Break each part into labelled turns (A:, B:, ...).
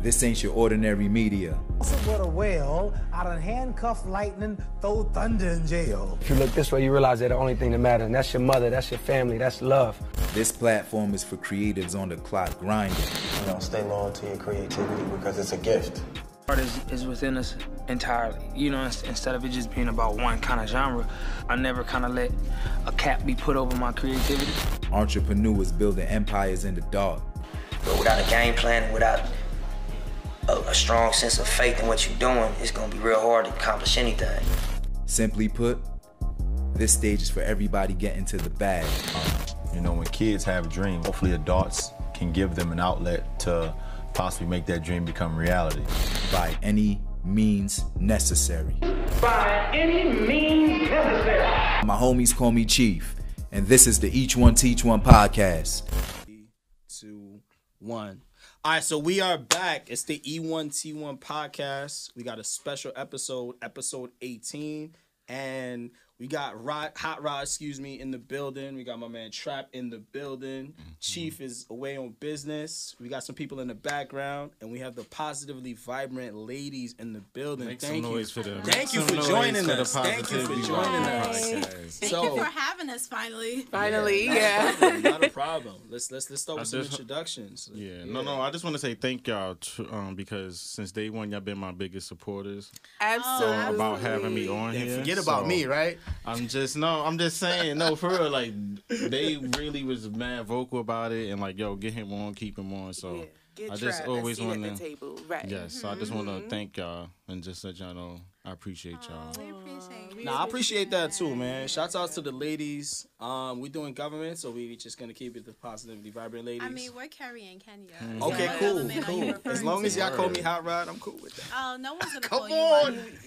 A: This ain't your ordinary media.
B: Also, what a whale. I done handcuffed lightning, throw thunder in jail.
C: If you look this way, you realize that the only thing that matters, and that's your mother, that's your family, that's love.
A: This platform is for creatives on the clock grinding.
D: You know, stay loyal to your creativity because it's a gift.
E: Art is, is within us entirely. You know, ins- instead of it just being about one kind of genre, I never kind of let a cap be put over my creativity.
A: Entrepreneurs building empires in the dark.
F: But without a game plan, and without a, a strong sense of faith in what you're doing, it's gonna be real hard to accomplish anything.
A: Simply put, this stage is for everybody getting to the bag. uh,
G: You know, when kids have dreams, hopefully adults can give them an outlet to possibly make that dream become reality.
A: By any means necessary.
H: By any means necessary.
A: My homies call me Chief, and this is the Each One Teach One podcast.
I: Three, two, one. All right, so we are back. It's the E E1T1 podcast. We got a special episode, episode 18, and we got Rod, Hot Rod, excuse me, in the building. We got my man Trap in the building. Chief is away on business. We got some people in the background, and we have the positively vibrant ladies in the building.
J: Make
I: Thank
J: some
I: you.
J: noise for them.
I: Thank you
J: Make
I: for
J: some
I: joining
J: noise for
I: us.
J: the
I: Thank you for
J: Positively
I: joining
J: Wired
I: us.
J: podcast.
K: Thank you for having us finally.
I: Finally, yeah. Not a problem. Not a problem. Let's let's let's start with
J: I
I: some
J: just-
I: introductions.
J: Yeah, no, no. I just want to say thank y'all tr- um, because since day one, y'all been my biggest supporters Um,
K: Absolutely.
J: about having me on
I: And
J: here.
I: forget about
J: so
I: me, right?
J: I'm just no. I'm just saying no for real. Like they really was mad vocal about it and like yo, get him on, keep him on. So
L: Yeah. Get
J: I just
L: trapped.
J: always
L: I see it
J: want
L: at the
J: to.
L: table. Right. Mm-hmm.
J: Yes, so I just want to thank y'all and just let y'all know I appreciate y'all.
K: We appreciate you.
I: Nah, I appreciate that too, man. Shouts out to the ladies. Um, we doing government, so we just gonna keep it the positively vibrant ladies.
K: I mean, we're carrying Kenya.
I: okay,
K: What
I: cool,
K: element are you
I: cool.
K: referring
I: As long as
K: to?
I: y'all call me Hot Rod, I'm cool with that.
K: Oh, no one's gonna
I: Come
K: call you.
I: on,
K: Hot Rod. I wasn't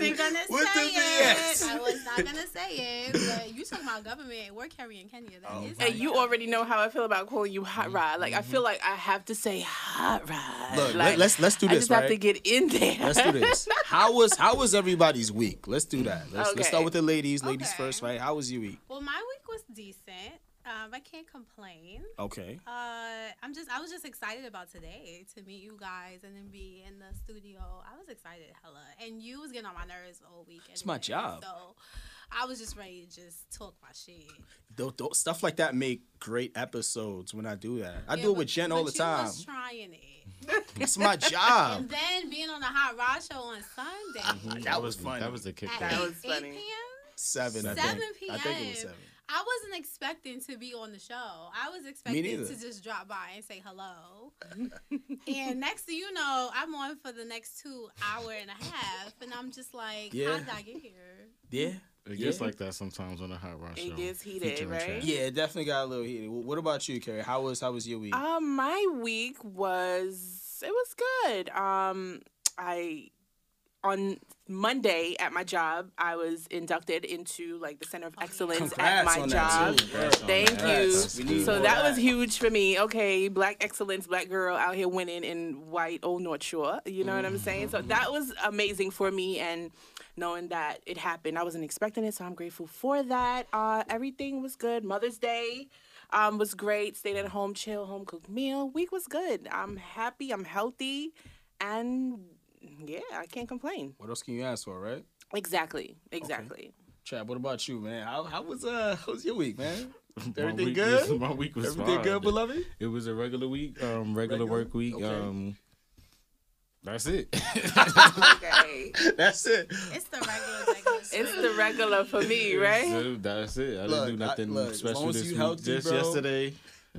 I: listen.
K: gonna
I: What
K: say
I: the-
K: it.
I: yes.
K: I was not gonna say it. But you talking about government? We're carrying Kenya. That is
L: And you already know how I feel about calling you Hot Rod. Like I feel like I have to say Hot Rod.
I: Look,
L: like,
I: let, us let's do
L: I
I: this,
L: just
I: right?
L: have to get in there.
I: Let's do this. How was how was everybody's week? Let's do that. Let's,
L: Okay.
I: let's start with the ladies. Ladies
K: Okay.
I: first, right? How was your week?
K: Well, my week was decent. Um, I can't complain.
I: Okay.
K: Uh, I'm just I was just excited about today to meet you guys and then be in the studio. I was excited, hella, and you was getting on my nerves all week. It's
I: my job.
K: So I was just ready to just talk my shit.
I: Th- th- stuff like that make great episodes when I do that. I
K: Yeah,
I: do it
K: but-
I: with Jen all the
K: but You
I: time.
K: was trying it,
I: It's my job.
K: and then being on the Hot Rod Show on Sunday
I: Mm-hmm. That was funny.
J: That was the kick.
K: at
L: That
K: eight-
L: was funny.
K: eight p.m.
I: seven. I
K: Seven
I: think. I think it was
K: PM.
I: seven.
K: I wasn't expecting to be on the show. I was expecting
I: neither.
K: to just drop by and say hello. and next thing you know, I'm on for the next two hour and a half, and I'm just like,
I: Yeah.
K: how did I get here?
I: Yeah.
J: It gets
I: Yeah.
J: like that sometimes on a hot rod show.
L: It gets heated,
J: Featuring
L: right?
J: Trap.
I: Yeah, it definitely got a little heated. Wh- What about you, Carrie? How was how was your week?
L: Um, my week was it was good. Um, I on Monday at my job, I was inducted into like the Center of Excellence at my job.
I: Congrats on
L: Thank
I: that.
L: you.
I: Yes, we need
L: So
I: more
L: that was huge for me. Okay, black excellence, black girl out here winning in white old North Shore. You know what I'm saying? So that was amazing for me and knowing that it happened. I wasn't expecting it, so I'm grateful for that. Uh, everything was good. Mother's Day um, was great. Stayed at home, chill, home cooked meal. Week was good. I'm happy. I'm healthy, and yeah, I can't complain.
I: What else can you ask for, right?
L: Exactly. Exactly.
I: Chad, what about you, man? How how was uh how was your week, man?
J: My
I: Everything
J: week
I: good?
J: was- my week was
I: Everything
J: fine.
I: good, beloved?
J: It was a regular week, um, regular,
I: Regular?
J: work week.
I: Okay.
J: Um, that's it.
L: Okay.
I: That's it.
K: It's the regular, regular
L: it's
K: shit.
L: the regular for me, right?
J: So that's it. I
I: Look,
J: didn't do
I: I-
J: nothing
I: look, as
J: special
I: long as
J: this
I: you
J: week.
I: healthy,
J: Just
I: bro.
J: yesterday,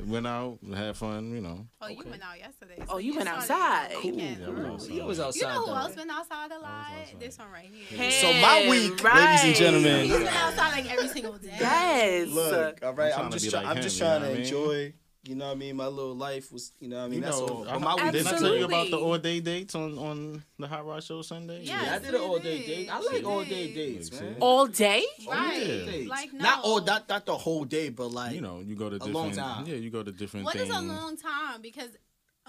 J: went out, had fun. You know,
K: Oh, you went out yesterday.
L: Oh,
K: so
L: you went
K: started your
L: outside.
K: weekend.
L: Cool,
J: yeah, I was outside.
I: He was outside.
K: You know who
I: though.
K: else been outside a lot? This one right here.
L: Hey,
I: So my week, ladies and
L: right.
I: gentlemen.
K: He's been outside like every single day.
L: Yes.
I: Look, all right,
J: I'm
I: I'm,
J: tryna
I: just
J: be
I: try-
J: like
I: I'm
J: him,
I: just
J: you know
I: trying
J: what I
I: to
J: mean?
I: enjoy. You know what I mean? My little life was, you know what I mean?
J: you
I: That's
J: know,
I: all.
J: I-
I: But my week
J: did
I: was
J: I
I: good.
J: tell you about the
L: Absolutely.
J: all day dates on on the hot rod show Sunday?
K: Yes.
I: Yeah, I did an all day
K: Yes, we
I: date. I
K: did.
I: like all day
K: Yes.
I: dates,
J: Makes
I: man.
J: sense.
L: All day?
K: Right.
J: Yeah.
K: Like, no.
I: Not all, not, not the whole day, but like,
J: You know, you go to
I: A
J: different.
I: long time.
J: Yeah, you go to different.
K: What is
J: things.
K: a long time? Because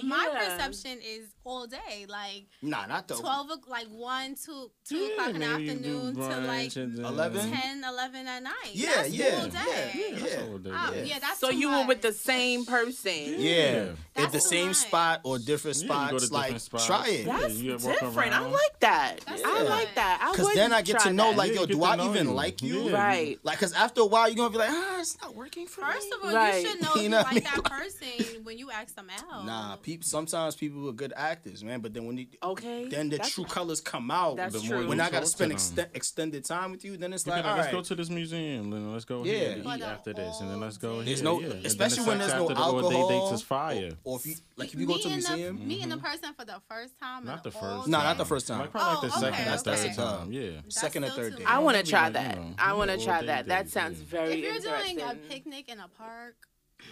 K: My
L: Yeah.
K: perception is all day, like
I: Nah, not though.
K: twelve, o- like one, two, two
I: Yeah,
K: o'clock in the
I: man, you do
K: afternoon to like
I: brunch and then- 11?
K: 10, 11 at night.
I: Yeah,
K: That's
I: yeah,
K: all
I: yeah,
K: day.
I: yeah.
K: Oh, yeah, that's
L: so
K: too
L: you were with the same person.
I: Yeah. At the same spot or different
J: you go to
I: spots, like
J: different spots.
I: try it.
J: Yeah, you gotta walk
L: Different. I
J: around.
L: like that. I
I: Yeah.
L: like that. I
I: Cause
L: would
I: then I get
L: try
I: to know,
L: that.
I: like, yo, do I even like you?
L: Yeah. Right.
I: Like, cause after a while, you're gonna be like, ah, it's not working for me.
K: First of all,
I: Right.
K: you should know
I: You
K: if you
I: know what I
K: like
I: mean?
K: that person when you ask them out.
I: Nah, peop sometimes people are good actors, man. But then when you,
L: okay,
I: then the
K: that's-
I: true colors come out.
K: that's
J: Oh, The more true.
I: When
J: you
I: I gotta
J: talk to
I: spend
J: them.
I: exten- extended time with you, then it's
J: You
I: like,
J: be
I: all
J: like, let's
I: right.
J: go to this museum, then let's go
I: Yeah.
J: here to
I: For
J: eat
I: the
J: after this, and then let's go
I: There's
J: here.
I: no-
J: yeah. And then the
I: especially when
J: sex
I: there's no
J: after the- or They dates
I: alcohol,
J: is fire.
I: Or if you like, if you go to a
K: meeting
I: museum,
K: the, meeting
G: Mm-hmm.
K: the person for the first time.
J: Not the
I: No,
J: first.
I: not the first time.
J: Like probably like the
I: Oh,
J: second
I: okay,
J: or
I: okay.
J: third time. Yeah.
I: second or third day.
L: I want to
J: Maybe
L: try
J: like, you
L: that.
J: know,
L: I want to
J: yeah,
L: try
J: all
L: that.
J: day
L: That
J: dates,
L: sounds
K: If
L: very
K: you're doing
L: interesting.
K: a picnic in a park, mm.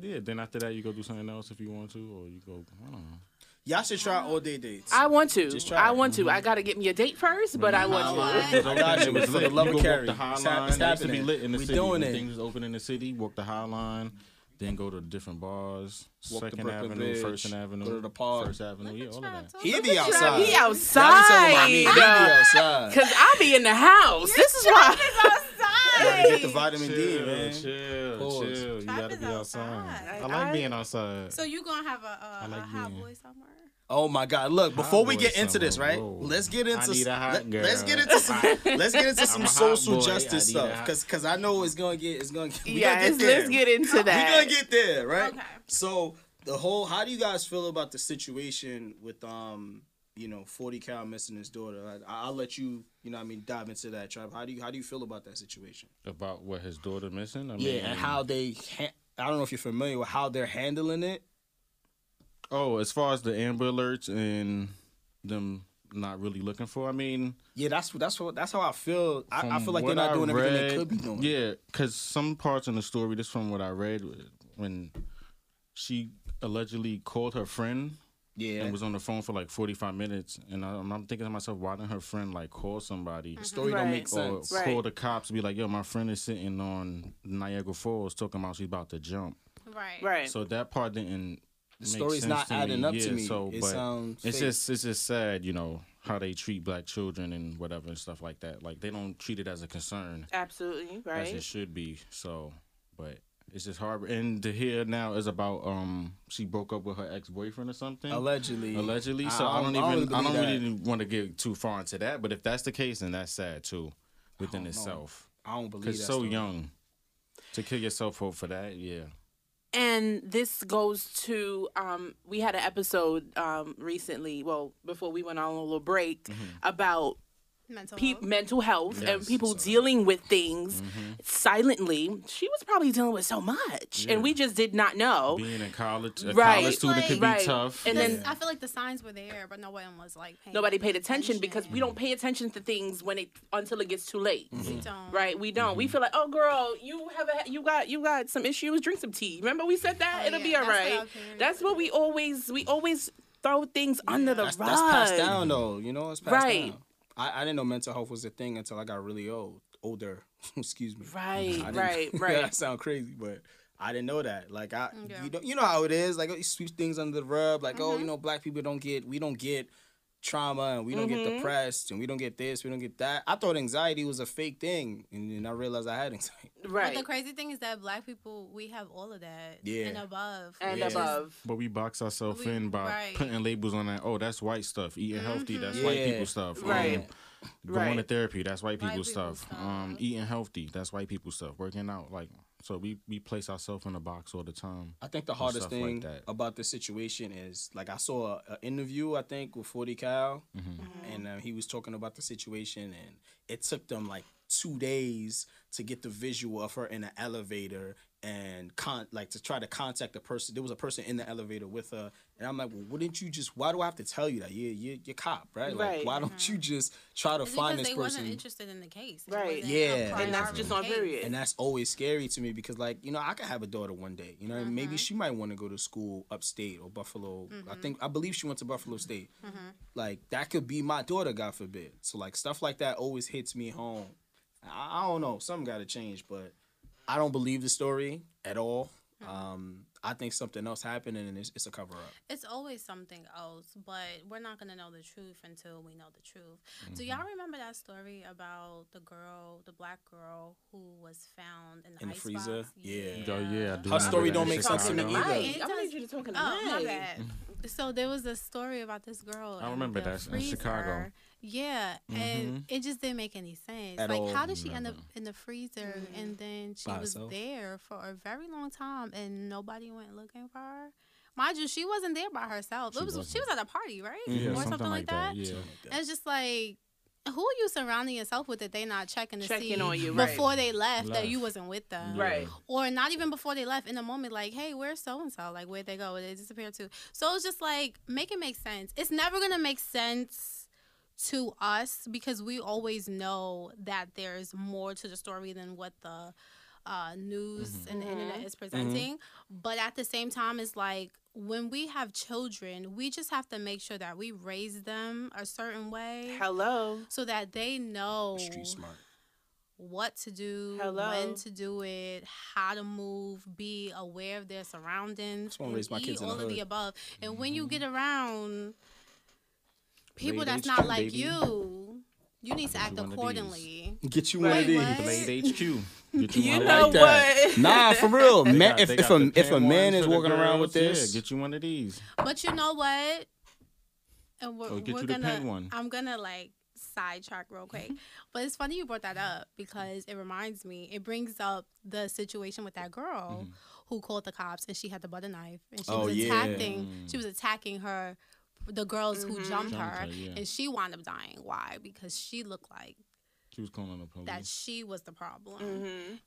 J: Yeah. Then after that, you go do something else if you want to, or you go. I don't know.
I: Y'all should try all day dates.
L: I want to.
I: Just try
L: I
I: it.
L: want to.
J: Mm-hmm.
L: I gotta get me a date first, but I want
J: Things
L: to.
J: open,
I: Got you.
J: it was
I: For the
J: lit.
I: love
J: You
I: of
J: could
I: Carrie.
J: Walk the high
I: It's hap-
J: line. It
I: it's
J: used to be
I: happening.
J: lit in the
I: We
J: city.
I: doing
J: when
I: it.
J: Things was open in the city. Walk the high line. Then go to different bars.
I: Walk to
J: Second
I: Brooklyn
J: Avenue,
I: Bridge,
J: First Avenue,
I: go to the park.
J: First Avenue, yeah, all of that.
I: He
L: Look
I: be
L: at you.
I: outside.
L: He
I: Y'all be telling about me. He be
L: outside.
I: outside.
L: Cause I be in the house. This is why.
I: Gotta get the vitamin D,
J: Chill,
I: man.
J: Chill,
I: Pause.
J: chill. You gotta be outside. I like
L: I-
J: being outside.
K: so you gonna have a, a,
J: like
K: a hot
J: being-
K: boy summer.
I: Oh my God! Look, before we get into this, right? Let's get into
J: I need a hot girl.
I: us get into some let's get into some
J: I'm a hot
I: social
J: boy. I
I: justice
J: need a
I: stuff,
J: hot-
I: cause cause I know it's gonna get it's gonna get, we
L: Yes,
I: gonna get there.
L: let's get into that.
I: We gonna get there, right? So the whole, how do you guys feel about the situation with um, you know, forty cal missing his daughter? I, I'll let you, you know, what I mean, dive into that, Trav. How do you how do you feel about that situation?
J: About what his daughter missing? I mean,
I: yeah, and how they, ha- I don't know if you're familiar with how they're handling it.
J: Oh, as far as the Amber Alerts and them not really looking for. I mean,
I: Yeah, that's that's what that's how I feel. I, I
J: from
I: feel like they're
J: what
I: not
J: I
I: doing everything they
J: read-
I: could be doing.
J: Yeah, because some parts in the story, this from what I read, when she allegedly called her friend.
I: Yeah.
J: And was on the phone for like 45 minutes. And I, I'm thinking to myself, why didn't her friend like call somebody? The
I: story don't make
J: Or
I: sense.
J: call
I: Mm-hmm. Right.
J: the cops and be like, yo, my friend is sitting on Niagara Falls talking about she's about to jump.
K: Right.
L: Right.
J: So that part didn't.
I: The
J: make
I: story's
J: sense
I: not
J: to
I: adding up to
J: Yeah,
I: me.
J: So,
I: It
J: but
I: sounds
J: it's
I: fake.
J: just it's just sad, you know, how they treat black children and whatever and stuff like that. Like they don't treat it as a concern
L: Absolutely
J: as it
L: right.
J: should be. So, but it's just hard. And to hear now is about um she broke up with her ex boyfriend or something
I: Allegedly.
J: Allegedly. So
I: Oh, I-
J: I,
I: I
J: don't
I: don't- I don't
J: even I
I: believe
J: don't
I: that.
J: really want to get too far into that. But if that's the case, then that's sad too, within itself.
I: I don't believe
J: Because
I: that
J: so
I: story.
J: young to kill yourself for for that, yeah.
L: And this goes to um, we had an episode um, recently. Well, before we went on a little break
J: Mm-hmm.
L: about
K: Mental
L: pe- mental health and
K: Yes,
L: people dealing with things
J: Mm-hmm.
L: silently. She was probably dealing with so much,
J: Yeah.
L: and we just did not know.
J: Being in college, a
L: Right.
J: college student could be
L: Right.
J: tough.
L: And
K: And
L: then-
K: then I feel like the signs were there, but no one was like paying.
L: Nobody paid attention because we don't pay attention to things when it until it gets too late.
J: Mm-hmm.
K: We don't.
L: Right? We don't. We feel like, oh, girl, you have a you got you got some issues. Drink some tea. Remember we said that it'll be
K: Oh, yeah,
L: all
K: that's what
L: right.
K: our parents
L: That's what we always we always throw things under the
I: That's,
L: rug.
I: that's passed down though. You know, it's passed
L: Right.
I: down. I, I didn't know mental health was a thing until I got really old, older. Excuse me.
L: Right,
I: I didn't-
L: right, right.
I: that sound crazy, but I didn't know that. Like I,
L: Yeah. Mm-hmm.
I: you know, you know how it is. Like oh, you sweep things under the rug. Like oh, you know, black people don't get, we don't get trauma, and we don't
L: Mhm.
I: get depressed, and we don't get this, we don't get that. I thought anxiety was a fake thing, and then I realized I had anxiety.
L: Right.
K: But the crazy thing is that black people, we have all of that
J: Yeah.
K: and above.
L: And
K: It's just-
L: above.
J: But we box ourselves
K: We-
J: in by
K: right. Mm-hmm.
J: putting labels on that. Oh, that's white stuff. Eating healthy, that's white
I: Yeah.
J: people stuff.
I: Right.
J: Um, going
I: Right.
J: to therapy, that's white people
I: people
J: stuff. Um, eating healthy, that's white people stuff. Working out, like so we we place ourselves in a box all the time.
I: I think the
J: and
I: hardest
J: stuff like
I: thing
J: that.
I: about this situation is like I saw an interview I think with Forty Cal,
J: Mm-hmm.
I: and uh, he was talking about the situation, and it took them like two days to get the visual of her in an elevator and con like to try to contact the person. There was a person in the elevator with her, and I'm like, well, wouldn't you just? Why do I have to tell you that? You you you cop, right?
L: Right.
I: Like, why don't you just try to
K: It's because
I: find this
K: they
I: person?
K: wasn't interested in the case. It
L: Right.
K: wasn't a
I: Yeah,
L: And that's just on
K: priority
L: period.
I: and that's always scary to me because, like, you know, I could have a daughter one day. You know, and maybe she might want to go to school upstate or Buffalo. I
K: Mhm.
I: think I believe she went to Buffalo State.
K: case. Mhm.
I: Like that could be my daughter, God forbid. So like stuff like that always hits me home.
K: Mm-hmm.
I: I, I don't know, something got to change, but I don't believe the story at all. Um, I think something else happened and it's, it's a cover up.
K: It's always something else, but we're not gonna know the truth until we know the truth. Do y'all
I: Mm-hmm.
K: remember that story about the girl, the black girl who was found in the,
I: In the
K: ice
I: freezer?
K: box?
I: Yeah.
J: Oh, yeah, I do
I: Her
J: remember
I: story
J: that.
I: don't make
J: It's just
I: sense to me
J: not-
I: either.
L: Hey, I wanted you to talk in the
K: Oh, my
L: mic.
K: bad. So there was a story about this girl.
J: I
K: in
J: remember
K: the
J: that in Chicago.
K: freezer. Yeah, and
J: Mm-hmm.
K: it just didn't make any sense.
J: At
K: like,
J: all.
K: how did she end up in the freezer and then she
I: By
K: was
I: herself?
K: there for a very long time and nobody went looking for her? Mind you, she wasn't there by herself. it was she was at a party, right?
J: Yeah,
K: or
J: something
K: something,
J: like
K: like
J: that,
K: that.
J: yeah.
K: And it's just like. Who are you surrounding yourself with that they not checking to
L: Checking
K: see
L: on you, right.
K: before they left,
J: Left.
K: that you wasn't with them,
L: Right.
K: Or not even before they left in the moment, like, hey, where's so and so? Like, where'd they go? They disappeared too. So it's just like make it make sense. It's never gonna make sense to us because we always know that there's more to the story than what the uh, news and the
J: Mm-hmm.
K: internet is
I: Mm-hmm.
K: presenting. But at the same time, it's like when we have children, we just have to make sure that we raise them a certain way
L: Hello.
K: so that they know
I: Street smart.
K: what to do,
L: Hello.
K: when to do it, how to move, be aware of their surroundings,
I: Just wanna
K: and
I: raise my
K: eat
I: kids in
K: all
I: the
K: of the
I: hood.
K: above. And when
I: Mm-hmm.
K: you get around people
J: Late HQ,
K: that's not like
J: baby.
K: you, you need to
J: Get
K: act
J: you one of these.
K: accordingly.
I: Get you
K: Wait,
I: one of
K: what?
I: these.
J: Blade HQ. Get
L: You
J: one of
L: know
J: these.
L: what?
I: Nah, for real.
J: They
I: Man,
J: got-
I: if
J: they
I: if
J: got
I: a
J: the
I: if a
J: pink
I: man
J: ones
I: is
J: for the
I: walking around with
J: girls, yeah,
I: this,
J: get you one of these.
K: But you know what? And we're,
J: Oh, get
K: we're
J: you the
K: gonna.
J: pink one.
K: I'm gonna like sidetrack real
I: Mm-hmm.
K: quick. but it's funny you brought that up because it reminds me. It brings up the situation with that girl
I: Mm-hmm.
K: who called the cops and she had the butter knife and she
I: Oh,
K: was
I: yeah.
K: attacking. She was attacking her. The girls who jumped,
J: Jumped
K: her,
J: her, yeah.
K: and she wound up dying. Why? Because she looked like
J: She was calling the police.
K: that she was the problem,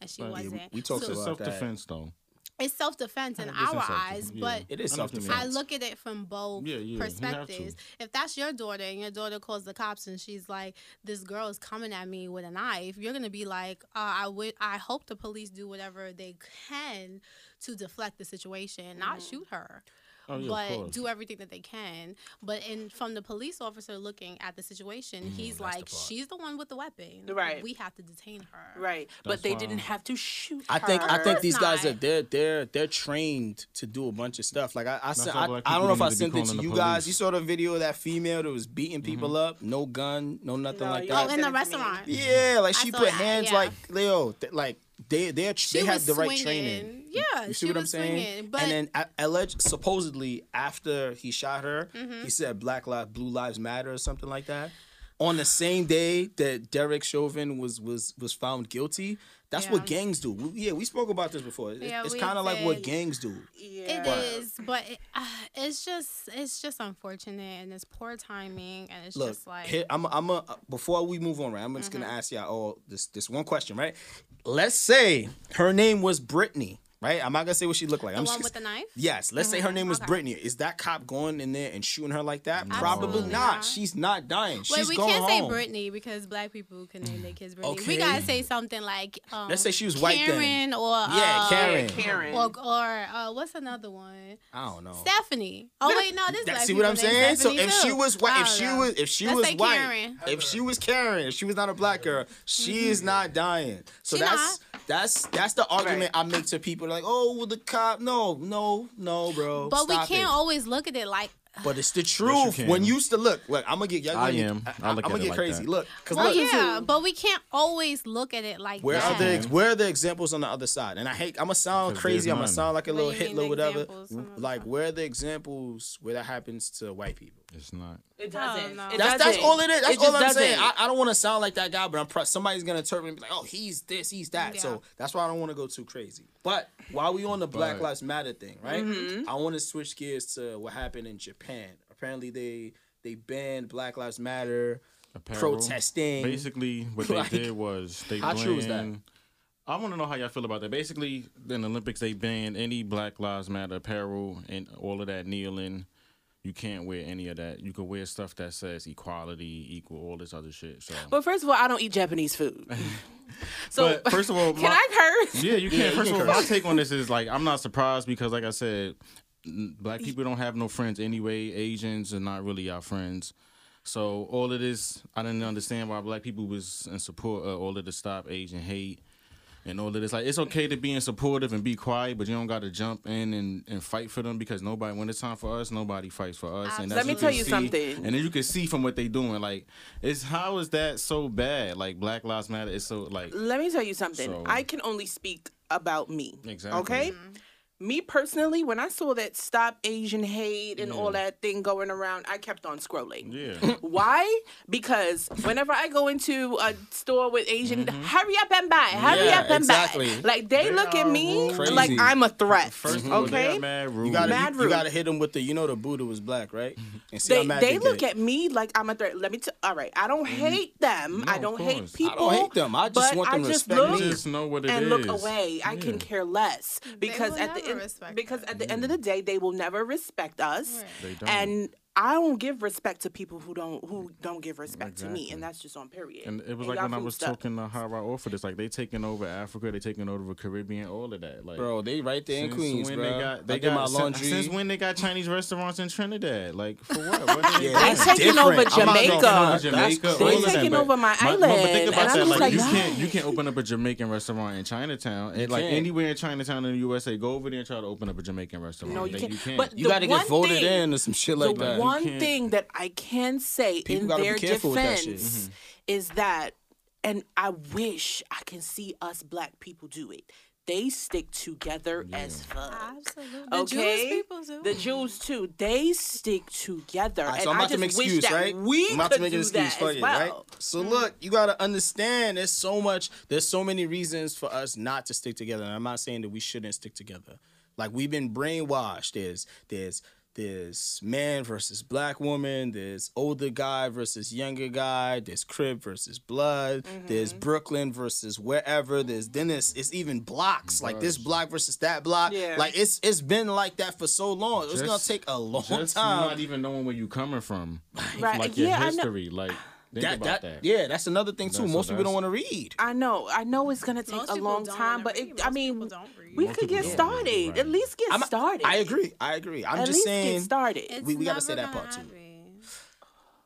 K: and she
J: But- Yeah, we-
K: wasn't.
I: we talked
K: so
I: about
J: self defense though.
K: it's self defense in
J: 100%
K: our
J: self-defense,
K: eyes,
J: yeah.
K: but
I: It is
J: I know what you mean.
I: self-defense.
K: I look at it from both
J: Yeah, yeah, you have to. Oh,
K: perspectives. If that's your daughter and your daughter calls the cops and she's like, "This girl is coming at me with a knife," you're gonna be like, uh, "I would, I hope the police do whatever they can to deflect the situation, not shoot her."
J: Oh, yeah, of
K: but
J: course.
K: do everything that they can. But in from the police officer looking at the situation, he's like, "She's the one with the weapon.
L: Right.
K: We have to detain her.
L: Right.
J: That's
L: but they
J: why-
L: didn't have to shoot.
I: I think I
L: her.
I: think these guys
K: not.
I: are they're they're they're trained to do a bunch of stuff. Like I I, sent,
J: why
I: I,
J: black
I: I
J: people
I: don't know if
J: need
I: I
J: to be
I: sent it to
J: calling the
I: you guys.
J: police.
I: You saw the video of that female that was
K: Mm-hmm.
I: beating people up, no gun, no nothing
L: No,
I: like
L: you
I: that.
K: Oh,
L: Send
K: in
L: it
K: the
L: to me.
K: restaurant.
I: yeah, like she
K: saw
I: put
K: that,
I: hands
K: yeah.
I: like Leo, th- like they they they had
K: was
I: the right
K: swinging.
I: training.
K: Yeah,
I: you
K: she
I: see what I'm
K: was
I: saying?
K: swinging, but-
I: and then a- alleged supposedly after he shot her,
K: Mm-hmm.
I: he said Black Lives Blue Lives Matter or something like that. On the same day that Derek Chauvin was was was found guilty, that's what
K: Yeah.
I: gangs do. We, yeah, we spoke about this before. It-
K: Yeah,
I: it's
K: we
I: kind of like what
K: did.
I: gangs do.
K: It
L: Yeah.
K: is, but it, uh, it's just it's just unfortunate and it's poor timing and it's
I: Look,
K: just like Mm-hmm.
I: here, I'm a, I'm a, before we move on, right? I'm just gonna ask y'all all this this one question, right? Let's say her name was Brittany, right? I'm not gonna say what she looked like.
K: the
I: I'm
K: one
I: just,
K: with the knife. Mm-hmm.
I: Yes, let's say her name was
K: okay.
I: Brittany. Is that cop going in there and shooting her like that? Probably
K: Absolutely
I: not.
K: not.
I: She's not dying.
K: Wait,
I: She's
K: we
I: going
K: can't
I: home.
K: say Brittany because black people can name their kids Brittany.
I: Okay.
K: We gotta say something like um,
I: Let's say she was white
K: Karen
I: then.
K: or
I: Yeah,
K: uh,
I: Karen.
L: Karen.
K: or, or uh, what's another one?
I: I don't know.
K: Stephanie. Oh wait, no, this
I: That-
K: black
I: see what
K: people
I: I'm
K: named
I: saying? So
K: Stephanie
I: if
K: too.
I: she was white, if
K: I
I: she
K: don't know.
I: was, if she
K: Let's
I: was
K: say
I: white,
K: Karen. Mm-hmm.
I: if she was Karen, if she was not a black girl, she is not dying. So
K: She
I: that's that's that's the argument I make to people like, oh, well, the cop. No, no, no, bro.
K: but we
I: Stop
K: can't
I: it.
K: always look at it like
I: But it's the truth.
J: can.
I: when you used to look, look, I'm gonna get. Y'all
J: I
I: gonna get-
J: am. I
I: I,
J: look at
I: am gonna
J: it
I: get
J: like
I: crazy.
J: that.
I: Look, because
K: well,
I: look,
K: yeah, but we can't always look at it like
I: Where
K: that.
I: are the ex- where are the examples on the other side? And I hate I'm gonna sound
J: Because
I: crazy.
J: there's
I: I'm gonna
J: none.
I: sound like a
K: What
I: little
K: do you mean
I: Hitler, whatever.
K: examples on the other
I: Like
K: side?
I: where are the examples where that happens to white people?
J: It's not.
L: It doesn't.
K: Oh, no.
L: It
I: That's that's
L: doesn't.
I: all it is. That's
L: It
I: all
L: just
I: I'm
L: doesn't.
I: saying. I, I don't want to sound like that guy, but I'm pro- somebody's gonna interpret me and be like, oh, he's this, he's that.
K: Yeah.
I: So that's why I don't want to go too crazy. But while we on the Black
J: But-
I: Lives Matter thing, right?
L: Mm-hmm.
I: I want to switch gears to what happened in Japan. Apparently they they banned Black Lives Matter.
J: Apparel.
I: Protesting.
J: Basically, what they
I: Like,
J: did was they
I: how
J: banned.
I: true is that?
J: I want to know how y'all feel about that. Basically, in the Olympics, they banned any Black Lives Matter apparel and all of that kneeling. You can't wear any of that. You can wear stuff that says equality, equal, all this other shit. So,
L: But first of all, I don't eat Japanese food. So
J: But first of all,
L: can
J: my-
L: I curse?
J: Yeah, you can't. first of all, my take on this is like I'm not surprised because, like I said, n- black people don't have no friends anyway. Asians are not really our friends. So all of this, I didn't understand why black people was in support of all of the stop Asian hate. and all of this. Like it's okay to be in supportive and be quiet, but you don't got to jump in and, and fight for them because nobody. When it's time for us, nobody fights for us. And
L: Let me
J: what
L: tell you
J: see.
L: something.
J: And then you can see from what they doing. Like it's how is that so bad? Like Black Lives Matter is so like
L: Let me tell you something.
J: So-
L: I can only speak about me.
J: Exactly.
L: Okay?
I: Mm-hmm.
L: Me personally, when I saw that stop Asian hate and all
J: Yeah.
L: that thing going around, I kept on scrolling.
J: Yeah.
L: Why? Because whenever I go into a store with Asian, hurry up and buy, hurry
I: Mm-hmm. Yeah,
L: up and
I: exactly.
L: buy. Like they,
I: They
L: look at
I: are
L: me
I: rude.
L: like
I: Crazy.
L: I'm a threat.
I: First of all, they
L: okay?
I: are You gotta, you- you, gotta hit him with the, you know, the Buddha was black, right? And see
L: they
I: how mad
L: they look
I: get.
L: at me like I'm a threat. Let me tell. All right, I don't
J: Mm-hmm.
L: hate them. I don't hate
I: I don't
L: people.
I: hate them. I just
L: but
I: want them
L: I
I: to
L: just
I: respect
L: look
I: me. Just know what it
L: and look
I: is.
L: away. I
I: Yeah.
L: can care less because
K: will
L: at the
K: never
L: end, because at the end of the day, they will never respect us.
J: Mm-hmm. They don't.
L: And I don't give respect to people who don't who don't give respect to me,
J: Exactly.
L: and that's just on period.
J: And it was
L: And
J: like
L: y'all
J: when I
L: food
J: was
L: stuck.
J: talking to Hara off for this, like they taking over Africa, they taking over the Caribbean, all of that. Like,
I: Bro, they right there in
J: since
I: Queens,
J: when
I: bro.
J: They got, they
I: I did
J: got
I: my
J: sin-
I: laundry.
J: Since when they got Chinese restaurants in Trinidad? Like, for what? What
I: Yeah,
J: they
I: that's They taking over different. I'm
J: Taking over
I: not Jamaica. That's
J: Jamaica,
I: crazy.
J: all
I: They
J: of that,
I: taking
J: but-
I: over my
J: but- but
I: island.
J: think about
I: And I'm
J: that.
I: just
J: like,
I: like,
J: you
I: why?
J: can't you can't open up a Jamaican restaurant in Chinatown.
I: You
J: And like
I: can't.
J: anywhere in Chinatown in the USA, go over there and try to open up a Jamaican restaurant.
L: No, you
J: Like,
L: can't.
J: You can't.
L: But
I: You
L: the
I: gotta
L: one
I: get voted
L: thing-
I: in or some shit
L: the
I: like that.
L: one thing that I can say
I: People
L: in
I: gotta be
L: their
I: careful with that shit.
L: defense
I: Mhm.
L: is that, and I wish I can see us black people do it. They stick together as fuck.
K: Absolutely. The Jewish
L: Okay,
K: people do.
L: the Jews too. They stick together,
I: All right,
L: and
I: Uh, so I'm
L: I
I: about
L: just
I: to make
L: wish
I: excuse,
L: that
I: right?
L: we
I: I'm about
L: could
I: to make
L: do
I: an excuse
L: that
I: for
L: as
I: you,
L: well. Mm-hmm.
I: right? So look, you gotta understand. There's so much. There's so many reasons for us not to stick together. And I'm not saying that we shouldn't stick together. Like we've been brainwashed. There's there's there's man versus black woman. There's older guy versus younger guy. There's crib versus blood.
L: Mm-hmm.
I: There's Brooklyn versus wherever. There's then it's, it's even blocks. Like this block versus that block.
L: Yeah.
I: Like it's it's been like that for so long. It's gonna
J: Just-
I: take a long
J: just
I: time.
J: Not even knowing where you coming from,
L: Right,
J: like your
L: Uh, yeah, I know.
J: history, like think
I: That-
J: about
I: that-
J: that.
I: yeah, that's another thing too.
J: That's-
I: Most
J: so
I: people don't
J: that's-
I: want to read.
L: I know, I know it's gonna take
K: Most
L: a
K: people
L: long
K: don't
L: time,
K: wanna
L: but
K: read.
L: it, I
K: Most
L: mean,
K: people don't read.
L: we
J: Most
L: could
J: people
L: get
J: don't read,
L: started.
J: right.
L: At least get
I: I'm-
L: started.
I: I agree. I agree. I'm
L: At
I: just
L: least
I: saying.
L: get started.
K: It's
I: we- we gotta
K: never
I: say that
K: gonna
I: part, too.
K: happen.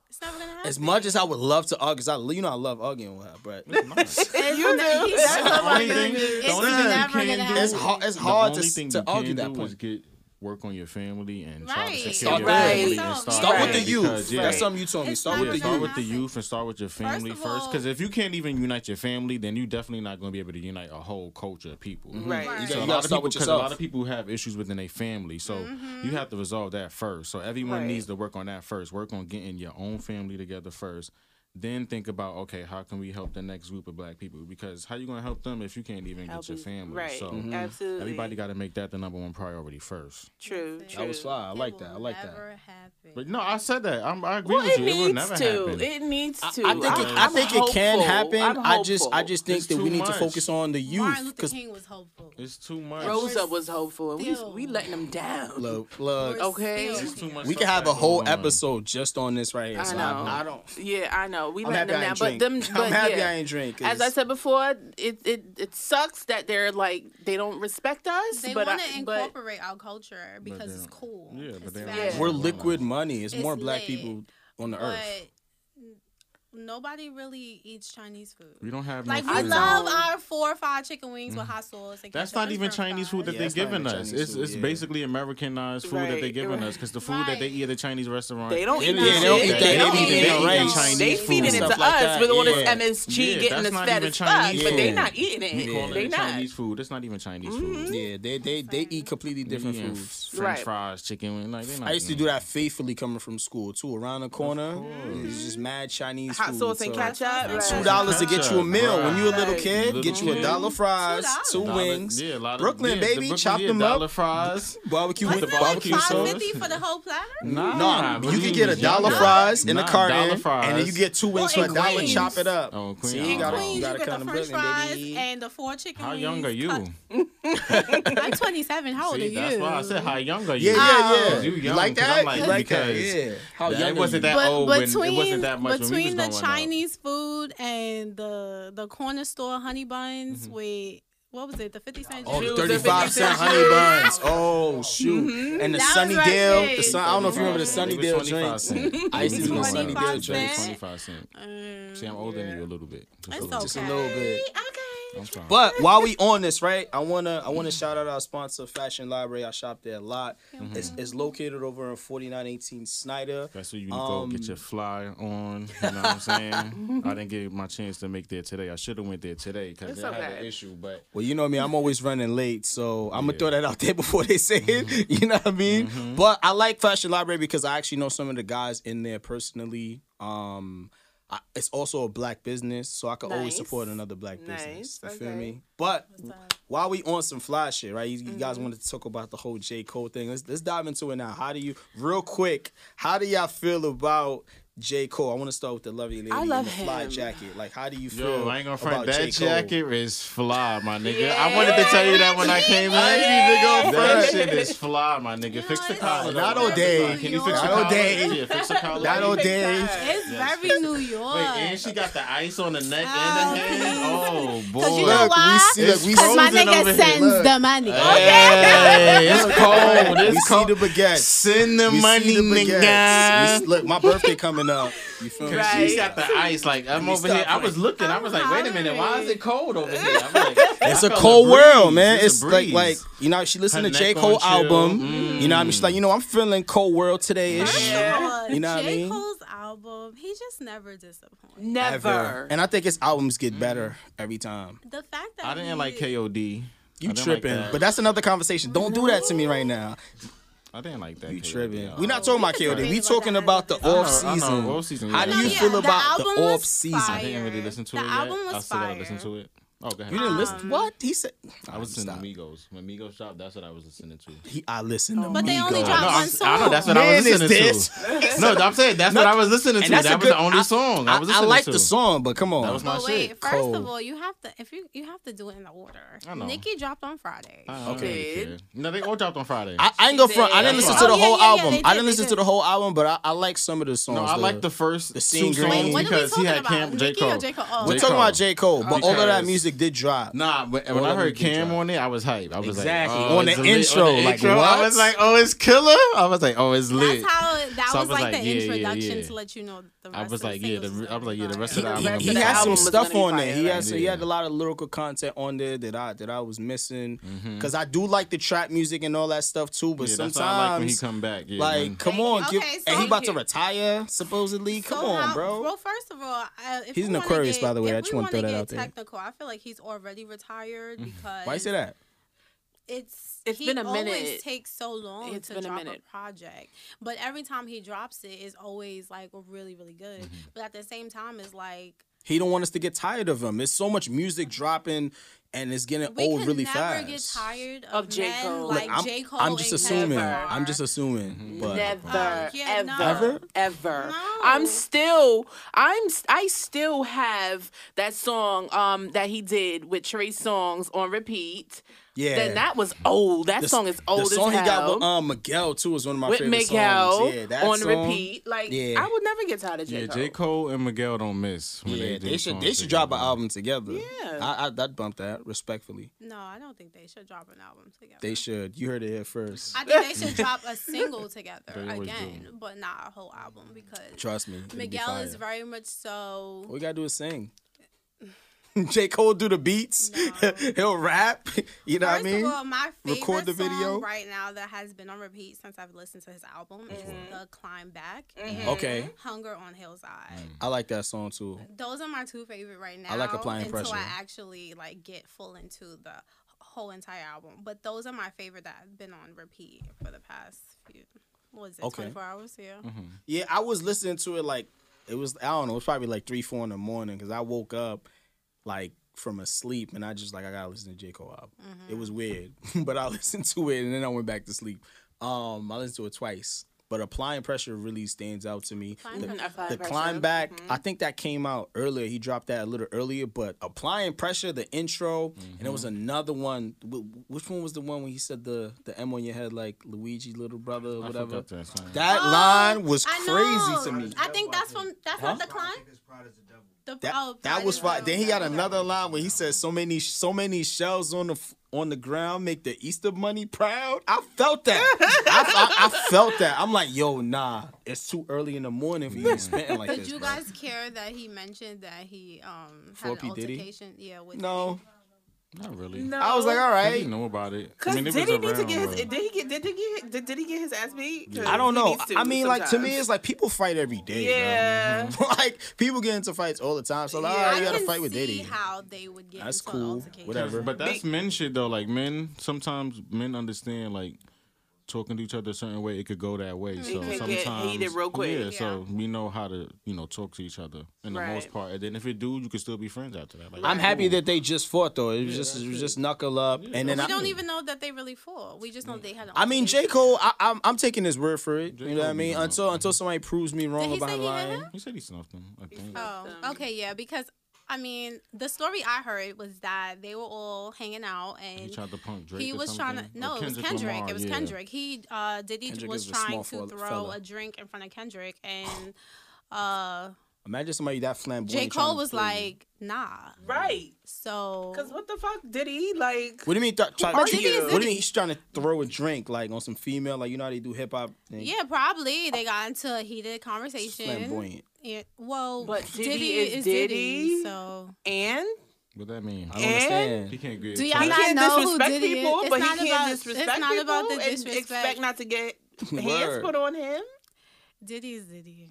K: It's never gonna happen.
I: As much as I would love to argue, 'cause I you know I love arguing with her, but
K: It's ne- he's
I: That's
K: never
I: the only
K: gonna
I: thing-
K: do it.
I: the
K: It's
I: only thing you
K: never
I: can
K: gonna
I: do. It's
K: happen.
I: hard- it's
J: The
I: hard
J: only
I: to-
J: thing
I: to
J: you
I: argue
J: can
I: that
J: do
I: point.
J: Is get work on your family and try
K: Right.
J: to secure
K: Start
J: your
K: with
I: the
J: family
I: youth.
J: and start,
I: Start with the
J: because,
I: youth.
J: Yeah.
I: That's something you told me.
K: It's
I: Start
K: not
I: with
J: Yeah,
K: gonna
I: the
J: start
I: youth.
J: with the
K: happen.
J: youth and start with your family
K: of
J: first.
K: all-
J: Because if you can't even unite your family, then you definitely not going to be able to unite a whole culture of people.
L: Right. Right.
J: So
I: Mm-hmm. You gotta-
J: a
I: you
J: lot
I: gotta
J: of
I: start
J: people,
I: with
J: because a lot
I: yourself.
J: of people have issues within their family, so you have to resolve that first. So everyone
L: Right.
J: needs to work on that first. Work on getting your own family together first. Then think about okay, how can we help the next group of black people? Because how you gonna help them if you can't even
L: Help
J: get your
L: is-
J: family?
L: right.
J: So
L: Mhm. Absolutely.
J: everybody got to make that the number one priority first.
L: True, true.
I: That was fly. I like that. I like that.
K: Never happen.
J: But no, I said that. I'm, I agree
L: Well,
J: with
L: it
J: you. It will
L: needs
J: never
L: to.
J: happen.
L: It needs to.
I: I think it, I
L: I'm
I: think it can
L: hopeful.
I: happen.
L: I'm
I: I just I
L: hopeful.
I: just think
J: It's
I: that we
J: too
I: need to
J: much.
I: focus on the youth
K: Martin Luther
I: because
K: King was hopeful.
J: it's too much.
L: Rosa was hopeful, and
K: Still.
L: we we letting them down.
I: look look.
K: We're
L: Okay.
K: still
J: It's too much
I: We
J: stuff
I: can have a
J: that
I: whole
J: going on.
I: episode just on this right here.
L: I
I: So
L: know.
I: I, I don't.
L: Yeah, I know. We
I: I'm
L: letting
I: happy
L: them
I: I
L: down,
I: ain't
L: but
I: drink.
L: them.
I: I'm
L: But
I: happy
L: yeah.
I: I ain't drink.
L: As I said before, it, it it sucks that they're like they don't respect us.
K: They
L: but
K: want
L: I-
K: to
L: but
K: incorporate our culture because
J: they
K: it's
J: don't-
K: cool.
J: yeah, but
K: It's
J: they don't
K: fashion.
L: Yeah.
I: we're liquid money. It's,
K: It's
I: more black
K: lit.
I: people on the
K: But
I: earth.
K: n- nobody really eats Chinese food.
J: We don't have
K: Like
J: no
K: we
J: food.
K: love our four or five chicken wings
I: Mm-hmm.
K: with hot sauce. And
J: That's
K: ketchup.
J: not
K: It's
J: even
K: french
J: Chinese food
K: fries.
J: that
I: Yeah,
J: they're
I: it's not even
J: giving us.
I: Chinese
J: It's
I: food,
J: it's
I: yeah.
J: basically Americanized food that they're
L: Right,
J: giving
L: right.
J: us because the food that they eat at a Chinese restaurant
L: they don't
I: They
L: eat
I: don't-
L: that
I: they don't
L: shit.
I: eat that. They don't eat that.
L: it.
I: Right. Chinese
L: They
I: food
L: feeding
I: and
L: it to
I: stuff
L: us
I: like that.
L: with all this
I: Yeah.
L: MSG
J: Yeah,
L: getting
J: that's
L: us
J: not
L: fat
J: even
L: as fuck,
J: Chinese
L: but they
I: food.
L: not eating it.
J: We call
L: They
J: it
L: not.
J: Chinese food. It's not even Chinese food.
I: Yeah, they they they eat completely different
J: We eating
I: foods.
J: French
L: Right.
J: fries, chicken. wing, Like, they not
I: I used to
J: eating
I: do
J: it.
I: that faithfully coming from school too. Around the corner, it's just mad Chinese
L: Hot
I: food.
L: sauce and
I: so-
L: ketchup. right.
I: Two dollars to get you a meal when you a little
L: Right.
I: kid. Get you a
J: Little
I: dollar fries, two
J: Dollar-
I: wings.
J: Yeah, a lot of
I: Brooklyn
J: yeah, the
I: baby,
J: Brooklyn,
I: chop
J: yeah,
I: them
J: Dollar
I: up.
J: fries.
I: Barbecue
K: Wasn't
I: with the
K: that like
I: barbecue
K: five
I: sauce.
K: fifty for the whole platter?
J: Nah,
I: Nah,
J: but
I: you can get a
J: can
I: dollar
J: get-
I: fries in a
J: Nah,
I: carton,
J: dollar fries.
I: and then you get two wings
K: Well,
I: for a
K: in
I: dollar.
K: Queens.
I: Chop it up.
J: Oh, Queens.
I: See,
J: In
I: you gotta,
K: Queens,
I: you
K: you
I: gotta
K: get
I: come
K: the
I: to
K: French
I: Brooklyn,
K: fries
I: baby.
K: and the four chicken
J: How
K: wings.
J: young are you?
K: cut- I'm 27. How old
J: See,
K: are you?
J: That's why I said how young are you?
I: Yeah, yeah, yeah.
J: You
I: You
J: young,
I: like
J: 'cause I'm
I: that?
J: like,
I: You like that?
J: because
I: Yeah. How
J: that-
I: young
J: It
I: are
J: wasn't
I: you?
J: that
L: oh,
K: but
J: old when it
K: between,
J: wasn't that much when we was
K: between
J: growing
K: the
J: up.
K: Chinese food and the the corner store honey buns
L: Mm-hmm.
K: with what was it the 50 cent
I: Oh,
K: juice?
L: Shoes,
I: the
L: the
I: 35
L: 50
I: cent
L: cent
I: honey
L: shoes.
I: buns. Oh, shoot. And the
K: That was
I: Sunny
K: Mm-hmm. right
I: Sunnydale.
K: there.
I: The sun, I don't know if you remember
J: They
I: the
J: was
I: Sunnydale
J: 25
I: drinks.
J: cent.
I: I used to do the
K: 25
I: Sunnydale
K: cent.
I: drinks.
J: Twenty-five cent. See, I'm older than you a little bit. Just a
K: Mm. It's
J: little
K: okay.
J: bit.
I: Just a little bit.
K: Okay.
I: But while we on this, right, I wanna I wanna shout out our sponsor, Fashion Library. I shop there a lot.
J: Mhm.
I: It's, it's located over in 4918 Snyder. Um,
J: That's where you can go get your fly on. You know what I'm saying? I didn't get my chance to make there today. I should have went there today because
I: It's
J: they had an
I: okay.
J: issue. But
I: Well, you know me, I'm always running late, so I'm gonna throw that out there before they say
J: Mm-hmm.
I: it. You know what I mean? But I like Fashion Library because I actually know some of the guys in there personally. Um, I, it's also a black business, so I could always
M: Nice.
I: support another black business. You
M: Nice,
I: feel
M: okay.
I: me? But while we on some fly shit, right? You, you
L: Mm-hmm.
I: guys wanted to talk about the whole J Cole thing. Let's let's dive into it now. How do you, real quick? How do y'all feel about? J. Cole, I want to start with the lovely lady
L: I
I: in
L: love
I: the fly
L: him.
I: jacket. Like, how do you feel?
J: Yo, I ain't gonna front
I: about J.
J: that
I: Cole?
J: jacket is fly, my nigga. I wanted to tell you that when I came in. That shit is fly, my nigga. fix the collar. though.
I: Not all
J: Fix the
I: day.
J: collar. Can you fix
I: Not
J: the
I: all
J: collar?
I: day.
J: Yeah, fix the collar.
I: Not all day.
K: It's
J: Yes.
K: very New York.
J: Wait, and she got the ice on the neck and the hand. Oh boy!
K: Cause you know why? Cause my nigga sends the money.
J: Hey, it's cold.
I: we
J: It's cold.
I: see the baguettes.
J: Send the
I: We see
J: money,
I: the baguettes.
J: nigga.
I: We s- Look, my birthday coming up. You feel me?
J: Cause she got the ice. Like I'm
I: Let me
J: over here.
I: stop
J: I was looking. I was like, wait a minute. Why is it cold over here? I'm like,
I: It's
J: I
I: a
J: felt
I: cold
J: breeze.
I: world, man. It's,
J: It's a
I: like,
J: breeze.
I: like you know, she listened
J: Her
I: to J
J: neck
I: Cole
J: on chill. Mm-hmm. Mm.
I: album. You know, what I mean, she's like, you know, I'm feeling cold world today ish. You know what I
K: J.
I: mean?
K: Cole's album, he just never disappoints.
I: Ever. And I think his albums get better every time.
K: The fact that
J: I didn't like KOD.
I: You
J: I didn't like
I: tripping?
J: that.
I: but that's another conversation. Don't do that to me right now.
J: I didn't like that.
I: You tripping? We're not talking about KOD. We
J: debated
I: talking about the
J: I know,
I: off
J: I know, off
I: season.
J: season,
I: How
J: yeah.
I: do you
J: Yeah,
I: feel
J: the
I: about the
J: album was
I: off
J: I
I: season?
J: didn't really listen to
K: The
J: it
K: album
J: yet.
K: was
J: I still gotta listen
K: fire.
J: to it. Oh, go ahead.
I: You didn't listen? What he said?
J: I was listening to Migos. When Migos dropped, that's what I was listening to.
I: He, I listened to
K: But they only
I: Migos.
K: dropped
J: No,
K: one
J: I'm- I know that's what I
I: Man,
J: was
I: is
J: listening
I: this-
J: to. No, I'm saying that's what I was listening
I: And
J: to.
I: that's a
J: That was
I: good-
J: the only
I: I-
J: song I was listening to.
I: like the song, but come on.
J: That was my
K: But wait,
J: shit.
K: first
J: Cold.
K: of all, you have to if you you have to do it in the order.
J: I know.
K: Nicki dropped on Friday.
J: I don't really care. Oh, No, they all dropped on Friday.
I: I, I ain't go front. I didn't
J: That's
I: listen
J: why.
I: to the whole
K: yeah, yeah,
I: album.
K: they did,
I: I didn't
K: they
I: listen to
K: did.
I: the whole album, but I, I like some of the songs.
J: No, I like the first
I: the
J: two
I: scene
J: songs because he had Cam J Cole.
I: We're
J: J.
I: talking
J: Cole.
I: about J Cole, but all of that
J: Because-
I: music did drop.
J: Nah, when,
I: All
J: when I
I: of it
J: heard
I: did
J: Cam on it, I was hype. I was
I: Exactly.
J: like,
I: On
J: oh,
I: the
J: it's lit.
I: intro,
J: on the
I: like,
J: intro, I was
I: what?
J: like, oh, it's killer. I was like, oh, it's lit.
K: That's how it- that
J: So I
K: was,
J: was
K: like,
J: like,
K: the
J: yeah, yeah,
K: introduction
J: yeah.
K: to let you know the
J: I
K: rest
J: was
K: of
J: like, yeah, the, I was like, yeah, the rest of
I: He,
J: the album.
I: he
J: was
I: had some
J: fire.
I: stuff on there. He had so he
J: Yeah.
I: had a lot of lyrical content on there that I that I was missing. Cause I do like the trap music and all that stuff too. But
J: Mm-hmm. Yeah,
I: sometimes
J: that's what I like when he come back. Yeah,
I: like,
J: when-
I: come on, give,
K: Okay,
I: and
K: so-
I: he about to retire supposedly. Come
K: So
I: on,
K: how-
I: bro.
K: Well, first of all, uh, if
I: He's
K: we
I: an
K: wanna
I: Aquarius,
K: get-
I: by the way.
K: if
I: I just
K: we
I: wanna throw
K: wanna
I: that
K: get
I: out there.
K: Technical. I feel like he's already retired
J: Mm-hmm.
K: because
I: Why you say that?
K: It's
L: It's
K: he
L: been a
K: Always
L: minute.
K: takes so long
L: It's
K: to
L: been a
K: drop a,
L: minute.
K: project, but every time he drops it, it's always like really, really good. But at the same time, it's like
I: He don't want us to get tired of him. There's so much music dropping, and it's getting
K: we
I: old
K: can
I: Oh, really
K: never
I: fast.
K: get tired of,
L: Of J.
K: men
L: Cole.
K: like
I: I'm,
K: J Cole.
I: I'm just
K: and
I: assuming.
K: Kendrick.
I: I'm just assuming. But
L: Mm-hmm. Never,
K: Oh, Um, yeah,
L: ever,
K: no.
I: Ever?
L: ever, I'm still, I'm, I still have that song um that he did with Trey Songs on repeat.
I: Yeah.
L: Then that was old. That
I: The s-
L: song is old
I: The song
L: as
I: he got
L: hell.
I: with um, Miguel too is one of my
L: with
I: favorite
L: Miguel
I: songs. Yeah, that
L: on
I: song-
L: repeat. Like
I: yeah.
L: I would never get tired of J.
J: Yeah,
L: Cole.
J: J. Cole and Miguel don't miss. When
I: yeah,
J: they, do
I: they should
J: songs
I: they should
J: together.
I: drop an album together.
L: Yeah.
I: I I that bumped that respectfully.
K: No, I don't think they should drop an album together.
I: They should. You heard it here first.
K: I think they should drop a single together
I: They always
K: again, but not a whole album because
I: Trust me. it'd be
K: Miguel is
I: fire.
K: very much so.
I: All we gotta do is sing. J. Cole do the beats. He'll rap. You know
K: First
I: what I mean?
K: of all, my favorite
I: Record the
K: song
I: video.
K: right now that has been on repeat since I've listened to his album is "The Climb Back." and
I: Okay.
K: "Hunger on Hillside."
I: I like that song too.
K: Those are my two favorite right now.
I: I like applying
K: until
I: pressure.
K: I actually like get full into the whole entire album, but those are my favorite that have been on repeat for the past few. What is it?
I: Okay.
K: Twenty four hours. Yeah.
J: Mm-hmm.
I: Yeah, I was listening to it like it was. I don't know. It was probably like three, four in the morning because I woke up like from a sleep and I just like I gotta listen to J Cole album.
K: Mm-hmm.
I: It was weird, but I listened to it and then I went back to sleep. Um, I listened to it twice, but applying pressure really stands out to me.
L: Applying
I: the
L: Pressure. Applying
I: the
L: Pressure.
I: climb back,
K: mm-hmm.
I: I think that came out earlier. He dropped that a little earlier, but applying pressure, the intro, and it was
J: Mm-hmm.
I: another one. Wh- Which one was the one when he said the the M on your head like Luigi little brother, or
J: I
I: whatever?
J: forgot that song.
I: That
K: Oh,
I: line was
K: I know.
I: crazy to me.
K: I think that's from that's
I: Huh?
K: not the climb. The,
I: That,
K: oh,
I: that was why. Then he got another line where he says, "So many, so many shells on the f- on the ground make the Easter money proud." I felt that. I, I, I felt that. I'm like, yo, nah, it's too early in the morning for you to be spitting like
K: Did
I: this.
K: you
I: bro.
K: guys care that he mentioned that he um had
I: Four P.
K: an
I: Diddy?
K: altercation? Yeah, with
I: No,
J: Not really.
L: No. I was like, all
J: I
L: right.
J: didn't know about it.
L: Cause
J: I mean, it
L: did
J: was
L: he need to
J: around,
L: get his?
J: but-
L: Did he get? Did he get? Did, did he get his ass beat? 'Cause
I: I don't
L: he
I: know.
L: needs to
I: I mean, like to me,
L: sometimes.
I: it's like people fight every day. bro.
L: Yeah.
I: like people get into fights all the time. So like,
K: Yeah.
I: all right,
K: I
I: you gotta
K: can
I: fight with
K: see
I: Diddy.
K: how they would get
I: That's
K: into
I: cool.
K: altercation.
I: Whatever.
J: But that's
K: Be-
J: men shit though. Like men, sometimes men understand like talking to each other a certain way, it could go that way.
L: It
J: So
L: can get
J: sometimes
L: heated real quick.
J: Yeah, So we know how to you know talk to each other in the
L: Right.
J: most part. And then if it do, you can still be friends after that. Like,
I: I'm
J: that's
I: happy
J: cool.
I: that they just fought though. It was just it was just knuckle up, and then
K: we
I: I,
K: don't even know that they really fought. We just know they had. an
I: I mean, J.
K: altercation.
I: Cole, I, I'm I'm taking his word for it. You know what I mean? Until until somebody proves me wrong
K: he say
I: about
K: he hit
I: lying.
K: her?
J: He said he snuffed him. I think.
K: Oh, okay, yeah, because I mean, the story I heard was that they were all hanging out and
J: He tried to punk Drake.
K: he
J: or
K: was trying to.
J: something? Or
K: No, it was
J: Kendrick
K: Kendrick.
J: Lamar,
K: it was
J: yeah.
K: Kendrick. He uh, Diddy
I: Kendrick
K: was
I: is a small
K: trying to
I: fella-
K: throw
I: fella.
K: a drink in front of Kendrick, and uh,
I: Imagine somebody that flamboyant.
K: J
I: trying
K: Cole
I: to
K: was
I: prove-
K: like, "Nah."
L: Right.
K: So.
L: Cause what the fuck did he like?
I: What do you mean? Th- try-
L: are
I: what do
L: you?
I: you mean he's trying to throw a drink like on some female? Like you know how they do hip hop?
K: Yeah, probably they got into a heated conversation.
I: Flamboyant.
K: Yeah, well,
L: But Diddy is Diddy.
K: so
L: And
J: What that mean?
I: I don't understand.
J: He can't get.
K: Do
J: it.
K: y'all
L: he
K: not
L: can't
K: know who
L: disrespect
K: did it?
L: people,
K: It's
L: but he
K: not
L: can't
K: about- it's
L: disrespect
K: not
L: people
K: about the
L: and
K: disrespect.
L: expect not to get hands
I: Word.
L: put on him.
K: Diddy is Diddy.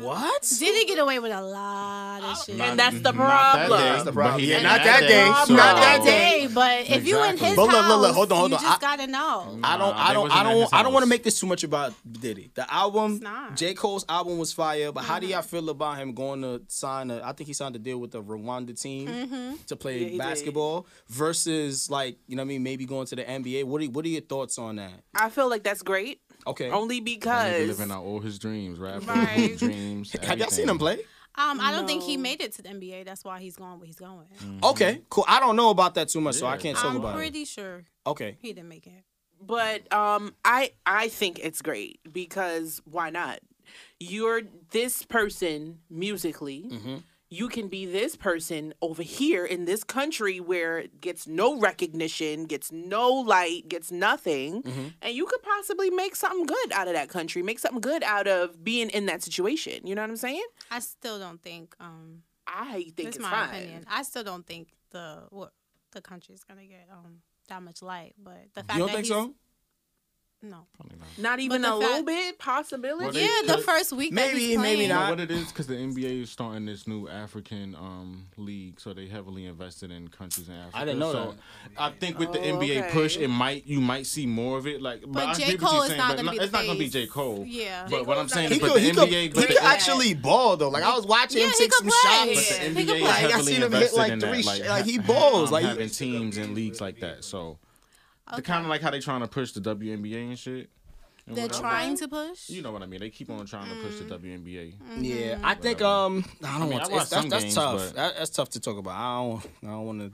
I: What?
K: Diddy get away with a lot of shit.
L: And that's the
J: Not that
L: problem.
J: day,
I: That's the
J: but
I: problem.
J: he
I: Yeah,
J: did
I: not
J: it
I: that day.
J: so-
K: not that day, but if you in
J: Exactly.
K: his
I: But look,
K: house,
I: look, look, hold on, hold
K: you
I: on.
K: just
I: I-
K: gotta know.
I: I don't,
J: Nah,
I: I
J: they
I: don't,
J: wasn't
I: I
J: in his
I: don't, I don't want to
J: house.
I: make this too much about Diddy. The album,
K: not. Mm-hmm.
I: J. Cole's album was fire, but how do y'all feel about him going to sign a? I think he signed a deal with the Rwanda team
K: Mm-hmm.
I: to play
L: Yeah, he did.
I: basketball versus like you know what I mean, maybe going to the NBA. What are what are your thoughts on that?
L: I feel like that's great,
I: Okay,
L: only
J: He
L: because
J: living out all his dreams, right?
K: Right.
J: His dreams.
I: have y'all seen him
J: everything.
I: play?
K: Um, I don't think he
L: No.
K: made it to the NBA. That's why he's going where he's going.
I: Okay, cool. I don't know about that too much, so I
J: Mm-hmm. Yeah.
I: can't talk
K: I'm
I: about it.
K: pretty sure
I: Okay,
K: he didn't make it.
L: but um i i think it's great because why not you're this person musically
J: Mm-hmm.
L: you can be this person over here in this country where it gets no recognition gets no light gets nothing
J: Mm-hmm.
L: and you could possibly make something good out of that country make something good out of being in that situation you know what i'm saying
K: I still don't think. Um,
L: i think
K: that's
L: it's
K: my
L: fine
K: opinion. I still don't think the what the country's gonna get um that much light. But the fact
I: you don't
K: that
I: think
K: he's,
I: so?
K: No.
L: not even
K: the
L: a
K: fact-
L: little bit possibility
J: Well, they-
K: Yeah, the
J: could-
K: first week. that
I: Maybe,
K: he's
I: maybe
K: playing.
J: You know
I: not.
J: what it is? Because the NBA is starting this new African um, league, so they heavily invested in countries in Africa.
I: didn't know
J: so
I: that.
J: I think with the
L: Oh,
J: NBA
L: okay.
J: push, it might you might see more of it. Like, but, I
K: But J
J: agree with you
K: Cole is
J: saying,
K: not
J: but
K: gonna be.
J: It's
K: the
J: not gonna be
K: face.
J: J Cole.
K: Yeah.
J: But what I'm saying
I: He
J: is, but
I: could,
J: the
I: he could,
J: NBA,
I: he
J: but
I: could
J: the,
I: actually ball though. Like I was watching
K: Yeah,
I: him
K: he
I: take
K: could
I: some
K: play.
I: shots.
J: the
K: Yeah. He
J: NBA
K: could
J: is
K: play.
J: heavily
I: I seen him hit
J: invested
I: like
J: in
I: three.
J: that.
I: sh- like he
J: ha-
I: balls.
J: um,
I: Like
J: having teams and leagues like that. So the
K: Okay.
J: kind of like how they trying to push the WNBA and shit. And
K: They're
J: whatever.
K: trying to push.
J: You know what I mean? They keep on trying to
K: Mm.
J: push the WNBA.
I: Yeah,
L: Mm-hmm.
I: I think
J: Whatever.
I: um, I
J: mean,
I: don't
J: I
I: want to.
J: watched
I: That's,
J: some
I: that's, that's
J: games,
I: tough.
J: but-
I: That, that's tough to talk about. I don't. I don't want to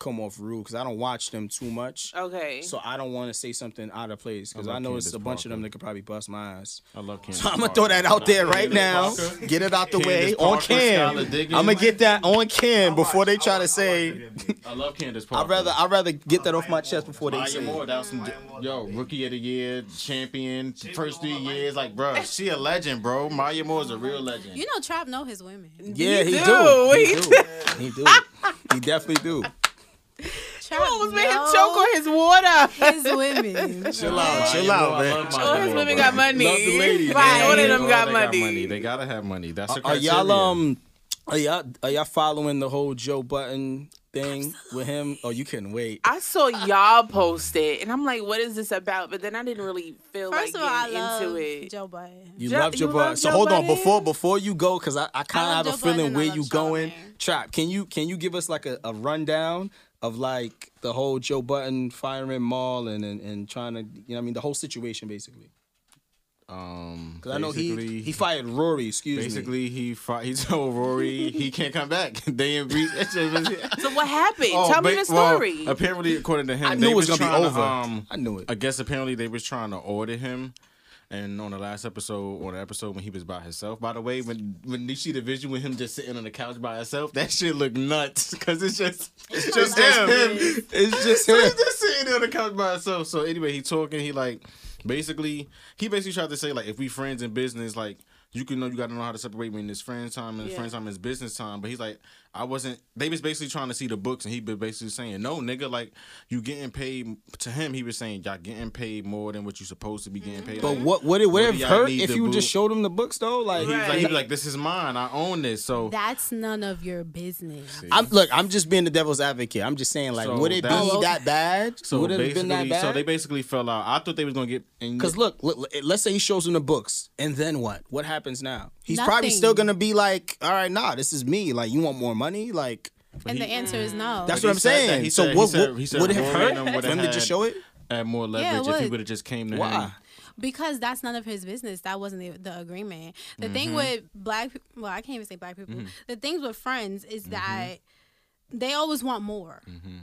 I: come off rude because I don't watch them too much.
L: okay
I: So I don't want to say something out of place because
J: I
I: I,
J: love
I: know it's
J: Candace
I: a bunch of them
J: Parker.
I: that could probably bust my ass.
J: I love Candace.
I: So I'm gonna
J: Parker.
I: throw that out there
J: Nah,
I: right
J: Candace
I: now.
J: Parker.
I: Get it out the way
J: Candace
I: on
J: Parker,
I: Cam.
J: Skylar Diggins.
I: I'm gonna get that on Cam before they try to say.
J: I love Candace Parker.
I: I'd rather I'd rather get that off my chest before they
J: Maya
I: say.
J: Moore,
I: it.
J: that was
K: Mm.
J: some, yo, rookie of the year, champion, first three years. Like, bro, she a legend, bro. Maya Moore is a real legend.
K: You know, Trap know his women.
I: Yeah, he
L: do.
I: do.
L: He
I: He do. He do. He definitely do.
K: Trap
L: almost made him
K: know
L: choke on his water
K: his women.
I: Chill out. Chill out, man.
L: All his women got money.
I: Love the
L: Right.
I: ladies, man.
L: All of
J: They
L: them got
J: all- they
L: money.
J: They gotta have money. That's a
I: Are
J: criteria.
I: y'all um are y'all are y'all following the whole Joe Button thing with him? Oh, you couldn't wait.
L: I saw y'all post it, and I'm like, "What is this about?" But then I didn't really feel
K: First of all, I
L: like getting into
K: love
L: it.
K: Joe Budden.
I: You
L: Joe-
I: love Joe
L: you love
I: Button. So
L: Joe
I: hold on
L: Budden?
I: before before you go, cause I, I kind
K: I love
I: of have a
K: Joe Budden,
I: feeling where
K: I love
I: you going.
K: Charlamagne.
I: Trap, can you can you give us like a, a rundown of like the whole Joe Button firing Maul and, and and trying to you know what I mean the whole situation basically?
J: Um,
I: Cause I know he
J: basically-
I: he fired Rory. Excuse me.
J: Basically, he fought, he told Rory he can't come back. they in re-
L: So what happened?
J: Oh,
L: Tell me
J: ba-
L: the
J: well,
L: story.
J: apparently, according to him,
I: I
J: they
I: knew it was gonna be
J: trying to,
I: over.
J: um,
I: I knew it.
J: I guess apparently they was trying to order him. And on the last episode, on the episode when he was by himself, by the way, when when you see the vision with him just sitting on the couch by himself, that shit look nuts because it's just it's just him.
I: It's just
J: So
I: him.
J: he's just sitting on the couch by himself. So anyway, he talking. He like basically he basically tried to say like if we friends in business, like you can know you gotta know how to separate when it's friend time and
N: Yeah.
J: friend time is business time. But he's like, I wasn't. They was basically trying to see the books, and he been basically saying, no, nigga, like you getting paid. To him, he was saying, y'all getting paid more than what you supposed to be getting
L: Mm-hmm.
J: paid.
I: But
J: Like,
I: what would it would
J: what
I: it
J: do
I: have
J: y'all
I: hurt
J: need
I: if
J: to
I: you just
J: boot?
I: showed him the books though?
J: He
I: Like,
J: was like, he was like, this is mine. I own this. So
L: That's none of your business.
I: I'm look. I'm just being the devil's advocate. I'm just saying, like,
J: So
I: would it be
J: that's-
I: that bad?
J: So
I: would it have been that
J: basically-
I: bad?
J: So they basically fell out. I thought they was gonna get
I: Because look, look, let's say he shows him the books, and then what? What happens now? He's probably
L: Nothing.
I: still gonna be like, all right, nah, this is me. Like, you want more money? Like,
L: And the answer is no.
I: that's
J: But he
I: what I'm
J: said that-
I: saying.
J: he
I: so
J: said- he
I: what,
J: said-
I: what
J: he said
I: would it have
J: Roy
I: hurt
J: and them would've
I: for him to just
J: had-
I: show it?
J: at more
L: Yeah, it
J: leverage if he
L: would.
J: would have just came to
I: Why?
J: him.
L: Because that's none of his business. That wasn't the, the agreement. The thing
J: Mhm.
L: with black, peop- well, I can't even say black people.
J: Mhm.
L: The things with friends is
J: Mm-hmm.
L: that they always want more.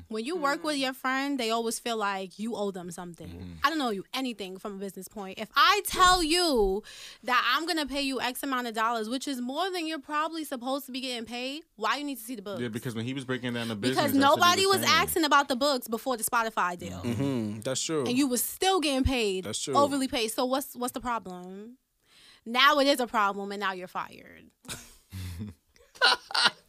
L: When you work with your friend, they always feel like you owe them something.
J: Mm-hmm.
L: I don't owe you anything from a business point. If I tell you that I'm gonna pay you X amount of dollars, which is more than you're probably supposed to be getting paid, why you need to see the book?
J: Yeah, because when he was breaking down the business,
L: because
J: that's what he
L: nobody was
J: saying.
L: asking about the books before the Spotify deal
I: Mm-hmm. That's true.
L: and you was still getting paid
I: That's true.
L: overly paid so what's what's the problem now it is a problem and now you're fired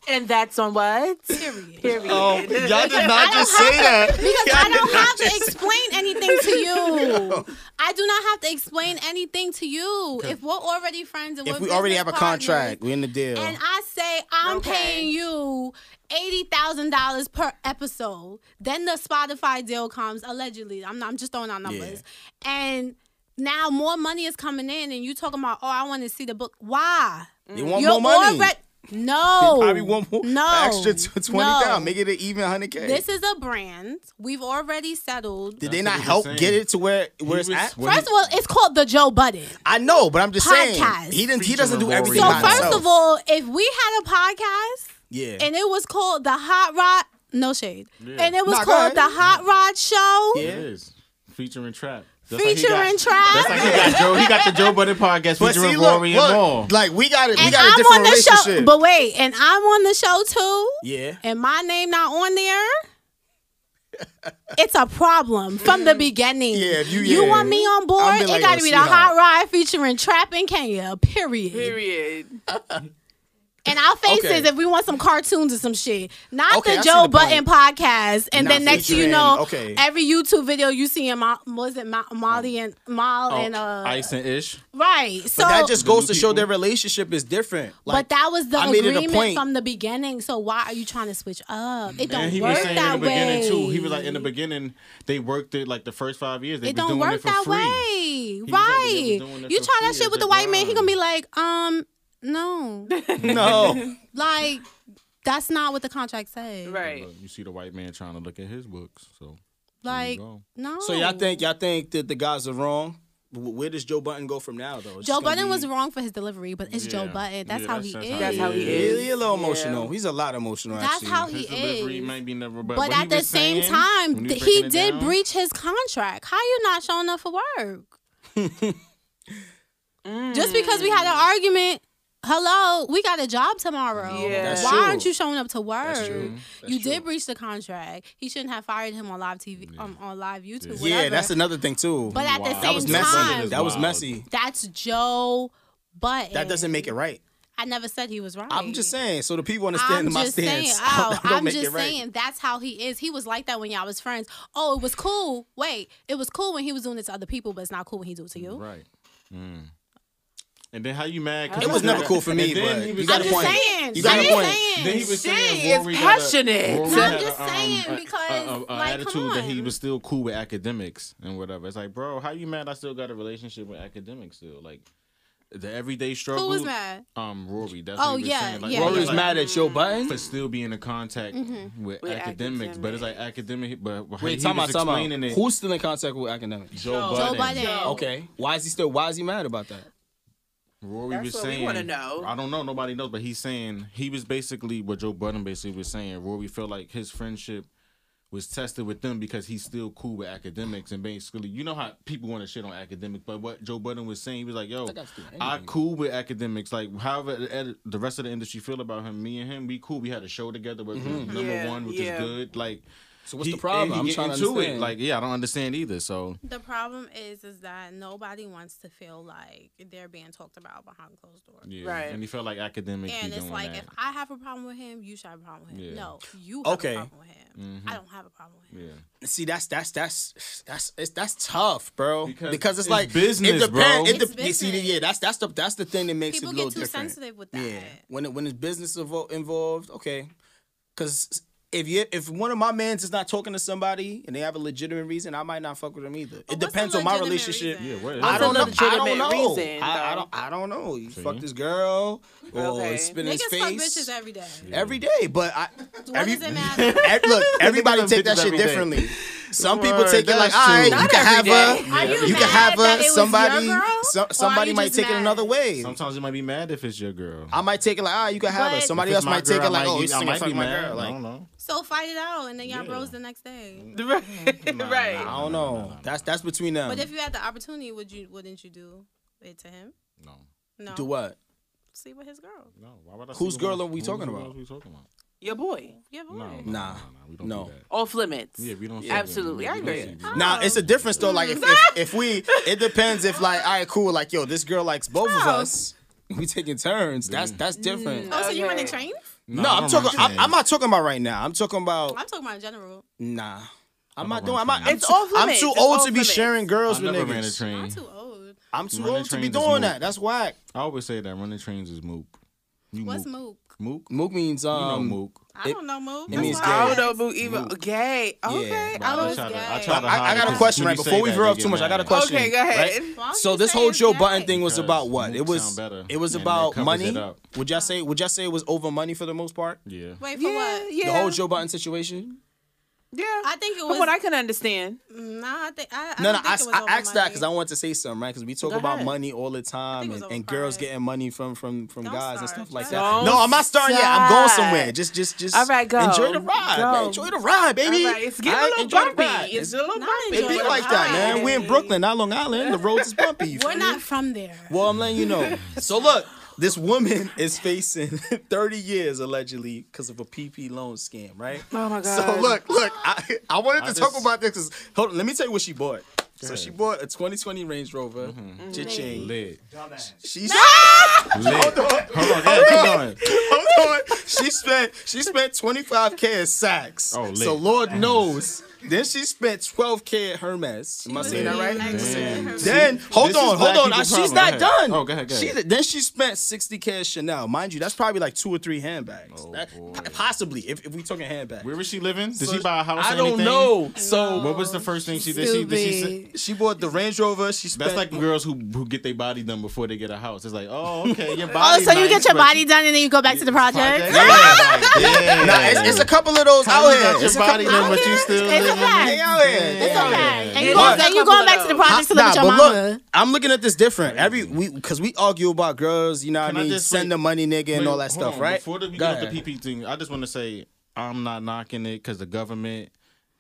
N: And that's on what?
L: Period.
N: Period.
I: Oh, y'all did not
N: I
I: just
N: don't
I: say
N: have
I: that.
N: to-
L: because
N: Y'all
L: i
N: did
L: don't
N: not
L: have to
N: just-
L: explain anything to you i do not have to explain anything to you if we're already friends and
I: if
L: we're
I: we already
L: business
I: have a
L: partners,
I: contract, we're in the deal.
L: and I say I'm
N: Okay.
L: paying you eighty thousand dollars per episode. Then the Spotify deal comes allegedly. I'm not, I'm just throwing out numbers, and now more money is coming in, and you talking about oh I want to see the book. Why?
I: They want
L: Mm. You're
I: more money.
L: alread- no.
I: They probably want more
L: No.
I: extra t- twenty
L: No.
I: down. Make it an even hundred k.
L: This is a brand. We've already settled.
I: Did they not help get it to where where it's at?
L: First of all, it's called the Joe Budden.
I: I know, but I'm just
L: Podcast.
I: saying he didn't. He doesn't do
J: Featuring
I: everything
L: So
I: by
L: first
I: himself.
L: of all, if we had a podcast
I: yeah.
L: and it was called the Hot Rod. No shade.
J: Yeah.
L: And it was
I: Nah, go
L: called
I: ahead.
L: the Hot Rod Show.
J: It is featuring trap. That's like he
L: Featuring
J: got-
L: Trap.
J: That's like he got Joe. He got the Joe Budden podcast
I: but
J: featuring
I: see, look,
J: Rory
I: look,
J: and Maul.
I: like we got it. We
L: and
I: got a
L: I'm
I: different
L: on the show.
I: relationship.
L: But wait, and I'm on the show too.
I: yeah.
L: And my name not on there. It's a problem from the beginning.
I: Yeah, if you- yeah.
L: want me on
I: I'll
L: board,
I: be like,
L: it got to
I: "Yo,
L: be the
I: sweetheart."
L: hot rod featuring Trap and Kenya. Period.
N: Period.
L: And our faces
I: Okay.
L: if we want some cartoons or some shit, not
I: Okay, I
L: the
I: see
L: Joe
I: the
L: Button podcast. And
I: Not
L: then next you
I: featuring-
L: know,
I: okay.
L: every YouTube video you see in Mo- was it Mo- Molly and Mal
J: Oh,
L: and uh
J: Ice and Ish.
L: right. So
I: but that just
J: The new
I: goes to show
J: people.
I: their relationship is different. Like,
L: but that was the
I: I made it a
L: agreement
I: point.
L: from the beginning. So why are you trying to switch up? It don't
J: And he
L: work
J: was saying
L: that
J: in the
L: way.
J: beginning too. He was like in the beginning they worked it like the first five years. They
L: it
J: was
L: don't
J: doing
L: work
J: it for
L: that
J: free.
L: way,
J: was like, they
L: right?
J: was doing it
L: you
J: for
L: try that
J: free
L: shit
J: as
L: with
J: a
L: the white man, he
J: bribe.
L: gonna be like, um, no,
I: no,
L: like that's not what the contract said.
N: Right.
J: Look, Uh, You see the white man trying to look at his books. So there you
L: Like,
J: go.
L: no.
I: So y'all think y'all think that the guys are wrong? W- Where does Joe Button go from now though?
L: Joe
I: It's just gonna
L: Budden
I: be-
L: was wrong for his delivery, but it's Joe
J: Yeah.
L: Budden. That's
J: Yeah,
L: how
J: that's-
L: he
J: that's
L: is.
J: how
N: That's how he
I: Yeah,
N: is.
I: He's a little emotional.
N: Yeah.
I: He's a lot emotional.
L: That's
I: actually.
L: how he
J: His delivery
L: is.
J: might be never
L: But,
J: what he
L: at the
J: was
L: same
J: saying, when
L: time,
J: he was
L: th- he
J: breaking it
L: did
J: down,
L: breach his contract. How you not showing up for work? Just because we had an argument, hello, we got a job tomorrow.
N: Yeah. That's
L: Why
I: true.
L: aren't you showing up to work?
I: true. That's
L: you
I: true.
L: did breach the contract. He shouldn't have fired him on live TV, um, on live YouTube.
I: Yeah,
L: whatever.
I: that's another thing too.
L: But at the
J: That
I: that was
L: same
I: messy.
L: time,
I: That was
J: Wild.
I: messy.
L: that's Joe Button.
I: That doesn't make it right.
L: I never said he was right.
I: I'm just saying, so the people understand
L: I'm
I: my
L: just Saying,
I: stance.
L: oh,
I: That don't
L: I'm
I: make
L: just
I: it right.
L: saying that's how he is. He was like that when y'all was friends. Oh, it was cool. Wait, it was cool when he was doing it to other people, but it's not cool when he do it to you.
J: Right. Mm. And then how you mad? 'cause
I: It
J: you
I: was never
J: got-
I: cool for me,
J: and then
I: but
J: he
I: you
J: was
I: got
L: I'm
I: a
L: just
I: point.
L: saying.
I: You got
L: I'm
I: a
L: just
I: point.
L: saying.
J: Then he was
N: She
J: saying
N: is
J: Rory got a-
N: passionate.
J: Rory
N: I'm
J: had a,
L: just
J: um,
L: saying
J: a- a-
L: because,
J: a- a
L: like,
J: attitude
L: come
J: that he
L: on.
J: was still cool with academics and whatever. It's like, bro, how you mad? I still got a relationship with academics still. Like the everyday struggle.
L: Who was mad?
J: Um, Rory. That's
L: Oh,
J: what he was
L: yeah,
J: saying. Like,
L: yeah, Mm-hmm.
J: Rory
I: Rory's
J: was
I: mad at Joe Button.
J: for still being in contact with,
N: With
J: academics, but it's like academic. But how
I: Wait,
J: he
I: time
J: was
I: out, time out.
J: explaining it.
I: Who's still in contact with academics?
J: Joe
L: Joe
J: Budden.
L: Budden.
I: Okay, why is he still? Why is he mad about that?
J: Rory
N: That's
J: was
N: what we
J: saying.
N: wanna know.
J: I don't know. Nobody knows, but he's saying he was basically what Joe Budden basically was saying. Rory felt like his friendship was tested with them because he's still cool with academics and basically you know how people want to shit on academics but what joe budden was saying he was like yo
I: guy's doing
J: i cool with academics like however the ed- the rest of the industry feel about him me and him we cool we had a show together where we was number
N: Yeah,
J: one which
N: yeah.
J: is good like
I: Mm-hmm. So what's the problem?
J: and he
I: I'm
J: get
I: trying to
J: into
I: understand.
J: It. Like, yeah, I don't understand either. So
K: The problem is, is that nobody wants to feel like they're being talked about behind closed doors.
J: yeah, and he felt like academic.
K: And it's
J: doing
K: like,
J: that.
K: if I have a problem with him, you should have a problem with him.
J: Yeah.
K: No, you have
I: Okay.
K: a problem with him. I don't have a problem with him.
J: Yeah.
I: See, that's that's that's that's it's, that's tough, bro. Because, it's,
J: it's
I: like
J: business,
I: it depend-
J: bro.
I: It de-
J: It's
I: you see, yeah, that's that's the that's the thing that makes
K: People
I: it a
K: get
I: little
K: too
I: different.
K: sensitive with that.
I: Yeah, when it, when it's business invo- involved, okay. Because if you if one of my mans is not talking to somebody and they have a legitimate reason, I might not fuck with them
J: Oh,
I: either. it depends on my relationship.
J: Yeah, what is
I: I
J: it?
I: don't know.
J: What's
I: I
J: a
I: don't
J: legitimate
I: know.
J: reason,
I: I, I
J: though?
I: don't. I don't know. You fuck this girl or Oh, spin his
K: Niggas
I: face
K: fuck bitches every day.
I: every day. But I,
K: What
I: every,
K: does it matter?
I: ev- look, everybody
J: Them
I: take that
J: bitches
I: shit
J: every day.
I: differently. Some
J: Word,
I: people take it
J: that's
I: like, all right,
J: true.
I: you
J: Not
I: can have
J: every day.
I: her.
J: Are you
I: you can
J: mad
I: have
J: that it
I: her.
J: was your
I: Somebody,
J: girl,
I: so-
J: or are
I: somebody
J: you
I: might
J: just
I: take it
J: mad?
I: another way.
J: Sometimes you might be mad if it's your girl.
I: I might take it like, ah, you can have her.
K: But-
I: Somebody
J: If
I: else
J: it's my
I: might take
J: girl,
I: it like,
J: I might
I: oh,
J: get-
I: you
J: I
I: singing
J: might
I: fuck
J: be
I: my
J: mad.
I: girl.
J: I
I: Like,
J: don't know.
K: So fight it out, and then y'all bros the next day.
I: right. I don't know. That's that's between them.
K: But if you had the opportunity, would you? Wouldn't you do it to him?
J: No.
K: No.
I: Do what?
K: Sleep with his girl.
J: No. Why would I
I: Whose
J: see
I: girl
J: the-
I: are we
J: whose
I: talking
J: girl
I: about?
J: are we talking about?
L: Your boy.
K: Your boy.
I: Nah, no.
L: Off limits.
J: Yeah, we don't.
L: Yeah. Absolutely, I agree.
I: Nah, it's a difference though. Like if, if, if we, it depends. If like, all right, cool. Like yo, this girl likes both of us. We taking turns. That's that's different.
K: Oh, so you running trains?
I: No,
J: Mm. Nah, I
I: I'm
J: don't
I: talking.
J: run
I: I'm,
J: trains.
I: I'm not talking about right now. I'm talking about
K: I'm talking about in general.
I: nah. I'm not
J: don't
I: doing.
J: run
I: I'm, not, I'm
K: trains. It's
I: too,
K: off
I: I'm
K: limits.
I: too
K: It's
I: old
K: off
I: to be
K: limits.
I: sharing girls
J: I
I: with
J: never
I: niggas.
J: ran a train.
K: Too old.
I: I'm too
J: Running
I: old to be
J: trains is
I: doing
J: moot.
I: that. That's whack.
J: I always say that running trains is mook. You
K: What's
J: mook?
K: mook?
J: Mook.
I: Mook means
J: You know
I: um.
J: mook.
K: I don't know mook.
I: it
K: That's
I: means
K: why
I: gay.
K: I
L: I
K: asked.
L: don't know, boo, even gay. Okay, I
J: I
L: was
J: try
L: gay.
J: to. I try to
I: I, I
J: hide
I: got a
J: because
I: question
J: when
I: right
J: you say
I: before we
J: that,
I: veer
J: they
I: up too
J: get
I: much. I got a
J: mad.
I: question.
L: Okay, go ahead.
I: right?
K: Why don't
I: So
K: you
I: this
K: say
I: whole
K: it's
I: Joe
K: gay?
I: Button thing was
J: Because
I: about what? It
J: mook
I: was
J: sound better,
I: it was
J: and it
I: about
J: covers
I: money.
J: it up.
I: Would y'all say would y'all say it was over money for the most part?
J: Yeah.
K: Wait for what?
L: Yeah,
I: The whole Joe Button situation.
L: yeah.
K: I think it was.
L: From what I can understand,
K: Nah, I think I. I
I: No,
K: don't think
I: no, I,
K: it was
I: I
K: over
I: asked that
K: money.
I: because I want to say something, right? Because we talk
L: Go
I: about
L: ahead.
I: money all the
K: it
I: time,
K: was
I: and,
K: over
I: and girls
K: pride.
I: getting money from from from
K: Don't
I: guys and
K: start.
I: stuff like
K: Shut
I: that.
L: up.
I: No, I'm not starting yet. I'm going
L: Don't
I: somewhere.
L: start.
I: Just, just, just.
L: All right, go.
I: Enjoy the ride. man.
L: Go.
I: Enjoy the ride, baby.
L: All right, it's getting a
I: All right,
L: little
I: enjoy the
L: bumpy.
I: ride.
L: It's a little
K: Not
L: bumpy.
I: It
K: enjoy
I: be
K: the
I: like that, man. We're in Brooklyn, not Long Island. The roads is bumpy. You feel
K: We're
I: me?
K: not from there.
I: Well, I'm letting you know. So look, this woman is facing 30 years allegedly because of a PP loan scam, right?
L: Oh my god.
I: So look, look, I, I wanted to
J: I
I: talk
J: just-
I: about this. 'cause- hold on, let me tell you what she bought. So
J: ahead. Mm-hmm.
I: she bought a 2020 Range Rover. Cha-ching.
J: Lit.
I: She
J: Lit. Hold on. Yeah, keep going.
I: hold on. She spent she spent 25k at Saks.
J: Oh, lit.
I: so Lord knows. Then she spent 12k at Hermes. Am I
K: was
I: saying that right?
K: being nice to
J: Damn.
K: her.
I: Then hold
J: This
I: on,
J: is black
I: hold on. Ah,
J: people's
I: she's
J: problem.
I: not
J: Go ahead.
I: done.
J: Oh, go ahead, go ahead.
I: She, then she spent 60k at Chanel. Mind you, that's probably like two or three handbags. That-
J: Oh, boy.
I: po- possibly, if, if we talking handbags.
J: Where was she living? Did
I: So
J: she buy a house?
I: I
J: or
I: don't
J: anything?
I: know. So
J: What was the first thing she did? She, did she, say-
I: she bought the Range Rover. She spent
J: that's like girls who who get their body done before they get a house. It's like, oh, okay, your
K: Oh,
J: body.
K: so you
J: nice,
K: get your
J: but-
K: body done and then you go back to the Ah, project?
J: Yeah, like, yeah.
I: Nah, it's, it's a couple of those out
J: You got
I: here.
J: your
I: It's a
J: body
I: couple,
J: done, but you still
K: It's a
J: living-
K: fact.
I: they out here. They
K: It's
I: out here.
K: okay. And you
L: Yeah.
K: going, and you going back to the projects to live
I: Nah,
K: with your
I: but
K: mama.
I: look, I'm looking at this different. Every we because we argue about girls, you know what
J: Can
I: I
J: I
I: mean?
J: just-
I: Send the money, nigga, and
J: Wait,
I: all that
J: hold
I: stuff,
J: on.
I: right?
J: Before the, we
I: Go
J: get off the
I: ahead.
J: PP thing, I just want to say I'm not knocking it because the government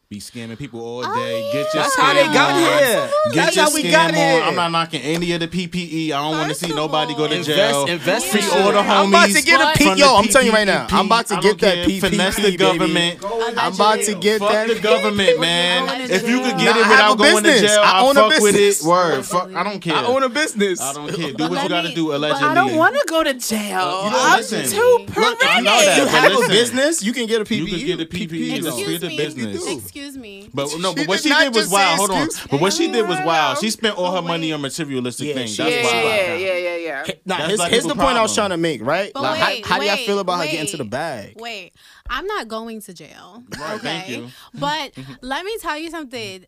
J: be scamming people all day.
K: Oh,
J: Get your
I: That's how they
J: scam
I: got
J: on.
I: here.
J: Get
I: That's
J: your
I: how we
J: scam
I: got
J: on.
I: here.
J: I'm not knocking any of the PPE. I don't want to
K: First
J: see
K: of
J: nobody go to
K: all-
J: jail.
I: invest
J: Free
I: in
J: all the
I: shit.
J: homies.
I: I'm about to get a P- E,
J: From
I: yo,
J: the
I: I'm telling you right now,
J: PPP.
I: I'm about to
J: I don't
I: get that
J: care. Finesse
I: PPP,
J: the
I: baby.
J: government.
K: Oh,
I: I'm about to get
J: Fuck
I: that. E.
J: the government, man.
K: Going to
J: If you
K: jail.
J: could get
I: Nah, I
J: it
I: have a
J: without going to
I: business.
J: jail,
I: I
J: I
I: own a
J: fuck with it.
I: business.
J: Word. Fuck. I don't care.
I: I own a business.
J: I don't care. Do
K: Let
J: what you gotta
K: me-
J: do.
K: but I
J: Allegedly.
L: I don't want to go to jail.
J: You know,
L: I'm
J: listen.
L: too
K: Look,
L: perverted.
J: I know
I: If
J: that,
I: you
J: but
I: have a
J: listen.
I: business, you can get a E. PPE.
J: You could get a PPE.
I: though.
J: though.
K: Excuse
J: Free the
K: me.
J: business.
K: Excuse me.
J: But no,
I: She
J: but what
I: did
J: she
I: not
J: did was
I: just say
J: wild. Hold on.
I: excuse
J: But what she did was
L: Wow.
J: wild. She spent all her
K: Oh,
J: money
K: wait.
J: on materialistic
I: Yeah,
J: things.
I: she-
J: That's
L: Yeah,
J: wild.
L: yeah, yeah, yeah, yeah.
I: Nah,
J: That's
I: here's,
J: black
I: here's the
J: people
I: point I was trying
J: problem.
I: to make, right?
K: But
I: Like, how-
K: wait,
I: how, do y'all
K: wait,
I: feel about her getting to the
K: wait,
I: bag?
K: Wait, I'm not going to jail.
J: Right,
K: okay,
J: thank you.
K: but let me tell you something.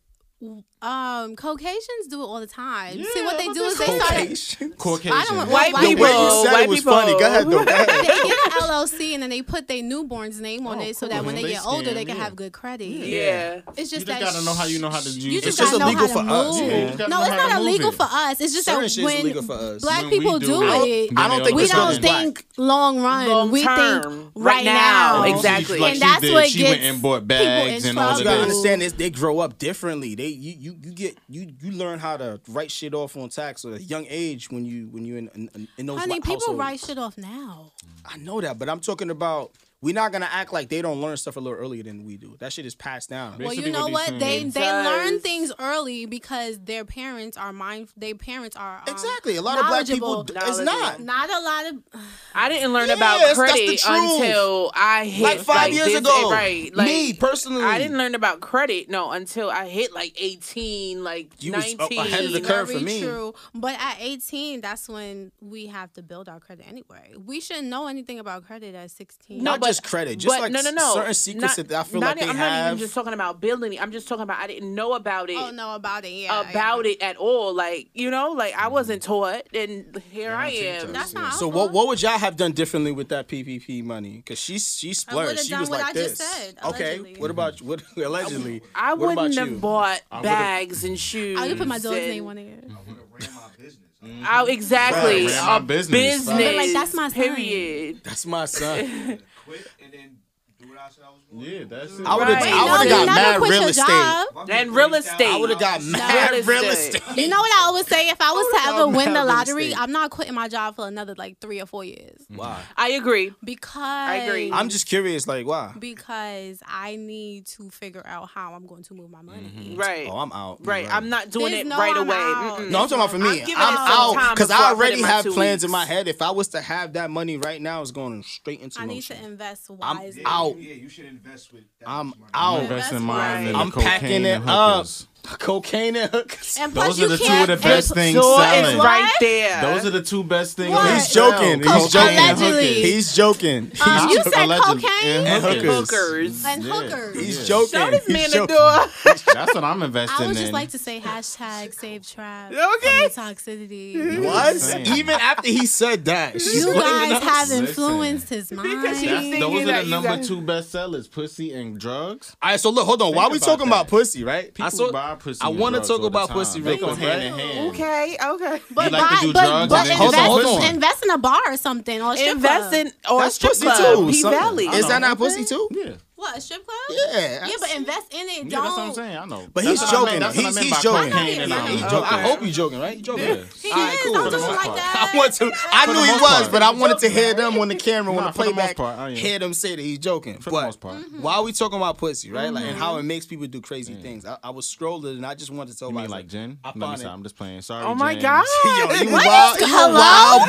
K: Um, Caucasians do it all the time. See what they do is they start.
I: Caucasian.
J: Caucasian.
K: I don't
L: White
I: The way you
L: People,
I: said
L: white
I: it was
L: people.
I: funny. Go ahead, though. Go
K: They
I: ahead.
K: get an LLC and then they put their newborn's name on it so that when they,
J: They
K: get older, they
J: scam,
K: can
J: yeah.
K: have good credit.
L: Yeah.
K: It's
J: You
K: just
J: just
K: that
J: gotta know how you know how to use.
K: You
J: it.
K: just
I: just
K: gotta know
I: illegal
K: how
I: for
K: to
I: us.
K: move.
I: Yeah, you
J: just gotta
K: no,
J: know
K: it's
J: how to
K: not
J: move
K: illegal
J: it.
K: for us. It's just
I: Certain
K: that
I: shit's illegal
K: when
I: for us.
K: black
J: When we
K: people
J: do
K: do
J: it,
K: it,
J: then
I: I don't
J: they
I: think
J: all
K: we
I: it's
J: go
I: gonna
K: don't
I: be
J: in.
I: black.
K: think long run.
L: Long
K: we
L: term.
K: think
L: Right
K: right
L: now.
K: now.
L: Exactly.
J: Like
K: and
J: she
K: that's
J: did.
K: what
J: She
K: gets
J: went and bought
K: people in
J: bags and all of
K: trouble.
I: You gotta
J: this.
I: understand this. They grow up differently. They you you you get you you learn how to write shit off on tax at a young age when you when you in in, in those
K: Honey, people
I: households.
K: write shit off now.
I: I know that, but I'm talking about We're not gonna act like they don't learn stuff a little earlier than we do. That shit is passed down.
K: well, you know what? They they learn things early because their parents are mind. Their parents are um,
I: Exactly. A lot of black people d-
K: knowledgeable.
I: it's not.
K: Not a lot of.
L: I didn't learn
K: Yeah,
L: about
K: it's- that's the
L: credit
K: truth.
L: until I hit
K: Like five
L: like,
K: years
L: this- eh,
K: ago.
L: Right, like,
K: Me,
I: personally,
L: I didn't learn about credit no until I hit like eighteen, like
I: You was
L: nineteen.
I: up ahead of the curve for me.
K: True, but at 18, that's when we have to build our credit anyway. We shouldn't know anything about credit at 16.
I: Not just credit, just
L: but
I: like
L: no, no, no.
I: certain secrets
L: Not-
I: that I feel
L: not
I: like
L: e-
I: they
L: I'm not
I: have.
L: even just talking about building. it. I'm just talking about I didn't know about it.
K: Oh no, about it, yeah,
L: about it at all. Like you know, like
I: Mm-hmm.
L: I wasn't taught, and here I am.
I: So what what would y'all have done differently with that PPP money? Because she she splurged.
L: would've
I: She
L: done
I: was
L: what
I: like
L: I
I: this.
L: just said,
I: okay. What about what allegedly?
L: I
I: what about
L: wouldn't have
I: you?
L: bought
I: I would've-
L: bags and shoes.
K: I would put my dog's
L: and-
K: name on it.
L: Oh, exactly.
I: Right, ran my
L: A
I: business,
L: business.
I: right. But,
K: like, that's my son.
L: period.
I: That's my son.
J: Yeah, that's
I: I would have.
L: Right.
I: I
L: Wait, no,
I: would have got
L: you never
I: mad
L: quit
I: real
L: your
I: estate.
L: job. And real estate.
I: I would have got mad
L: Real
I: real
L: estate.
I: estate.
K: You know what I always say? If I was to ever
L: I'm
K: win the
L: having a
K: lottery,
L: mistake.
K: I'm not quitting my job for another like three or four years
I: Why?
L: I agree.
K: because
I: I'm just curious. Like why?
K: because I need to figure out how I'm going to move my money.
J: Mm-hmm.
L: Right.
I: Oh, I'm out.
L: Right. I'm not doing
K: There's
L: it
K: no
L: right
K: I'm
L: away.
K: out.
L: Mm-mm.
I: No, I'm talking about for me.
L: I'm
I: I'm,
L: giving it some
I: out
L: time
I: because
L: before
I: I
L: I put
I: already
L: in my
I: have
L: two
I: plans in
L: weeks.
I: my head. If I was to have that money right now, it's going straight into
K: I need
I: motion.
K: to invest
I: I'm
K: wisely.
I: out.
A: Yeah, you should invest with
I: I'm out.
J: Invest in mine and the
I: Oh, I'm
J: cocaine
I: packing it
J: and
I: up.
J: hookers.
I: Cocaine and hookers.
K: And
J: Those are the two of the best things selling.
L: right there.
J: Those are the two best things.
K: What?
J: that
I: He's
J: sell.
I: joking.
J: Cocaine
I: He's joking.
J: and hookers.
I: He's joking. He's
K: Um, you
I: joking.
K: said
J: Allegedly.
K: cocaine
I: And hookers.
L: Hookers.
K: and hookers.
I: He's joking.
L: Show this
I: He's
L: man the
I: joking.
L: door.
J: That's what I'm
K: I
J: investing
K: would just
J: in.
K: like to say hashtag save trap
L: Okay.
K: from the toxicity.
I: What? Even after he said that, she's
K: You
I: putting
K: guys
I: it up.
K: have influenced his mind.
L: Because he's
J: That's-
L: thinking
J: those are
L: that
J: the
L: you
J: number
L: got-
J: two best sellers: pussy and drugs.
I: All right, so look, hold on. Why
J: Think
I: we
J: about
I: talking
J: that.
I: about pussy, right? I
J: People
I: saw-
J: buy pussy.
I: I
J: and
I: wanna
J: drugs
I: talk
J: all the
I: about
J: time.
I: pussy
J: They
I: real
J: go
I: quick,
J: hand
I: right?
J: in hand.
L: Okay. Okay.
K: But,
J: like to
K: buy,
J: do
K: but,
J: drugs and
K: but
J: then
K: invest,
J: do
I: Hold on, hold on.
K: invest in a bar or something or a strip
L: Invest
K: club.
L: in or
I: That's
L: strip
I: pussy
L: club,
I: too.
L: P
I: So-
L: Valley.
I: Is that not
J: Okay.
I: pussy too?
J: Yeah.
K: what a strip club?
I: Yeah,
K: yeah, but invest in it. Don't.
J: Yeah, that's what I'm saying. I know.
I: But
J: That's what
I: he's
J: I
I: joking.
J: meant. That's what I
I: He's-
J: meant
I: he's
J: by
I: joking.
J: cocaine and
K: Yeah,
J: all.
K: yeah,
J: He's
K: yeah.
I: Joke-
J: joking.
I: I hope you joking, right? You joking?
J: Yeah.
K: He
I: All right,
K: is.
I: cool.
K: Don't do
I: For the
K: it
J: most
K: like
J: part.
K: that.
I: I want to. I
J: the
I: knew he
J: most
I: was,
J: part.
I: but I wanted to hear them on the camera when
J: Nah,
I: the
J: for the most
I: playback.
J: part, I am.
I: hear them say that he's joking.
J: For the
I: but
J: most part.
K: Mm-hmm.
I: why are we talking about pussy, right? Like and how it makes people do crazy things. I, I was scrolling and I just wanted to tell
J: You mean
I: everybody,
J: like Jen?
I: I
J: Let me
I: found
J: stop.
I: it.
J: I'm just playing. Sorry.
L: Oh my
J: Jen.
L: God.
I: Yo, you
K: What
I: wild,
K: is-
I: you
K: hello?
I: wild Oh,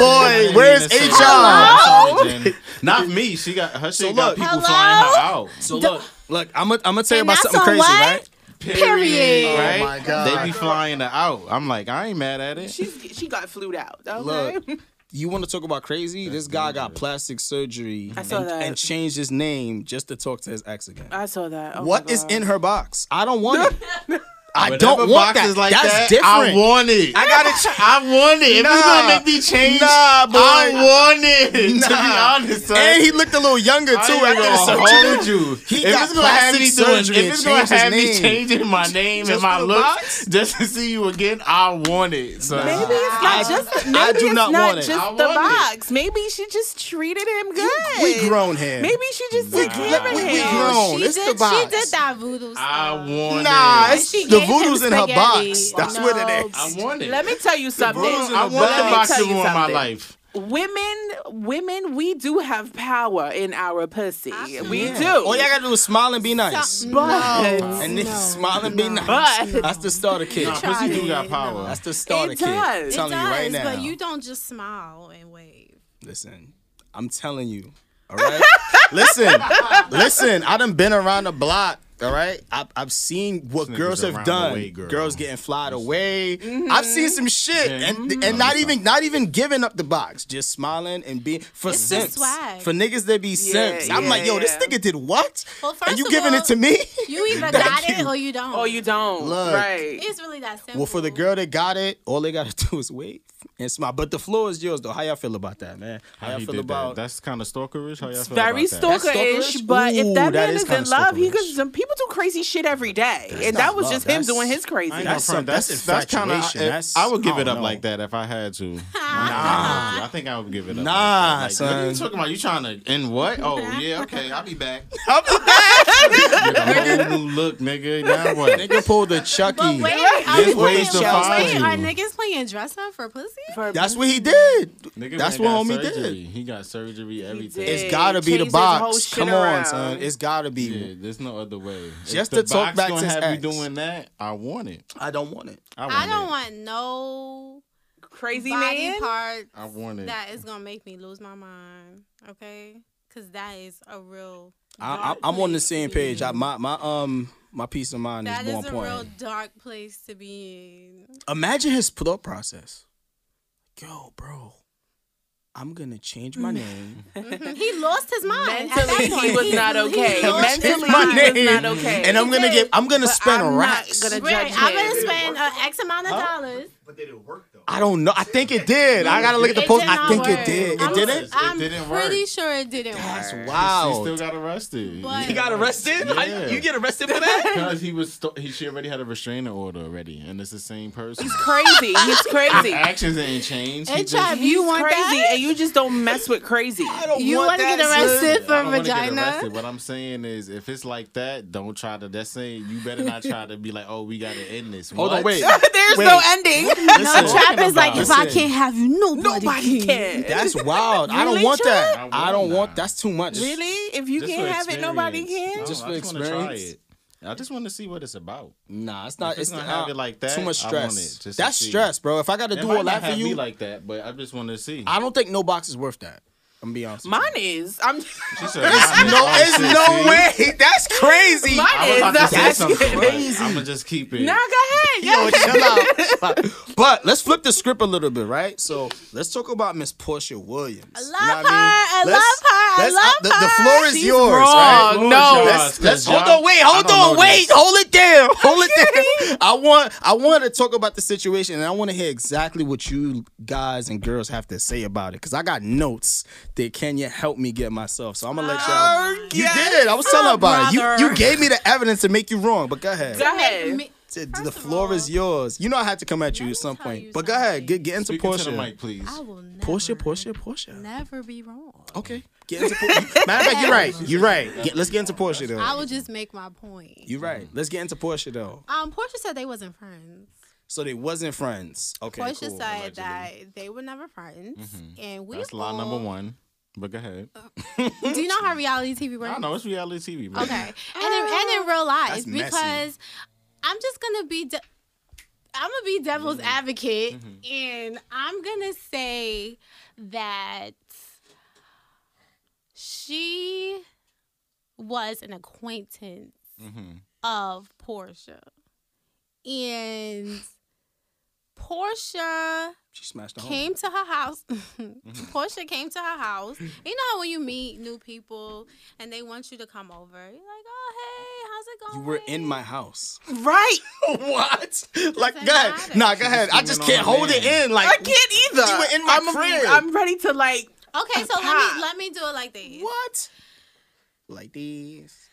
I: boy. Where's
J: Innocent.
I: HR?
J: Sorry, Jen. Not me. She got her shit got
I: look-
J: people
K: Hello?
J: flying her out.
I: So look, look, I'm gonna I'm gonna tell you
K: And
I: about
K: that's
I: something
K: on
I: crazy,
K: what?
I: right?
K: Period.
J: Right?
I: Oh my God.
J: They be flying her out. I'm like, I ain't mad at it.
L: She's she got flued out. Okay.
I: Look, you want to talk about crazy? this guy got plastic surgery
L: I saw
I: and,
L: that.
I: and changed his name just to talk to his ex again.
L: I saw that. Oh my
I: What is
L: God.
I: in her box? I don't want it. I
J: Whatever
I: don't want
J: box
I: that.
J: is like
I: That's
J: that,
I: different.
J: I want it.
I: I gotta. Ch-
J: I want it. If you
I: Nah.
J: gonna make me change,
I: Nah, boy.
J: I want it. To be
I: Nah.
J: honest, son.
I: and he looked a little younger too
J: I ain't
I: after the
J: gonna
I: surgery.
J: hold you.
I: He
J: if
I: got
J: it's gonna have me
I: plastic
J: doing,
I: surgery
J: if it's
I: and
J: gonna
I: changed his
J: have me
I: name.
J: changing my name
I: Just
J: and my
I: for the
J: looks
I: box?
J: just to see you again, I want it. son.
L: Maybe it's
I: I-
L: not just.
I: I
L: Maybe
I: do
L: it's
I: not
L: not,
I: want it.
L: just
J: I
L: the
J: want it.
L: box. Maybe she just treated him good.
I: We grown here.
L: Maybe she just took care of
I: we-
L: him.
I: we grown.
L: She
I: It's
L: did-
I: the box.
K: She did that voodoo stuff.
J: I want
I: Nah,
J: it.
I: it's
K: She
I: the
K: gave him
I: voodoo's in her
K: spaghetti.
I: box. That's
K: No.
I: what it is.
J: I want it.
L: Let me tell you something.
I: Bruins in
J: I
I: the
J: want
I: back.
J: the box to ruin my
L: something.
J: life.
L: Women, women, we do have power in our pussy. We do.
I: All y'all gotta do is smile and be nice.
K: Stop.
L: But-
K: No.
I: And then
K: No.
I: smile and be nice.
L: But-
I: That's the starter kid.
J: Nah,
K: tried
J: pussy do
K: it,
J: got
K: no.
J: power.
I: That's the starter
L: It
I: kid. I'm
L: does.
I: telling
K: it
I: you right
K: does,
I: now.
K: but you don't just smile and wave.
I: Listen, I'm telling you. All right. listen, listen. I done been around the block. All right. I've, I've seen what
J: This nigga's
I: girls have
J: around the
I: done.
J: way, girl.
I: Girls getting flied away.
K: Mm-hmm.
I: I've seen some shit,
J: Yeah.
I: and and not even not even giving up the box, just smiling and being for
K: It's the
I: simps.
K: swag.
I: For niggas that be simps, I'm
L: yeah,
I: like, yo, this
L: yeah.
I: nigga did what?
K: Well,
I: and
K: first
I: you
K: of
I: giving
K: all,
I: it to me?
K: You either
I: Thank
K: got it
I: you.
K: or you don't.
L: Oh, you don't.
I: Look.
L: Right.
K: It's really that simple.
I: Well, for the girl that got it, all they gotta do is wave and smile. But the floor is yours, though. How y'all feel about that, man? How,
J: How
I: y'all
J: he
I: feel
J: did that.
I: about
J: That's kind of stalkerish. How y'all feel
L: Very
J: about that?
L: stalkerish,
I: stalkerish?
L: but
I: Ooh,
L: if that,
I: that
L: man
I: is
L: is
I: kinda
L: in love, he
I: stalkerish.
L: could. Some people people do crazy shit every day, and that was just him doing his crazy.
J: That's some- that's that's kind of. I would give it up like that if I had to. nah, I think I would give it up.
I: Nah,
J: like that. like, What are
I: son.
J: you talking about? You trying to end what? Oh yeah, okay, I'll be back.
I: Nigga,
J: Nigga, whole new look, nigga. Now what?
I: Nigga pulled the Chucky.
K: Wait,
I: There's ways to find
K: are
I: you.
K: niggas playing dress up for pussy?
I: That's what he did.
J: Nigga
I: That's
J: went
I: what
J: and
I: homie
J: got surgery.
I: did.
J: He got surgery, everything.
I: It's gotta be the box. Come on, son. It's gotta be.
J: Yeah, there's no other way.
I: Just
J: if
I: to
J: the
I: talk
J: box
I: back
J: gonna
I: to his
J: have
I: ex.
J: you doing that. I want it.
I: I don't want it.
J: I want
K: I don't
J: it.
K: want no
L: crazy
K: body
L: man?
K: part
J: I want it.
K: that is gonna make me lose my mind. Okay, because that is a real.
I: I, I, I'm on the same page. I, my my um my peace of mind
K: That
I: is
K: is
I: more
K: a
I: important.
K: real dark place to be in.
I: Imagine his thought process. Yo, bro, I'm gonna change
K: Mm.
I: my name.
K: he lost his mind. At
L: Mentally,
K: that
L: he
K: point.
L: was not okay.
I: I'm gonna change
L: Mentally,
I: my
L: he was
I: name,
L: not okay.
I: And I'm gonna
L: He
I: get. I'm gonna
L: But
I: spend
L: I'm not
I: racks.
L: gonna
K: Right,
L: judge
K: I'm
L: him.
K: gonna spend uh, X amount of dollars.
I: I don't know. I think it did. I gotta look at the
K: It
I: post.
K: did
I: I
K: not
I: think it
K: work.
I: did. It
K: I'm-
I: didn't.
K: I'm
J: didn't work.
K: pretty sure it didn't work.
J: Wow. He still got arrested.
K: But-
I: He got arrested. How you-
J: Yeah.
I: you get arrested for that?
J: Because he was, st- he she already had a restraining order already, and it's the same person. He's
L: crazy. He's crazy.
J: actions ain't changed. He just-
K: you want
L: crazy,
K: that?
L: and you just don't mess with crazy. I
I: don't
K: You want to get arrested
J: I
K: for
J: don't wanna get
K: vagina?
J: arrested. What I'm saying is, if it's like that, don't try to. That's saying you better not try to be like, oh, we gotta end this.
I: Hold on,
J: What?
I: wait.
L: There's
I: Wait.
L: no ending.
J: Listen.
K: No, Trapper's like, if I
I: Listen.
K: can't have you, nobody,
L: Nobody can.
I: That's wild. I don't
L: Really,
I: want
J: Chad?
I: that.
J: I
I: I don't
J: would
I: want.
J: not.
I: That's too much.
L: Really? If you
J: Just
L: can't
J: for
L: have it, nobody
J: experience.
L: can.
J: No,
I: Just
J: I
I: for
J: wanna try
I: experience.
J: it. I just want to see what it's about.
I: Nah, it's not.
J: If
I: It's
J: it's gonna
I: not-
J: have it like that,
I: Too much
J: I
I: stress.
J: want it just to
I: That's
J: see.
I: stress, bro. If I got to
J: It
I: do
J: might
I: all
J: not
I: that for
J: have me
I: you,
J: like that, but I just want to see.
I: I don't think no box is worth that. I'm gonna be honest. with
L: Mine is. I'm.
J: She said,
I: you.
J: "Mine
I: no,
J: is
I: it's no
J: 160."
I: way. That's crazy.
L: Mine
J: I was
L: is.
J: about to
L: That's
J: say something,
L: crazy.
J: I'm gonna just keep it.
L: Nah, go ahead. Go
I: Yo,
L: ahead.
I: chill out. But let's flip the script a little bit, right? So let's talk about Miss Portia Williams.
K: I
I: You
K: love
I: know what
K: her. I
I: I mean?
K: love
I: Let's-
K: her. I
I: let's-
K: love
I: the,
K: her.
I: The floor is
K: She's
I: yours, right?
J: Oh,
L: wrong. No.
I: Let's, let's
J: Y'all-
I: hold on. Wait,
J: I
I: hold
J: don't
I: on.
J: know
I: Wait,
J: this.
I: hold it down. Hold it down. I want, I want to talk about the situation, and I want to hear exactly what you guys and girls have to say about it, because I got notes that Kenya helped me get myself. So I'm gonna let y'all. You did. I was telling her about it. You, you gave me the evidence to make you wrong, but go ahead.
L: Go
K: Make
L: ahead.
K: me-
I: The-
K: First
I: the
K: of
I: floor
K: all,
I: is yours. You know I had to come at you at some
K: tell
I: point.
K: you
I: but go ahead,
K: something.
I: get get into
J: Speak into
I: Portia.
J: the mic, please.
K: I will never,
I: Portia, Portia, Portia.
K: never be wrong.
I: Okay, get into Portia. Matter of fact, you're right. You're right. Get- let's get into Portia
K: I
I: though.
K: will just make my point.
I: You're right. Let's get into Portia though.
K: Um, Portia said they wasn't friends.
I: So they wasn't friends. Okay,
K: Portia
I: cool. Mm-hmm.
K: said that they were never friends, and we
J: That's law number
K: all-
J: one. But go ahead.
K: Do you know how reality TV works?
J: I know it's reality TV. Bro.
K: Okay, and in, and in real life,
I: That's messy.
K: because I'm just gonna be, de- I'm gonna be devil's
I: Mm-hmm.
K: advocate, and I'm gonna say that she was an acquaintance
I: Mm-hmm.
K: of Portia, and Portia
I: she smashed the home.
K: came to her house. Portia came to her house. You know how when you meet new people and they want you to come over, you're like, "Oh, hey, how's it
I: You
K: going?"
I: were in my house.
L: Right.
I: what? Like,
K: Doesn't
I: go ahead.
K: matter.
I: Nah, go ahead. I just
J: on her
I: can't hold it
J: man.
I: in. Like,
L: I can't either.
I: You were in my
L: I'm a-
I: crib.
L: I'm ready to like.
K: Okay, so let
L: Pop.
K: me let me do it like this.
I: what? Like these.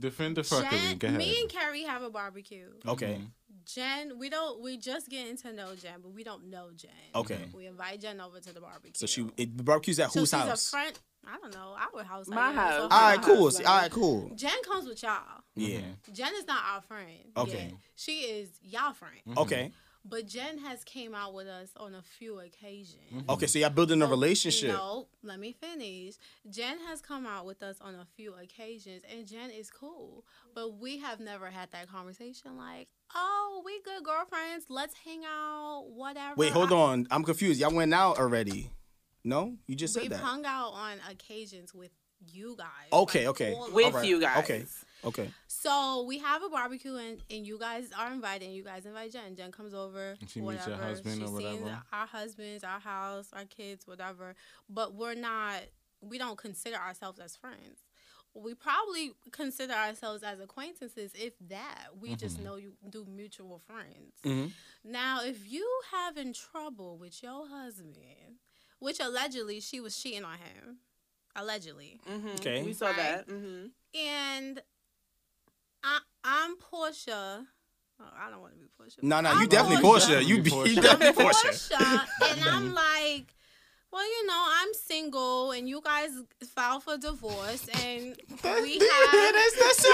J: Defend the fuckery. Go
K: Jen,
J: ahead. Mm-hmm.
K: me and Carrie have a barbecue.
I: Okay.
K: Jen, we don't. We just getting to know Jen, but we don't know Jen.
I: Okay.
K: We invite Jen over to the barbecue.
I: So she it, the barbecue's at
K: So
I: whose
K: she's
I: house?
K: a friend. I don't know. Our house. I
L: My
K: guess,
L: house.
K: or her
I: All right, cool.
K: house,
I: See,
K: like-
I: All right, cool.
K: Jen comes with y'all.
I: Yeah.
J: Mm-hmm.
K: Jen is not our friend.
I: Okay.
K: yet. She is y'all friend.
J: Mm-hmm.
I: Okay.
K: But Jen has came out with us on a few occasions.
J: Mm-hmm.
I: Okay, so y'all building a relationship.
K: No, let me finish. Jen has come out with us on a few occasions, and Jen is cool, but we have never had that conversation. Like, oh, we good girlfriends. Let's hang out. Whatever.
I: Wait, hold
K: I-
I: on. I'm confused. Y'all went out already. No? You just said
K: We've
I: that.
K: hung out on occasions with you guys.
I: Okay,
K: like,
I: okay.
K: all of
L: With
K: us.
L: you guys.
I: Okay. Okay.
K: So we have a barbecue and, and you guys are invited. And you guys invite Jen. Jen comes over.
J: she meets your husband or
K: sees
J: whatever.
K: Our husbands, our house, our kids, whatever. But we're not. We don't consider ourselves as friends. We probably consider ourselves as acquaintances, if that. We just
J: Mm-hmm.
K: know you do mutual friends.
I: Mm-hmm.
K: Now, if you having trouble with your husband, which allegedly she was cheating on him, allegedly
L: Mhm.
I: Okay.
L: We saw Mm-hmm.
K: Right.
L: that. hmm
K: and I'm Portia. Oh, I don't want to be Portia.
I: No, no,
K: I'm
I: you definitely Portia. You be you definitely
K: I'm
I: Portia.
K: Portia, and I'm like, well, you know, I'm single, and you guys filed for divorce, and we have
I: that's,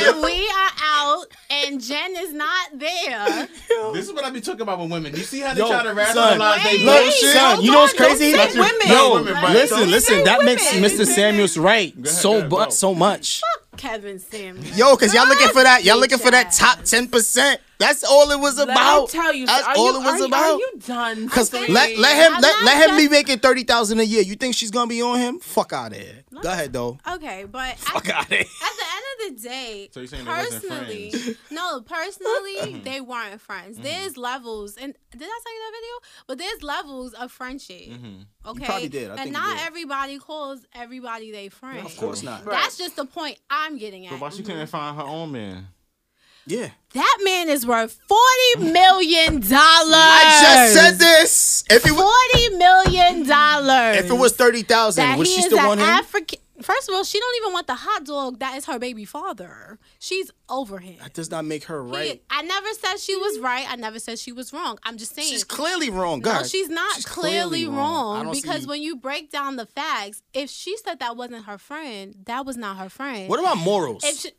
K: and we are out, and Jen is not there.
J: This is what I be talking about with women. You see how they
I: Yo,
J: try to
I: son,
J: rationalize they
I: look,
J: bullshit?
I: son, you know what's crazy?
J: Don't say women.
I: Yo,
J: Women, right.
I: listen,
J: Don't
I: listen.
J: say
I: That
J: women.
I: makes Mr. Samuels right so but so much.
K: Fuck Kevin Samuels.
I: Yo, cause y'all looking for that. Y'all looking for that top ten percent. That's all it was
L: Let me
I: about.
L: tell you,
I: That's
L: are
I: all
L: you-
I: it
L: are
I: was
L: you-
I: about.
L: are you done?
I: Cause
L: Please.
I: let, let him
K: I'm
I: let,
K: not
I: let him be
K: done.
I: making thirty thousand a year. You think she's gonna be on him? Fuck out of here. Go ahead though.
K: Okay, but
I: Fuck out of here.
K: at the end of the day,
I: So you're saying they wasn't Mm-hmm.
K: personally, no, personally, they weren't friends. There's levels, and did I tell you that video? But there's levels of friendship. Okay,
I: probably did. I
K: and
I: think Mm-hmm. you
K: not
I: did.
K: everybody calls everybody they friend.
J: Of course not.
K: That's just the point I'm getting
J: But
K: at.
J: why she couldn't find her own man?
I: Yeah.
K: That Mm-hmm. man is worth forty million dollars. I
I: I just said this. If it was
K: forty million dollars,
I: if it was thirty thousand,
K: that
I: would
K: he
I: she
K: is
I: still
K: an
I: want him?
K: African. First of all, she don't even want the hot dog that is her baby father. She's over him.
I: that does not make her right.
K: I never said she was right. I never said she was wrong. I'm just saying.
I: She's clearly wrong,
K: No,
I: guys.
K: she's not
I: She's
K: clearly,
I: clearly wrong. I
K: wrong,
I: don't
K: because
I: see-
K: when you break down the facts, if she said that wasn't her friend, that was not her friend.
I: What about morals?
K: If she,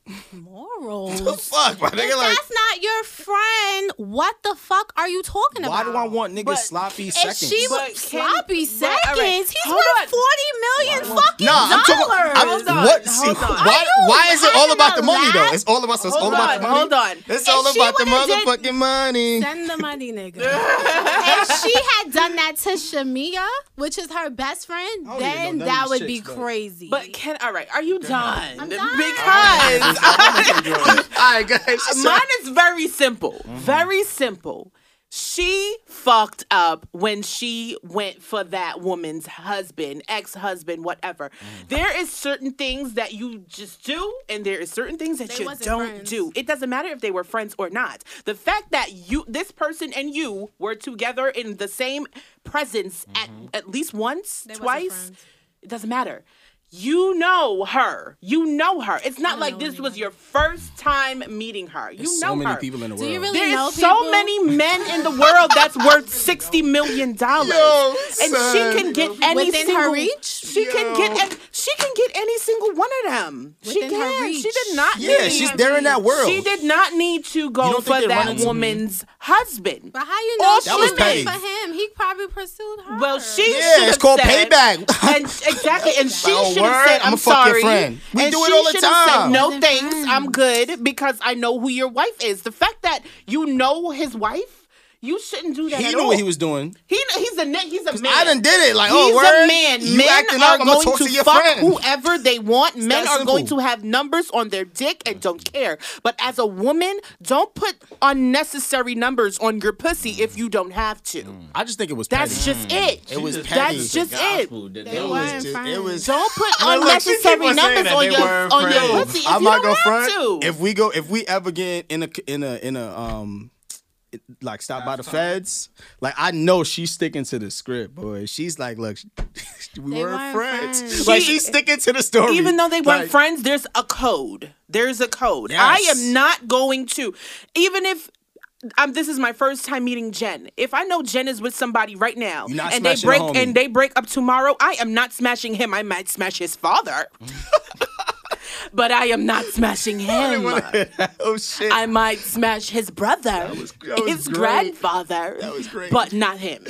K: morals.
I: The fuck, my nigga,
K: If
I: like-
K: that's not your friend, what the fuck are you talking
I: Why
K: about?
I: do I want niggas sloppy
K: if
I: seconds?
K: she was
L: But can-
K: sloppy
L: but, all
K: seconds,
L: right,
K: he's
L: hold
K: worth
L: on.
K: forty million fucking
I: Nah, I'm
K: dollars.
I: talking. I'm, what? See, why? Why is it all about the money though? It's all about. It's all
L: Hold
I: about the
L: on,
I: money.
L: hold on.
I: It's
L: If
I: all
L: she
I: about the
K: would've
I: motherfucking money.
K: Send the money, nigga. if she had done that to Shamia, which is her best friend,
L: even
K: then
L: know none
K: that
L: of
K: would
L: these
K: be
L: chicks, though.
K: crazy.
L: But Ken, all right, are you done?
K: done.
L: Because
I: all right, guys,
L: mine is very simple. Very simple. She fucked up when she went for that woman's husband, ex-husband, whatever. There is certain things that you just do, and there is certain things that
K: They
L: you
K: wasn't
L: don't
K: friends.
L: do. It doesn't matter if they were friends or not. The fact that you, this person, and you were together in the same presence at at least once,
K: They wasn't
L: twice.
K: friends.
L: It doesn't matter. You know her. You know her. It's not like this was your first time meeting her. You
I: There's
L: know
I: so many
L: her.
I: people in the
K: Do you
I: world.
K: really know
L: There's
K: people?
L: so many men in the world that's worth sixty million dollars,
I: Yo,
L: and she
I: son.
L: can get any
K: Within her
L: single.
K: reach?
L: She can get. an- She can get any single one of them.
K: Within
L: she
K: her
L: can.
K: reach.
L: She did not.
I: Yeah,
L: need,
I: she's there in that world.
L: She did not need to
I: You
L: go
I: don't think
L: for
I: they run
L: that
I: into-
L: woman's husband.
K: But how you
L: Or
K: know
L: she
K: she
I: That was
K: went
I: petty.
K: for him? He probably pursued her.
L: Well,
I: Ah.
L: she
I: Yeah,
L: should
I: it's
L: have
I: called
L: said-
I: payback.
L: And exactly, and she
I: Oh,
L: should
I: word,
L: have said, "I'm,
I: I'ma fuck
L: sorry."
I: your friend. We
L: and
I: do it
L: she
I: all the
L: should have
I: time.
L: Said, no
K: Wasn't
L: thanks,
K: friends.
L: I'm good because I know who your wife is. The fact that you know his wife, you shouldn't do that.
I: He
L: at
I: knew
L: all.
I: what he was doing.
L: He, he's a ni- he's a man.
I: I done did it. Like,
L: he's
I: oh,
L: a
I: word,
L: man.
I: you
L: men
I: acting
L: are
I: up, I'ma
L: going
I: talk
L: to,
I: to your
L: fuck
I: friend.
L: whoever they want. Men
I: that
L: are going
I: simple.
L: to have numbers on their dick and don't care. But as a woman, don't put unnecessary numbers on your pussy if you don't have to.
I: I just think it was.
L: That's
I: petty.
L: just it.
I: Mm. It was petty.
L: That's just it.
K: They weren't friends.
I: It was.
L: Don't put
I: I look, she keep
L: unnecessary
I: on saying
L: numbers
I: that
L: on
I: they
L: your
I: weren't
L: on your
I: friends.
L: pussy if
I: I'm
L: you
I: not
L: don't
I: gonna
L: have
I: front.
L: to.
I: If we go, if we ever get in a in a in a um. it- Like stop by the feds. Like I know she's sticking to the script, boy. She's like, look, we
K: They
I: weren't,
K: weren't
I: friends.
K: friends.
I: Like
L: She-
I: she's sticking to the story.
L: Even though they weren't
I: Like,
L: friends, there's a code. There's a code. I
I: Yes.
L: am not going to, even if. Um, this is my first time meeting Jen. If I know Jen is with somebody right now
I: You're not
L: and they
I: smashing the
L: break
I: homie.
L: and they break up tomorrow, I am not smashing him. I might smash his father.
I: Mm.
L: but I am not smashing him.
I: Oh shit!
L: I might smash his brother,
I: that was
L: his
I: great.
L: grandfather, that
I: was great.
L: but not him.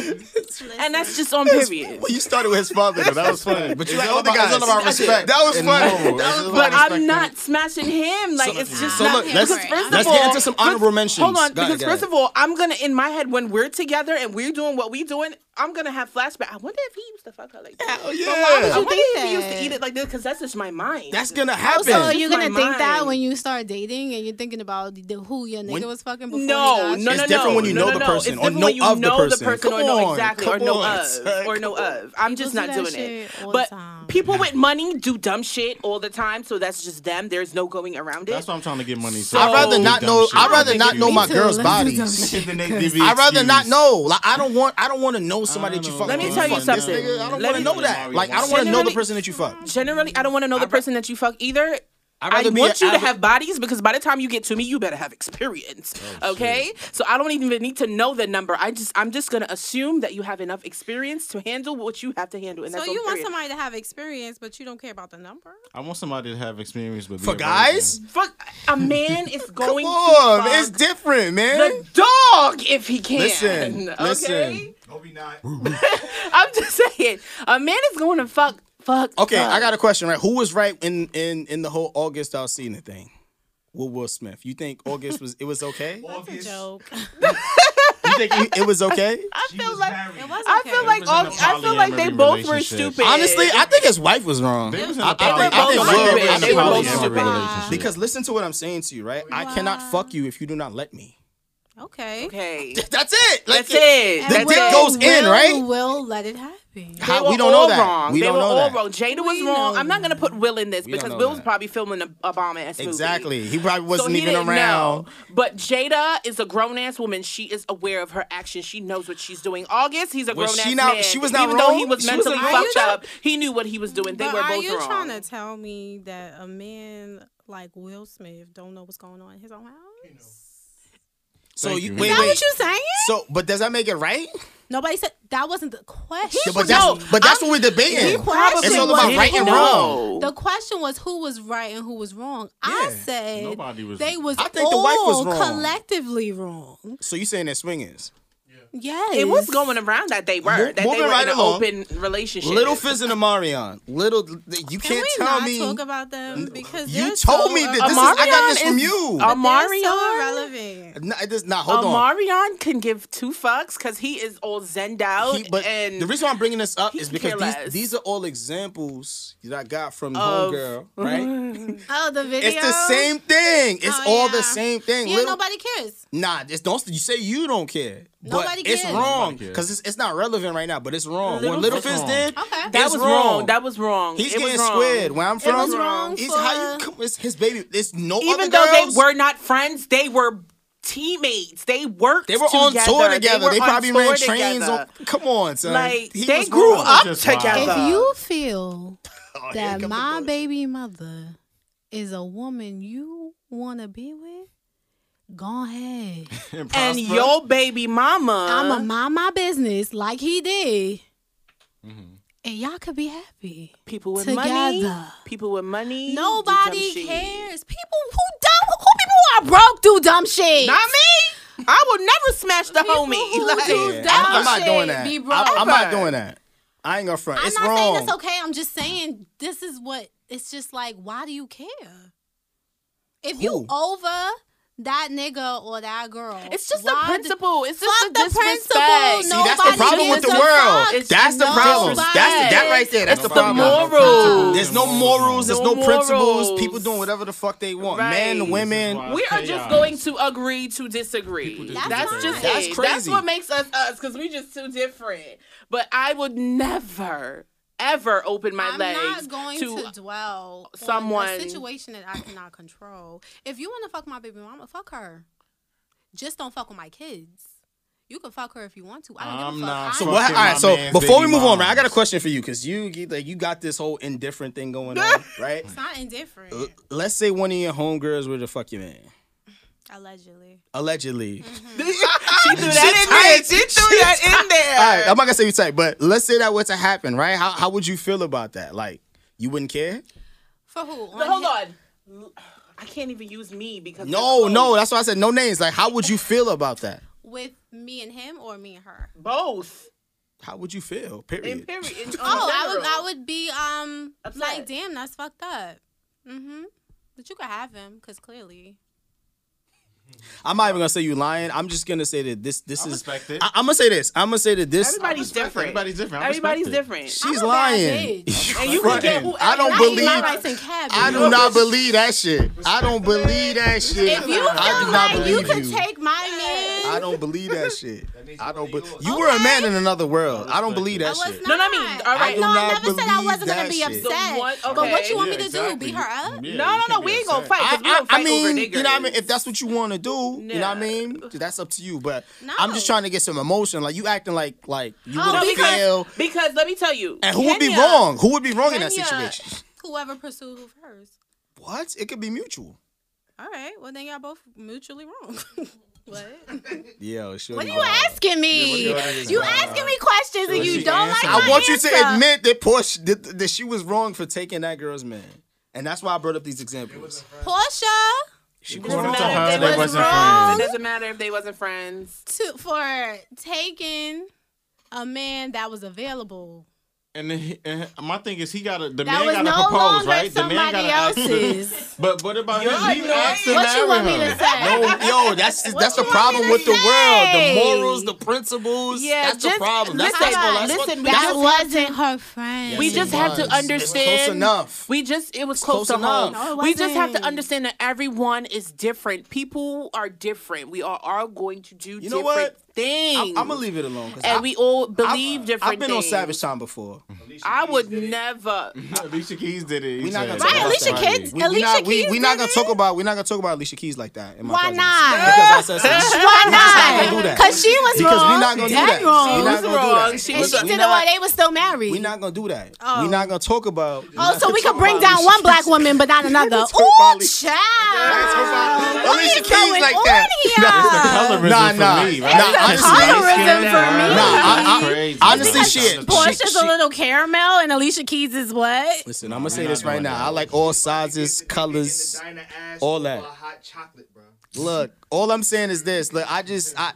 L: and that's just on period.
I: Well, you started with his father, though. That was funny. But you
G: It's
I: like
G: all
I: other
G: about-
I: guys.
G: it's all about respect
I: That was
G: and
I: funny.
G: morals.
I: That
G: It's
I: was
G: all
L: But
G: about respect
I: funny.
L: I'm not smashing him. Like it's just
I: So
L: not
I: look,
L: him.
I: let's-
L: Because first
I: let's
L: of
I: get
L: all-
I: into some honorable mentions.
L: Hold on,
I: Go ahead,
L: because
I: go
L: first
I: ahead.
L: of all, I'm gonna in my head when we're together and we're doing what we doing, I'm gonna have flashback. I wonder if he used to fuck her like that.
I: Hell
L: Why would
I: yeah.
L: you think
K: wonder
L: he used to
K: that.
L: eat it like this? Because that's just my mind.
I: That's gonna
K: So
I: happen.
K: are you
L: Just
K: gonna
L: my
K: think that
L: mind.
K: when you start dating and you're thinking about the, who your nigga
I: When-
K: was fucking before?
L: no, no,
K: he
L: no,
K: got
L: no.
I: It's
K: you?
I: different
L: no,
I: when you
L: no,
I: know
L: no,
I: the
L: no.
I: person
L: It's
I: or
L: different
I: know
L: when you
I: of the
L: know
I: person.
L: or
I: Come
L: know
I: on,
L: exactly or
I: come
L: know
I: on,
L: of
I: son.
L: or know of. I'm just
K: People
L: not
K: do
L: doing
K: that
L: it.
K: shit all the
L: But
K: time.
L: people with money do dumb shit all the time, so that's just them. There's no going around it.
J: That's why I'm trying to get money.
I: I'd rather not know. I'd rather not know my
K: too.
I: girls'
K: Let's do
I: bodies.
J: I'd
I: I'd rather not know. Like I don't want. I don't want to know somebody that you fuck.
L: Let me
I: with.
L: tell you
I: Fuck this
L: something.
I: nigga, I don't
L: Let
I: want to
L: me-
I: know that. Like I don't want to know the person that you fuck.
L: Generally, I don't want to know the person that you fuck either.
I: I'd
L: I
I: rather be
L: want
I: a-
L: you to
I: I'd-
L: have bodies because by the time you get to me, you better have experience.
I: Oh,
L: okay? So I don't even need to know the number. I just I'm just gonna assume that you have enough experience to handle what you have to handle. And
K: So
L: that's
K: you
L: all,
K: want
L: period.
K: somebody to have experience, but you don't care about the number.
J: I want somebody to have experience with
I: For guys?
L: Fuck a man is going
I: Come on,
L: to
I: it's different, man.
L: the dog if he can.
I: Listen,
L: okay?
I: listen.
L: I'm just saying, a man is going to fuck, fuck.
I: Okay,
L: fuck.
I: I got a question. Right, who was right in in in the whole August Alsina thing? With Will Smith, you think August was it was okay?
K: That's a joke.
I: You think it, it was okay?
L: I feel like
K: It was
L: I
K: okay.
L: feel like all, I feel like they
J: polyamory
L: both were
J: relationship.
L: stupid.
I: Honestly, I think his wife was wrong.
J: They was in a
I: I- I
J: poly-
I: think-
L: I think both
J: I think
L: were
J: they
L: in a polyamory
J: were in a polyamory
L: relationship.
J: relationship.
I: Because listen to what I'm saying to you, right? I cannot fuck you if you do not let me.
K: Okay.
L: okay,
I: That's it. Like
L: that's it.
K: And
I: The
L: That's
I: dick
K: Will-
L: it.
I: goes in,
K: Will
I: right?
K: Will let it happen.
I: How-
L: They
I: we
L: were
I: don't know
L: all
I: that.
L: Wrong.
I: We
L: they
I: don't
L: were
I: know
L: all
I: that.
L: wrong. Jada was
K: We
L: wrong.
K: know
L: I'm not gonna put Will in this
I: don't
L: because
I: know
L: Will's
I: that.
L: probably filming a, a bomb ass movie.
I: Exactly. He probably wasn't
L: so he
I: even
L: didn't
I: around.
L: Know. But Jada is a grown ass woman. She is aware of her actions. She knows what she's doing. August, he's a
I: Was
L: grown ass
I: she not-
L: man.
I: she was not
L: even though
I: wrong?
L: he was
I: She was
L: mentally
I: not
K: wrong?
L: fucked
K: Are you
L: up. He knew what he was doing. They
K: but
L: were
K: are
L: both
K: you
L: wrong.
K: trying to tell me that a man like Will Smith don't know what's going on in his own house?
I: So
J: Thank
I: you,
J: you.
I: wait,
K: Is that
I: wait.
K: what you're saying?
I: so, but does that make it right?
K: Nobody said that wasn't the question.
I: Yeah, but that's
L: No,
I: but that's what we're
K: The
I: debating.
K: question
I: It's all
K: was
I: about right and
K: who-
I: wrong.
K: The question was who was right and who was wrong. I
I: Yeah.
K: said
J: Nobody was-
K: they was
I: I think the
K: all
I: wife was wrong.
K: collectively wrong.
I: So you saying that swingers?
K: Yes.
L: It was going around that they were
I: Mo-
L: that they
I: moving
L: were
I: right
L: in an
I: along.
L: open relationship.
I: Little Fizz and Amarion. Little, you
K: Can
I: can't
K: we
I: tell
K: not
I: me.
K: talk about them because
I: you
K: they're
I: told
K: so
I: me that this is.
K: irrelevant.
I: I got this
L: Amarion
I: from
L: is-
I: you.
L: Am-
K: They're
L: Amarion?
K: so irrelevant.
I: Nah, it does not. Hold on.
L: Omarion can give two fucks because he is all zened out.
I: He- but
L: Oh, and
I: the reason why I'm bringing this up
L: he
I: is
L: could
I: because
L: care
I: these,
L: less.
I: these are all examples that I got from
L: Of-
I: homegirl, right?
K: Oh, the video.
I: it's the same thing. It's
K: Oh,
I: all
K: yeah.
I: the same thing.
K: Yeah,
I: Little-
K: nobody cares.
I: nah, it's don't you say you don't care.
K: Nobody
I: but it's
K: cares.
I: wrong
J: Nobody cares.
I: because it's, it's not relevant right now. But it's wrong.
L: Little
I: what Little
J: Fizz
I: Fizz
J: wrong.
I: did,
K: Okay. That
L: that
I: it's
L: was
I: wrong.
L: wrong. That was wrong.
I: He's
L: it
I: getting
L: was wrong.
I: squid. Where I'm from,
K: was wrong
I: he's
K: for-
I: how you come. It's his baby. It's no
L: Even
I: other
L: though
I: girls.
L: they were not friends, they were teammates. They worked.
I: They were on tour together.
L: were
I: They,
L: on
I: probably
L: tour
I: ran trains
L: together.
I: on. Come on, son.
L: Like
I: He
L: they
I: was
L: grew
I: wrong.
L: up
J: Just wild.
L: together.
J: If
K: If you feel
I: Oh, here
K: that
I: come the
K: my
I: bullshit.
K: baby mother is a woman you want to be with, go ahead.
L: and your baby mama,
K: I'm going to mind my business like he did. And y'all could be happy.
L: people with money,
K: Together.
L: people with money. do
K: Nobody
L: dumb shit.
K: cares. People who dumb, who people who are broke do dumb shit.
L: Not me. I will never smash the
K: People
L: homie.
K: who
L: Like-
K: do
I: Yeah,
K: dumb
I: I'm, I'm not
K: shit
I: doing that.
K: be
I: I'm, I'm not
L: broke.
I: doing that. I ain't gonna front.
K: I'm
I: it's
K: not
I: wrong.
K: saying it's okay. I'm just saying this is what it's just like. Why do you care? If you
I: Who?
K: over that nigga or that girl,
L: It's just
K: why
L: the principle. It's just the,
K: fuck the principle.
L: disrespect.
K: See,
I: See, that's the
K: Nobody
I: problem with the
K: gives
I: world.
K: a fuck. It's
I: That's the problem. That's the, that right there. That's
L: It's
I: the
L: the
I: problem.
L: morals.
I: There's no morals. There's
L: No
I: no,
L: morals.
I: principles. People doing whatever the fuck they want.
L: Right.
I: Men, women.
J: This is why-
L: We are just
J: Chaos.
L: going to agree to disagree.
J: That's
L: That's
K: fine.
L: just
I: That's
L: it. That's
I: crazy.
L: what makes us us because we just too different. But I would never, ever open my
K: I'm
L: legs
K: not going
L: to.
K: to, dwell on
L: someone-
K: a situation that I cannot control. If you want to fuck my baby mama, fuck her. Just don't fuck with my kids. You can fuck her if you want to. I don't
J: I'm
K: give a fuck.
J: not
K: I
I: So
K: ain't-
I: what? All
J: Fucking
I: right.
J: my
I: So
J: man's
I: before we
J: baby
I: move on, right? I
J: moms.
I: got a question for you because you you- like you got this whole indifferent thing going on, right?
K: It's not indifferent.
I: L- Let's say one of your homegirls were to fuck your man,
K: allegedly.
I: allegedly.
K: Mm-hmm.
L: she threw that in there. She threw that in there.
I: All right, I'm not gonna say you type, but let's say that were to happen, right? How how would you feel about that? Like you wouldn't care?
K: For who?
L: But hold
K: hi-
L: on. I can't even use me because
I: No,
L: they're
I: no. That's why I said no names. Like how would you feel about that?
K: With me and him or me and her?
L: both.
I: How would you feel?
L: In
I: Period.
L: period. in- in
K: Oh, I would,
L: general.
K: I would be um
L: Upset.
K: like, damn, that's fucked up. Mm-hmm. But you could have him, cause clearly,
I: I'm not even gonna say you lying. I'm just gonna say that this this
J: I
I: is.
J: respect it.
I: I, am gonna say this. I'm gonna say that this.
L: Everybody's
J: respect it.
L: different.
J: Everybody's different. I respect
L: Everybody's
J: it.
L: different.
I: she's
K: I'm a bad
I: lying.
K: bitch.
L: And you can get
I: Frontin'.
L: whoever-
I: I
K: And
I: don't
K: I keep
I: believe.
K: my rights in cabinet.
I: I do not believe that shit. I don't believe that shit.
K: If you feel
I: I do not
K: like you
I: believe
K: could
I: you.
K: take my man,
I: I don't believe that shit. I don't believe. You were a man in another world. I don't believe
K: I
I: that
K: was
I: shit.
L: No,
K: not.
L: no, I mean, all right. I do
K: no, I
I: not
K: never said I wasn't gonna
I: believe
K: be
I: that
K: upset.
I: shit.
L: The one-
K: But what
L: okay.
K: you want me
J: Yeah,
K: to
J: exactly.
K: do? Beat her up?
J: Yeah, you
L: No, no,
J: can't
L: no.
J: be
L: We ain't gonna
J: upset.
L: fight. 'cause we don't
I: I
L: fight
I: mean,
L: over
I: you know what I mean?
L: niggers.
I: If that's what you want to do, you know what I
L: Nah.
I: mean? That's up to you. But
K: No.
I: I'm just trying to get some emotion. Like, you acting like like you
K: Oh,
I: would
L: No,
I: have
L: because,
I: failed.
L: because let me tell you,
I: And who would be
L: Kenya-
I: wrong? Who would be wrong in that
L: Kenya-
I: situation?
K: Whoever pursued who first.
I: What? It could be mutual.
K: All right. Well, then y'all both mutually wrong. what?
I: Yeah, sure.
K: What are you asking me? You asking me questions and you don't like my
I: I want you
K: answer.
I: to admit that Porsche that, that she was wrong for taking that girl's man, and that's why I brought up these examples.
K: Portia.
I: She
L: It doesn't
I: wrong.
L: matter if they wasn't
I: They wasn't
L: friends.
K: friends.
L: It doesn't matter if they wasn't friends.
K: to for taking a man that was available.
J: And, then he, and my thing is, he got to the
K: That
J: man
K: was
J: got to
K: no
J: propose,
K: longer
J: right? The man
K: somebody
J: gotta ask-
K: else's.
J: but what about him?
K: You're
J: He
K: annoying.
J: asked to
K: What you
J: marry
K: want me
J: her.
K: to say?
I: No, yo, that's
K: What
I: that's the
K: you want me
I: problem
K: to
I: with the world. The
K: say?
I: morals, the principles.
L: Yeah,
I: that's the
L: just-
I: problem. That's
L: listen,
I: that's all that's
L: listen,
I: that's-
K: That wasn't her friend.
L: we
I: Yes,
L: just
I: it
L: have
I: was.
L: to
I: It's
L: understand.
I: close enough.
L: We just it was close,
I: close
L: to home.
I: enough. No,
K: it
L: we just have to
K: wasn't.
L: understand that everyone is different. People are different. We are all going to do
I: You know
L: different
I: what?
L: things.
I: I'm, I'm gonna leave it alone. 'cause
L: and
I: I-
L: we all
I: I've-
L: believe different.
I: I've been on
L: things.
I: Savage Time before.
L: I would never.
J: Alicia Keys did it.
I: We're not gonna
K: Right,
I: talk about
K: Alicia
I: that.
K: Keys-
I: We, we not,
K: Alicia
I: we,
K: Keys
I: we not
K: did
I: gonna talk about. We're not gonna talk about Alicia Keys like that. In my
K: Why
I: presence.
K: not?
I: Because I said something.
K: Why
I: We just not gonna do
K: not?
I: that.
K: Because she was
I: Because
K: wrong.
I: we not gonna do
K: That
I: that.
K: wrong.
I: We
L: She
I: not
L: was
I: gonna do
L: wrong.
I: that.
L: She
K: and
L: was
K: she
I: We're
K: didn't
I: not-
K: know they were still married.
I: We're not gonna do that.
K: Oh.
I: We're not gonna talk about.
K: Oh,
I: we're not
K: so
I: gonna
K: we
I: talk
K: could bring
I: about
K: down
I: Alicia
K: one black
I: Keys.
K: woman, but not another.
I: That's what
K: Ooh,
I: Molly-
K: child.
I: Alicia
K: What is
I: Keys
K: going
I: like
K: on
I: that.
K: here?
J: Colorism
I: Nah,
J: for
I: nah.
J: me,
I: Nah,
J: right?
I: It's honestly, a
K: colorism for me.
I: Nah, I- I-
J: Crazy.
I: honestly,
J: Because
I: shit. she-
K: Portia's
I: she-
K: a little caramel and Alicia Keys is what?
I: Listen, I'm gonna say this right now. I like all sizes, colors, all that. Look, all I'm saying is this. Look, I just, I,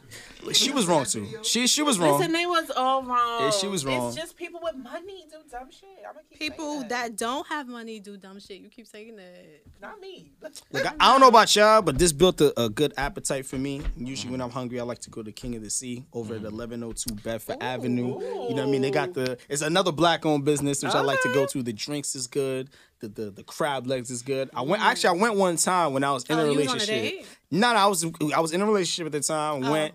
I: she was wrong too. She, she was
L: Listen,
I: wrong.
L: they was all wrong.
I: Yeah, she was wrong.
L: It's just people with money do dumb shit. I'm gonna keep
K: People
L: saying that.
K: that don't have money do dumb shit. You keep saying that.
L: Not me.
I: Look, I, I don't know about y'all, but this built a, a good appetite for me. Usually, when I'm hungry, I like to go to King of the Sea over at 1102 Bedford Avenue. You know what I mean? They got the. It's another black-owned business which I like
K: Uh-huh.
I: to go to. The drinks is good. The the, the crab legs is good. I went actually. I went one time when I was in
K: Mm. Oh,
I: a
K: you was on a
I: relationship.
K: date?
I: No, no, I was I was in a relationship at the time. Went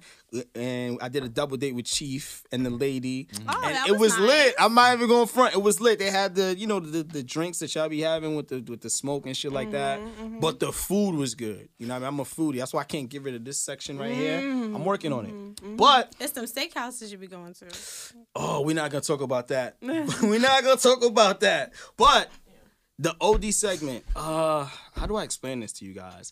I: and I did a double date with Chief and the lady,
K: Oh,
I: and
K: that
I: it
K: was
I: was
K: nice.
I: lit. I'm not even going front. It was lit. They had the you know the, the drinks that y'all be having with the with the smoke and shit like that. But the food was good. You know what I mean? I'm a foodie. That's why I can't get rid of this section right here. I'm working on it. But
K: It's them steakhouses you be going to.
I: oh, we're not gonna talk about that. we're not gonna talk about that. But the OD segment. Uh, how do I explain this to you guys?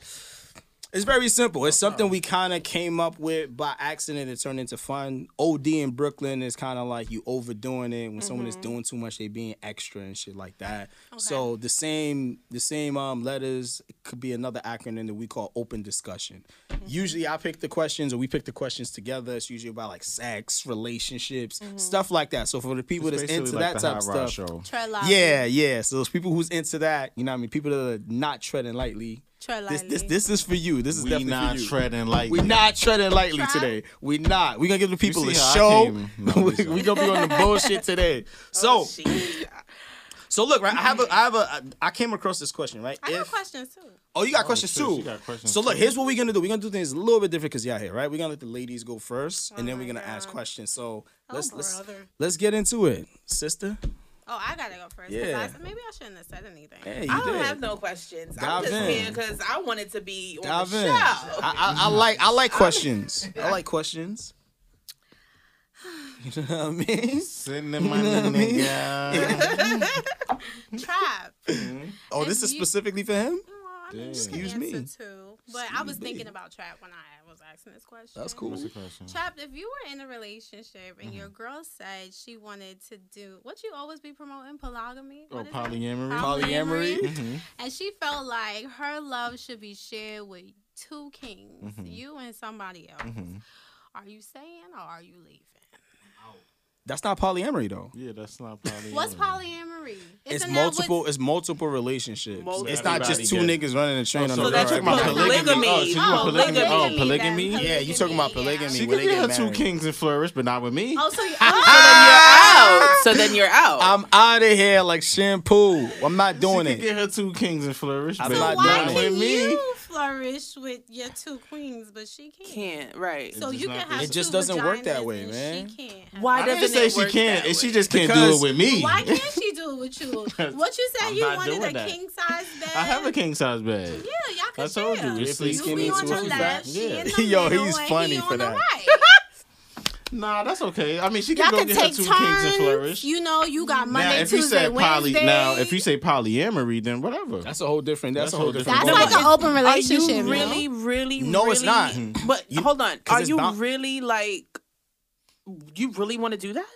I: It's very simple. It's something we kind of came up with by accident. It turned into fun. OD in Brooklyn is kind of like you overdoing it. When someone is doing too much, they being extra and shit like that. So the same, the same um, letters could be another acronym that we call open discussion. Usually, I pick the questions or we pick the questions together. It's usually about like sex, relationships, stuff like that. So for the people
G: It's
I: that's
G: basically
I: into
G: like
I: that
G: the
I: type of
G: Hot Rod
I: stuff,
G: Show.
K: Treadlock.
I: yeah, yeah. So those people who's into that, you know what I mean? People that are not treading lightly.
K: Tread
I: This, this
K: lightly.
I: this is for you. This is
G: We
I: definitely
G: not
I: for you.
G: treading lightly.
I: We not treading lightly
K: Try.
I: today. We not. We gonna give the people a
G: see how I
I: show.
G: came. No, I'm
I: we,
G: sorry.
I: we gonna be on the bullshit today.
K: Oh,
I: So
L: Shit.
I: so look right. I have a I have a I came across this question right.
K: I got
I: If-
K: questions too.
I: Oh, you got questions
J: shit,
I: too.
J: she got questions
I: so look,
J: too.
I: here's what we're gonna do. We're gonna do things a little bit different because y'all here, right? We're gonna let the ladies go first, and then
K: Oh
I: we're gonna ask questions. So let's let's
K: brother.
I: let's get into it, sister.
K: Oh, I gotta go first. 'cause
I: Yeah.
K: I, maybe I shouldn't have said anything.
I: Hey, you
L: I don't
I: did.
L: have no questions.
I: Dive
L: I'm just
I: in.
L: here because I wanted to be on
I: Dive
L: the
I: in.
L: show.
I: I, I, I like I like questions. I like questions. You know what I mean?
G: Sitting in my nigga.
K: Trap.
I: Oh, this is
K: you-
I: specifically for him.
K: Well, I mean, you
G: Damn.
K: can
I: Excuse
K: answer
I: me.
K: too, but I was thinking about trap when I was asking this question.
I: That's cool. Mm-hmm.
K: Trap, if you were in a relationship and your girl said she wanted to do what you always be promoting, polygamy,
J: Oh,
K: What is it?
J: polyamory.
I: Polyamory.
K: and she felt like her love should be shared with two kings,
I: Mm-hmm.
K: you and somebody else. Are you staying or are you leaving?
I: That's not polyamory though.
J: Yeah, that's not polyamory.
K: What's polyamory?
I: It's
K: Isn't that what-
I: multiple. It's multiple relationships.
L: Multiple.
I: It's not just two
J: Everybody Oh,
I: niggas running a train on
J: so
I: the
J: that's
I: road.
J: what
I: Everybody-
J: poly-
L: polygamy.
J: Oh, so you want
K: Oh,
J: polygamy? Oh,
K: polygamy,
J: polygamy.
K: then.
I: Yeah, you talking about
K: Polygamy, yeah.
I: polygamy
J: She could
I: when they
J: get her
I: get
J: two
I: married.
J: kings and flourish, but not with me.
K: Oh, so you.
L: Out. So then you're out.
I: I'm out of here like shampoo. I'm not doing
J: She could
I: it.
J: get her two kings and flourish,
I: I'm
J: but
K: So
I: not
K: why
I: doing it.
K: can
J: with me.
K: you flourish with your two queens, but she can't?
L: can't right.
K: So
J: just
K: you
J: not
K: can
J: the
K: have
J: same.
I: It just
K: two
I: doesn't work that
K: vaginas
I: way,
K: and
I: man.
K: She can't. have-
L: Why
J: I didn't
L: doesn't
J: say
L: it
J: she
L: work
J: can't,
L: that
J: and she
L: way?
J: just can't do
I: Because-
J: it with me.
K: Why can't she do it with you? What you said
J: I'm
K: you
J: not
K: wanted a
J: doing that.
K: king size bed?
J: I have a king size bag.
K: Yeah, y'all can
J: I told you,
K: share.
J: it's
I: Sleep
J: Please
K: You
J: give
K: be
I: skinny
J: me
K: on
I: to
K: the
I: his back.
K: left, she in
I: Yeah.
K: the
I: Yo,
K: middle,
I: he's
K: and
I: funny
K: he
I: for
K: on the
I: that.
K: right.
J: Nah, that's okay. I mean, she
K: Y'all
J: can go
K: could
J: get her
K: take
J: two kings and
K: turns.
J: flourish.
K: You know, you got Monday,
J: now, if
K: Tuesday,
J: you said
K: Wednesday.
J: poly, now if you say polyamory, then whatever.
I: That's a whole different.
J: That's, a whole different.
K: That's like an open relationship.
L: Are you
K: you know?
L: really, really,
I: No, it's
L: really-
I: not.
L: But hold on,
I: 'cause
L: are
I: it's
L: you
I: bound-
L: really like? You really want to do that?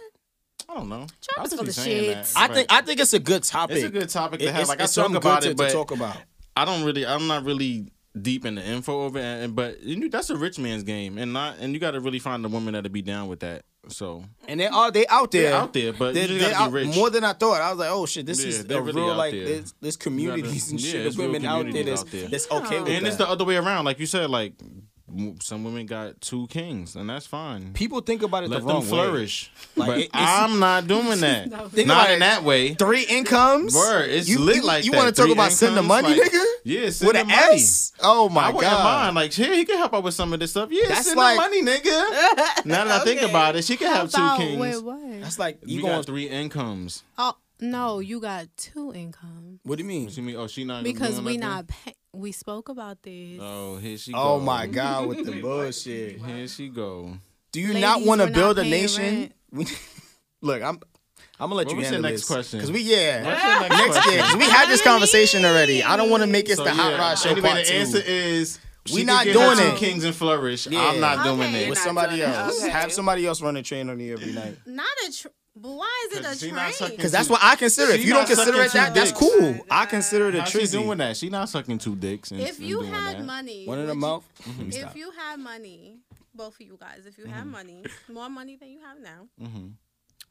J: I don't know.
L: Drop
J: I
L: some
J: could be
L: of the
J: saying
L: shits.
J: that,
I: I
J: but
I: think I think it's a good topic.
J: it's a good topic to
I: It-
J: have.
I: it's-
J: Like I
I: it's
J: talk
I: something
J: about it,
I: good to- to
J: but
I: talk about.
J: I don't really. I'm not really deep in the info of it, and, but you know, that's a rich man's game, and not and you got to really find a woman that'll be down with that. So
I: And they are they out there,
J: They're out there, but you
I: They're-
J: just
I: they're
J: gotta be
I: out-
J: rich.
I: more than I thought. I was like, oh shit, this
J: Yeah,
I: is
J: they're
I: a
J: really
I: real
J: out
I: like
J: there.
I: this, this
J: You
I: communities
J: gotta-
I: and
J: yeah,
I: shit
J: it's
I: of
J: real
I: women out there
J: communities
I: that's,
J: out there.
I: that's okay with
J: and
I: that.
J: it's the other way around. Like you said, like m- some women got two kings, and that's fine.
I: People think about it
J: Let
I: the
J: them
I: wrong way.
J: flourish.
I: Like,
J: but
I: it- it's-
J: I'm not doing that.
I: Think
J: not
I: about
J: in
I: it.
J: that way.
I: Three incomes.
J: Word, it's
I: you,
J: lit
I: you,
J: like
I: you
J: that.
I: wanna talk
J: Three
I: about sending
J: incomes,
I: money,
J: like-
I: nigga?
J: Yeah, send
I: With
J: the
I: an
J: money.
I: S? Oh
J: I
I: my
J: wouldn't
I: God.
J: mind. Like, here, you can help out with some of this stuff. Yeah,
I: That's
J: send
I: like-
J: the money, nigga. now that I think
K: Okay.
J: about it, she can have
K: About-
J: two kings.
K: Wait, what?
I: That's like
J: you,
I: you
J: got
I: going-
J: three incomes.
K: Oh no, you got two income
I: What do you mean?
J: She mean, oh, she not gonna be
K: because
J: doing
K: we
J: nothing?
K: not pay- we spoke about this.
J: Oh, here she.
I: Oh
J: go.
I: my God, with the bullshit.
J: Here she go.
I: Do you not
K: Ladies,
I: want
K: we're
I: to
K: not
I: build a
K: paying
I: nation?
K: rent.
I: Look, I'm. I'm gonna let
J: What
I: you
J: was your
I: handle
J: next
I: this.
J: question?
I: Cause we yeah.
J: What's your next
I: next
J: question?
I: yeah, 'cause we had this conversation already. I don't want to make it
J: So,
I: the hot
J: yeah,
I: rod show
J: anyway,
I: part
J: the
I: two.
J: answer is
I: We
J: she
I: not
J: can get her
I: doing
J: two
I: it.
J: Kings and flourish.
I: Yeah.
J: I'm not doing
K: Okay.
J: it.
I: with
K: Not
I: somebody
K: doing it.
I: else.
K: Okay.
I: Have somebody else run a train on you every night.
K: Not a. Tr- but why is it a
J: she
K: train?
J: not sucking
I: Cause that's what I consider. it.
J: She
I: If you don't
J: not
I: consider it
J: sucking two
I: that, that's
J: dicks.
I: cool. I consider it a
J: How she
I: treat.
J: doing that? She not sucking two dicks. And,
K: If
J: and
K: you
J: doing
K: had
J: that.
K: money,
I: One in
K: would
I: the
K: you-
I: mouth.
K: If you had money, both of you guys, if you
L: Mm-hmm.
K: had money, more money than you have now,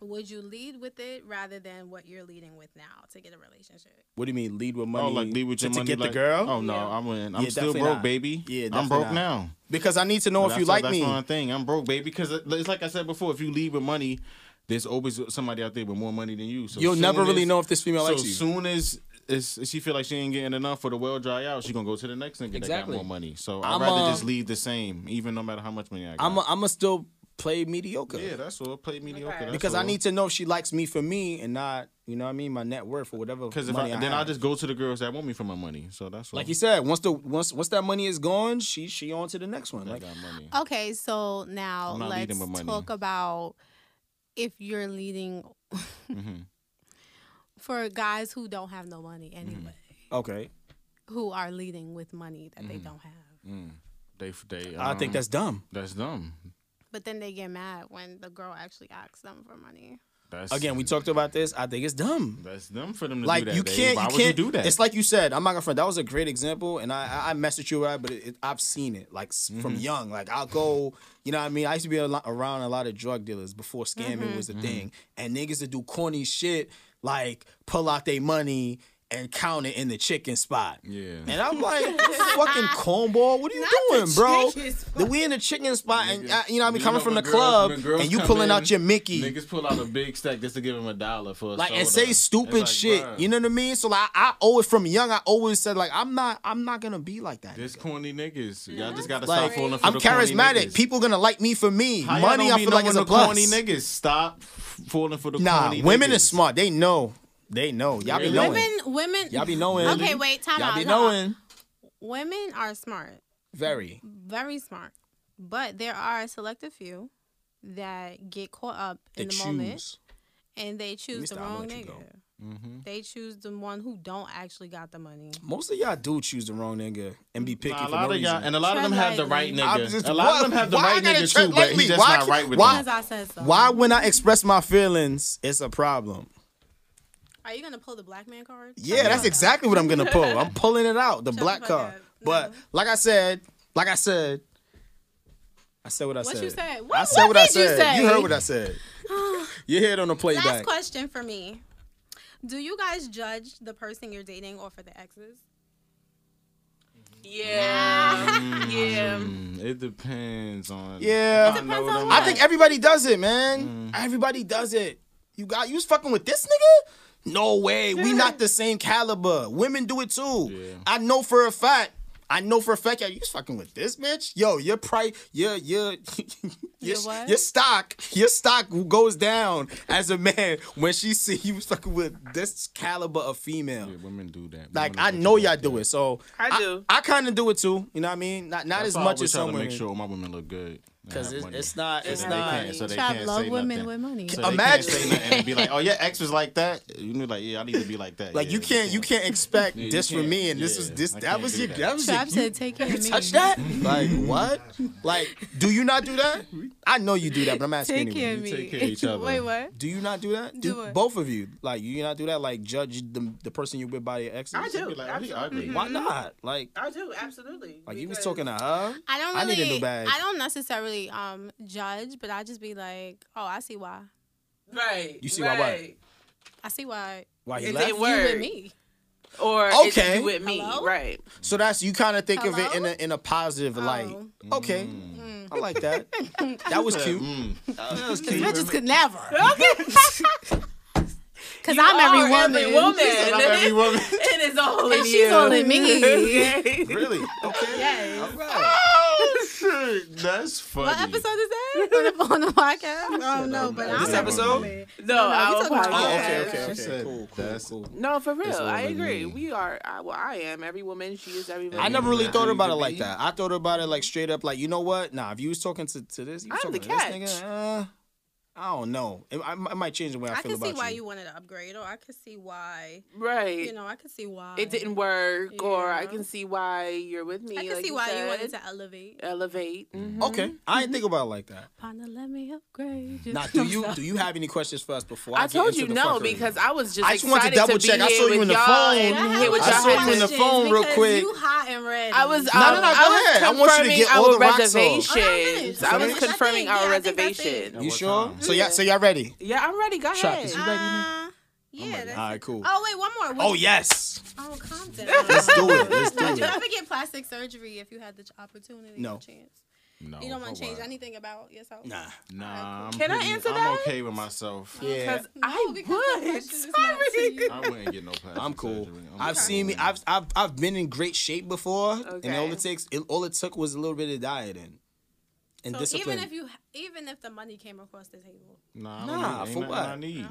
K: would you lead with it rather than what you're leading with now to get a relationship?
I: What do you mean? Lead with money?
J: Oh, like leave with
I: to,
J: your
I: to
J: money
I: get
J: like,
I: the girl?
J: Oh no, I'm in. I'm
I: Yeah,
J: still
I: definitely
J: broke,
I: not.
J: baby.
I: Yeah,
J: I'm
I: definitely
J: broke
I: not.
J: now.
I: Because I need to know if
J: That's
I: you
J: what-
I: like
J: that's
I: me.
J: one thing. I'm broke, baby, because it- it's like I said before. If you leave with money, there's always somebody out there with more money than you. So
I: You'll
J: soon
I: never really
J: as-
I: know if this female
J: so
I: likes you.
J: soon as. Is, she feel like she ain't getting enough for the well dry out? She gonna go to the next nigga that got
I: Exactly.
J: more money. So I'd
I: I'm,
J: rather
I: uh,
J: just leave the same, even no matter how much money I got.
I: I'm. i I'm gonna still play mediocre.
J: yeah, that's all. Play mediocre. that's
I: Because I
J: all.
I: need to know if she likes me for me and not, you know what I mean, my net worth or whatever.
J: Because if I,
I: money
J: then
I: have.
J: I just go to the girls that want me for my money. So that's all.
I: like you said, once the once once that money is gone, she she on to the next one.
J: I
I: Like
J: got money.
K: Okay, so now
J: I'm not
K: let's
J: leading with money.
K: talk about if you're leading
I: Mm-hmm.
K: for guys who don't have no money
I: Mm-hmm.
K: anyway,
I: okay,
K: who are leading with money that
I: Mm-hmm.
K: they don't have.
J: They, they,
I: I think
J: um,
I: that's dumb.
J: that's dumb.
K: But then they get mad when the girl actually asks them for money.
J: That's
I: Again, we talked about this. I think it's dumb.
J: That's dumb for them to
I: Like
J: do that.
I: you
J: babe.
I: can't,
J: Why
I: you
J: would you
I: can't
J: do that?
I: It's like you said. I'm not gonna front. That was a great example, and I I, I messaged you right, but it, it- I've seen it like s
J: Mm-hmm.
I: from young. Like I'll go, you know what I mean. I used to be a lot, around a lot of drug dealers before scamming
K: Mm-hmm.
I: was the
J: Mm-hmm.
I: thing, and niggas would do corny shit like pull out their money and count it in the chicken spot.
J: Yeah.
I: And I'm like, fucking cornball, what are you
K: Not the
I: doing, bro?
K: chicken spot.
I: That we in the chicken spot, and I, you know what I mean,
J: You
I: coming
J: know
I: from the
J: when girls-
I: club,
J: when girls
I: and you
J: come
I: pulling
J: in,
I: out your Mickey
J: Niggas pull out a big stack just to give him a dollar for a
I: like and
J: soda.
I: say stupid
J: It's like,
I: shit.
J: bruh,
I: You know what I mean? So like I always from young, I always said like I'm not I'm not gonna be like that.
J: This corny niggas. Y'all just gotta stop
I: Like
J: falling for
I: I'm
J: the corny
I: charismatic.
J: niggas.
I: People gonna like me for me.
J: How y'all
I: Money
J: don't
I: I
J: be
I: feel like
J: knowing
I: is a
J: the
I: plus.
J: corny niggas. Stop f- falling for the
I: Nah,
J: corny
I: women
J: niggas.
I: is smart. They know. They know. Y'all be
J: Really?
I: knowing.
K: Women, women.
I: Y'all be knowing.
K: Okay, wait, time
I: Y'all
K: out.
I: be
K: time out.
I: knowing.
K: Women are smart.
I: Very.
K: very smart, but there are a selective few that get caught up
I: They
K: in the moment
I: choose.
K: and they choose the
I: stop, I'ma
K: wrong
I: let you
K: nigga.
I: go.
K: They choose the one who don't actually got the money.
I: Most of y'all do choose the wrong nigga and be picky
J: Nah, a
I: for
J: lot
I: no
J: of y'all,
I: reason.
J: and a lot of them
K: Tread
J: have the right
K: lightly.
J: nigga.
I: I'm just-
J: a lot of them have the
I: why I
J: right
I: gotta
J: nigga
I: tread
J: too, but
I: lightly?
J: he's just
I: Why
J: not
I: can't-
J: right with
I: why-
K: As I said so.
I: Why when I express my feelings, it's a problem.
K: Are you gonna pull the black man card?
I: Yeah, that's exactly what I'm gonna pull. I'm pulling it out, the
K: the
I: black
K: fuck
I: card.
K: up.
I: But like I said, like I said, I said what I
K: What
I: said.
K: you said?
I: I
K: What-
I: said
K: what
I: what, I
K: did you
I: said.
K: say?
I: heard what I said. you heard on the
K: Last
I: playback.
K: question for me. Do you guys judge the person you're dating or for the exes?
L: Yeah, yeah.
J: Mm, It depends on.
I: Yeah. It
J: I know
K: depends on
J: them.
K: what.
I: I think everybody does it, man.
J: Mm.
I: Everybody does it. You got you was fucking with this nigga? No way. We not the same caliber. Women do it too.
J: Yeah.
I: I know for a fact. I know for a fact. Yeah, you was fucking with this bitch? Yo, your price, your your your,
K: what?
I: your stock, your stock goes down as a man when she see you was fucking with this caliber of female.
J: Yeah, women do that.
I: Like
J: Women
I: I
J: do
I: know
J: that.
I: y'all do it, so
L: I do.
I: I, kind of do it too. You know what I mean? Not not
J: That's
I: as
J: why I
I: much
J: always
I: as
J: try
I: some
J: to
I: women.
J: make sure my women look good.
I: Because it's, it's not. It's
J: they
I: not.
J: can't- so they Trap can't love say women nothing. with money. So they can't
I: Imagine
J: say nothing and be like, "Oh, your ex was like that." You knew, like, yeah, I need to be like that.
I: Like you can't you can't expect this from me and this was this that was your that was your
K: Trap
I: you,
K: said, "Take care
I: you
K: of me."
I: touch that like what like do you not do that I know you do that but I'm asking
K: Take
I: anyway.
K: care of You me. take care of each other. Wait, what?
I: do you not do that do,
K: what?
I: both of you like you not do that like judge the, the person you're with by your exes
L: I do.
K: Mm-hmm.
L: absolutely.
I: why not like
L: I do absolutely.
I: like you was talking to her
K: I don't
I: I
K: really.
I: need a new bag
K: I don't necessarily um judge, but I just be like, oh, I see why.
L: Right.
I: You see why what?
L: right.
K: I see why.
I: Why he
K: Is
I: left?
K: it
I: You
K: you
L: with
K: with me?
L: Or is
I: Okay.
L: you with me? Right.
I: so that's you kind of think of it in a in a
K: Oh.
I: positive light okay
K: Mm.
I: I like that that was cute
L: Mm.
I: that was
K: Because
I: cute
K: bitches could never. Because
L: You
K: I'm every
L: are
K: woman.
L: every woman.
K: She said I'm
L: every woman. and it's all in
K: And she's
L: you.
K: all in me.
L: really?
J: Oh shit, that's funny.
K: What episode is that? On the- on the podcast? I don't know, but I'm
I: this
K: every
I: episode
K: woman.
L: No,
K: No, no, we
L: our
K: talking about
L: podcast.
I: Oh, okay okay
J: She
I: okay
J: said,
I: cool cool
J: that's-
I: cool
L: No, for real.
I: That's all
L: I
I: in
L: agree.
I: me.
L: We are. I, well, I am every woman. She is every woman.
I: I never really thought about it like that. I thought about it like straight up, like you know what? Nah, if you was talking to, to this, you was
L: I'm the
I: talking to this
L: catch.
I: nigga. Uh, I don't know. It, I, it might change the way
K: I
I: I, feel
K: could
I: about
K: see why
I: you.
K: you wanted to upgrade, or I could see why.
L: Right.
K: You know, I could see why.
L: it didn't work, or I
K: Yeah.
L: can see why you're with me.
K: I could
L: like
K: see why you wanted
L: said.
K: to elevate.
L: elevate. Mhm.
I: Okay, I didn't think about it like that.
K: Partner, let me upgrade. you.
I: Now, do you do you have any questions for us before? I,
L: I
I: get
L: told
I: into
L: you
I: the
L: no
I: fuckery?
L: because I was just.
I: I just want to
L: excited
I: double
L: be
I: check. I
L: here
I: saw you
L: with
I: in the
L: y'all
I: phone.
L: and hear what
I: I
L: y'all
I: saw you
L: had
I: in the
L: to-
I: phone real
K: Because
I: quick.
K: You hot and red.
L: I was. Um,
I: No, no, no, go
L: I was
I: ahead. I want you to
L: confirming
I: get all
L: our
I: the rocks off.
L: reservations.
K: Oh,
L: I
K: no, I
L: was
K: think- I
L: confirming
K: think-
L: our
K: yeah, I think that's it.
L: reservations.
I: You sure? So yeah, so y'all ready?
L: Yeah, I'm ready. Go
I: Shot,
L: ahead.
I: is you ready?
K: Uh, yeah.
I: All
K: that's
I: right, cool.
K: Oh wait, one more.
I: Oh yes,
K: Oh, calm down.
I: let's do it. Let's do
K: Would you
I: it.
K: ever get plastic surgery if you had the ch- opportunity?
I: No. oh,
K: or chance.
J: No,
K: you don't want
J: for
K: to change
J: what?
K: anything about yourself.
I: Nah.
J: Nah, I'm
L: Can I
J: pretty-
L: answer
J: I'm
L: that?
J: okay with myself.
K: Oh,
I: Yeah,
L: Because I would. Sorry.
J: I wouldn't get no plastic
I: I'm cool.
J: surgery. I'm
I: I've
J: cool.
I: seen me. I've I've I've been in great shape before, and all
L: Okay.
I: it takes, it, all it took was a little bit of dieting and
K: So
I: discipline.
K: even if you, even if the money came across the table,
J: Nah, I
I: Nah,
J: don't need,
I: for
J: ain't nothing
I: what?
J: I need.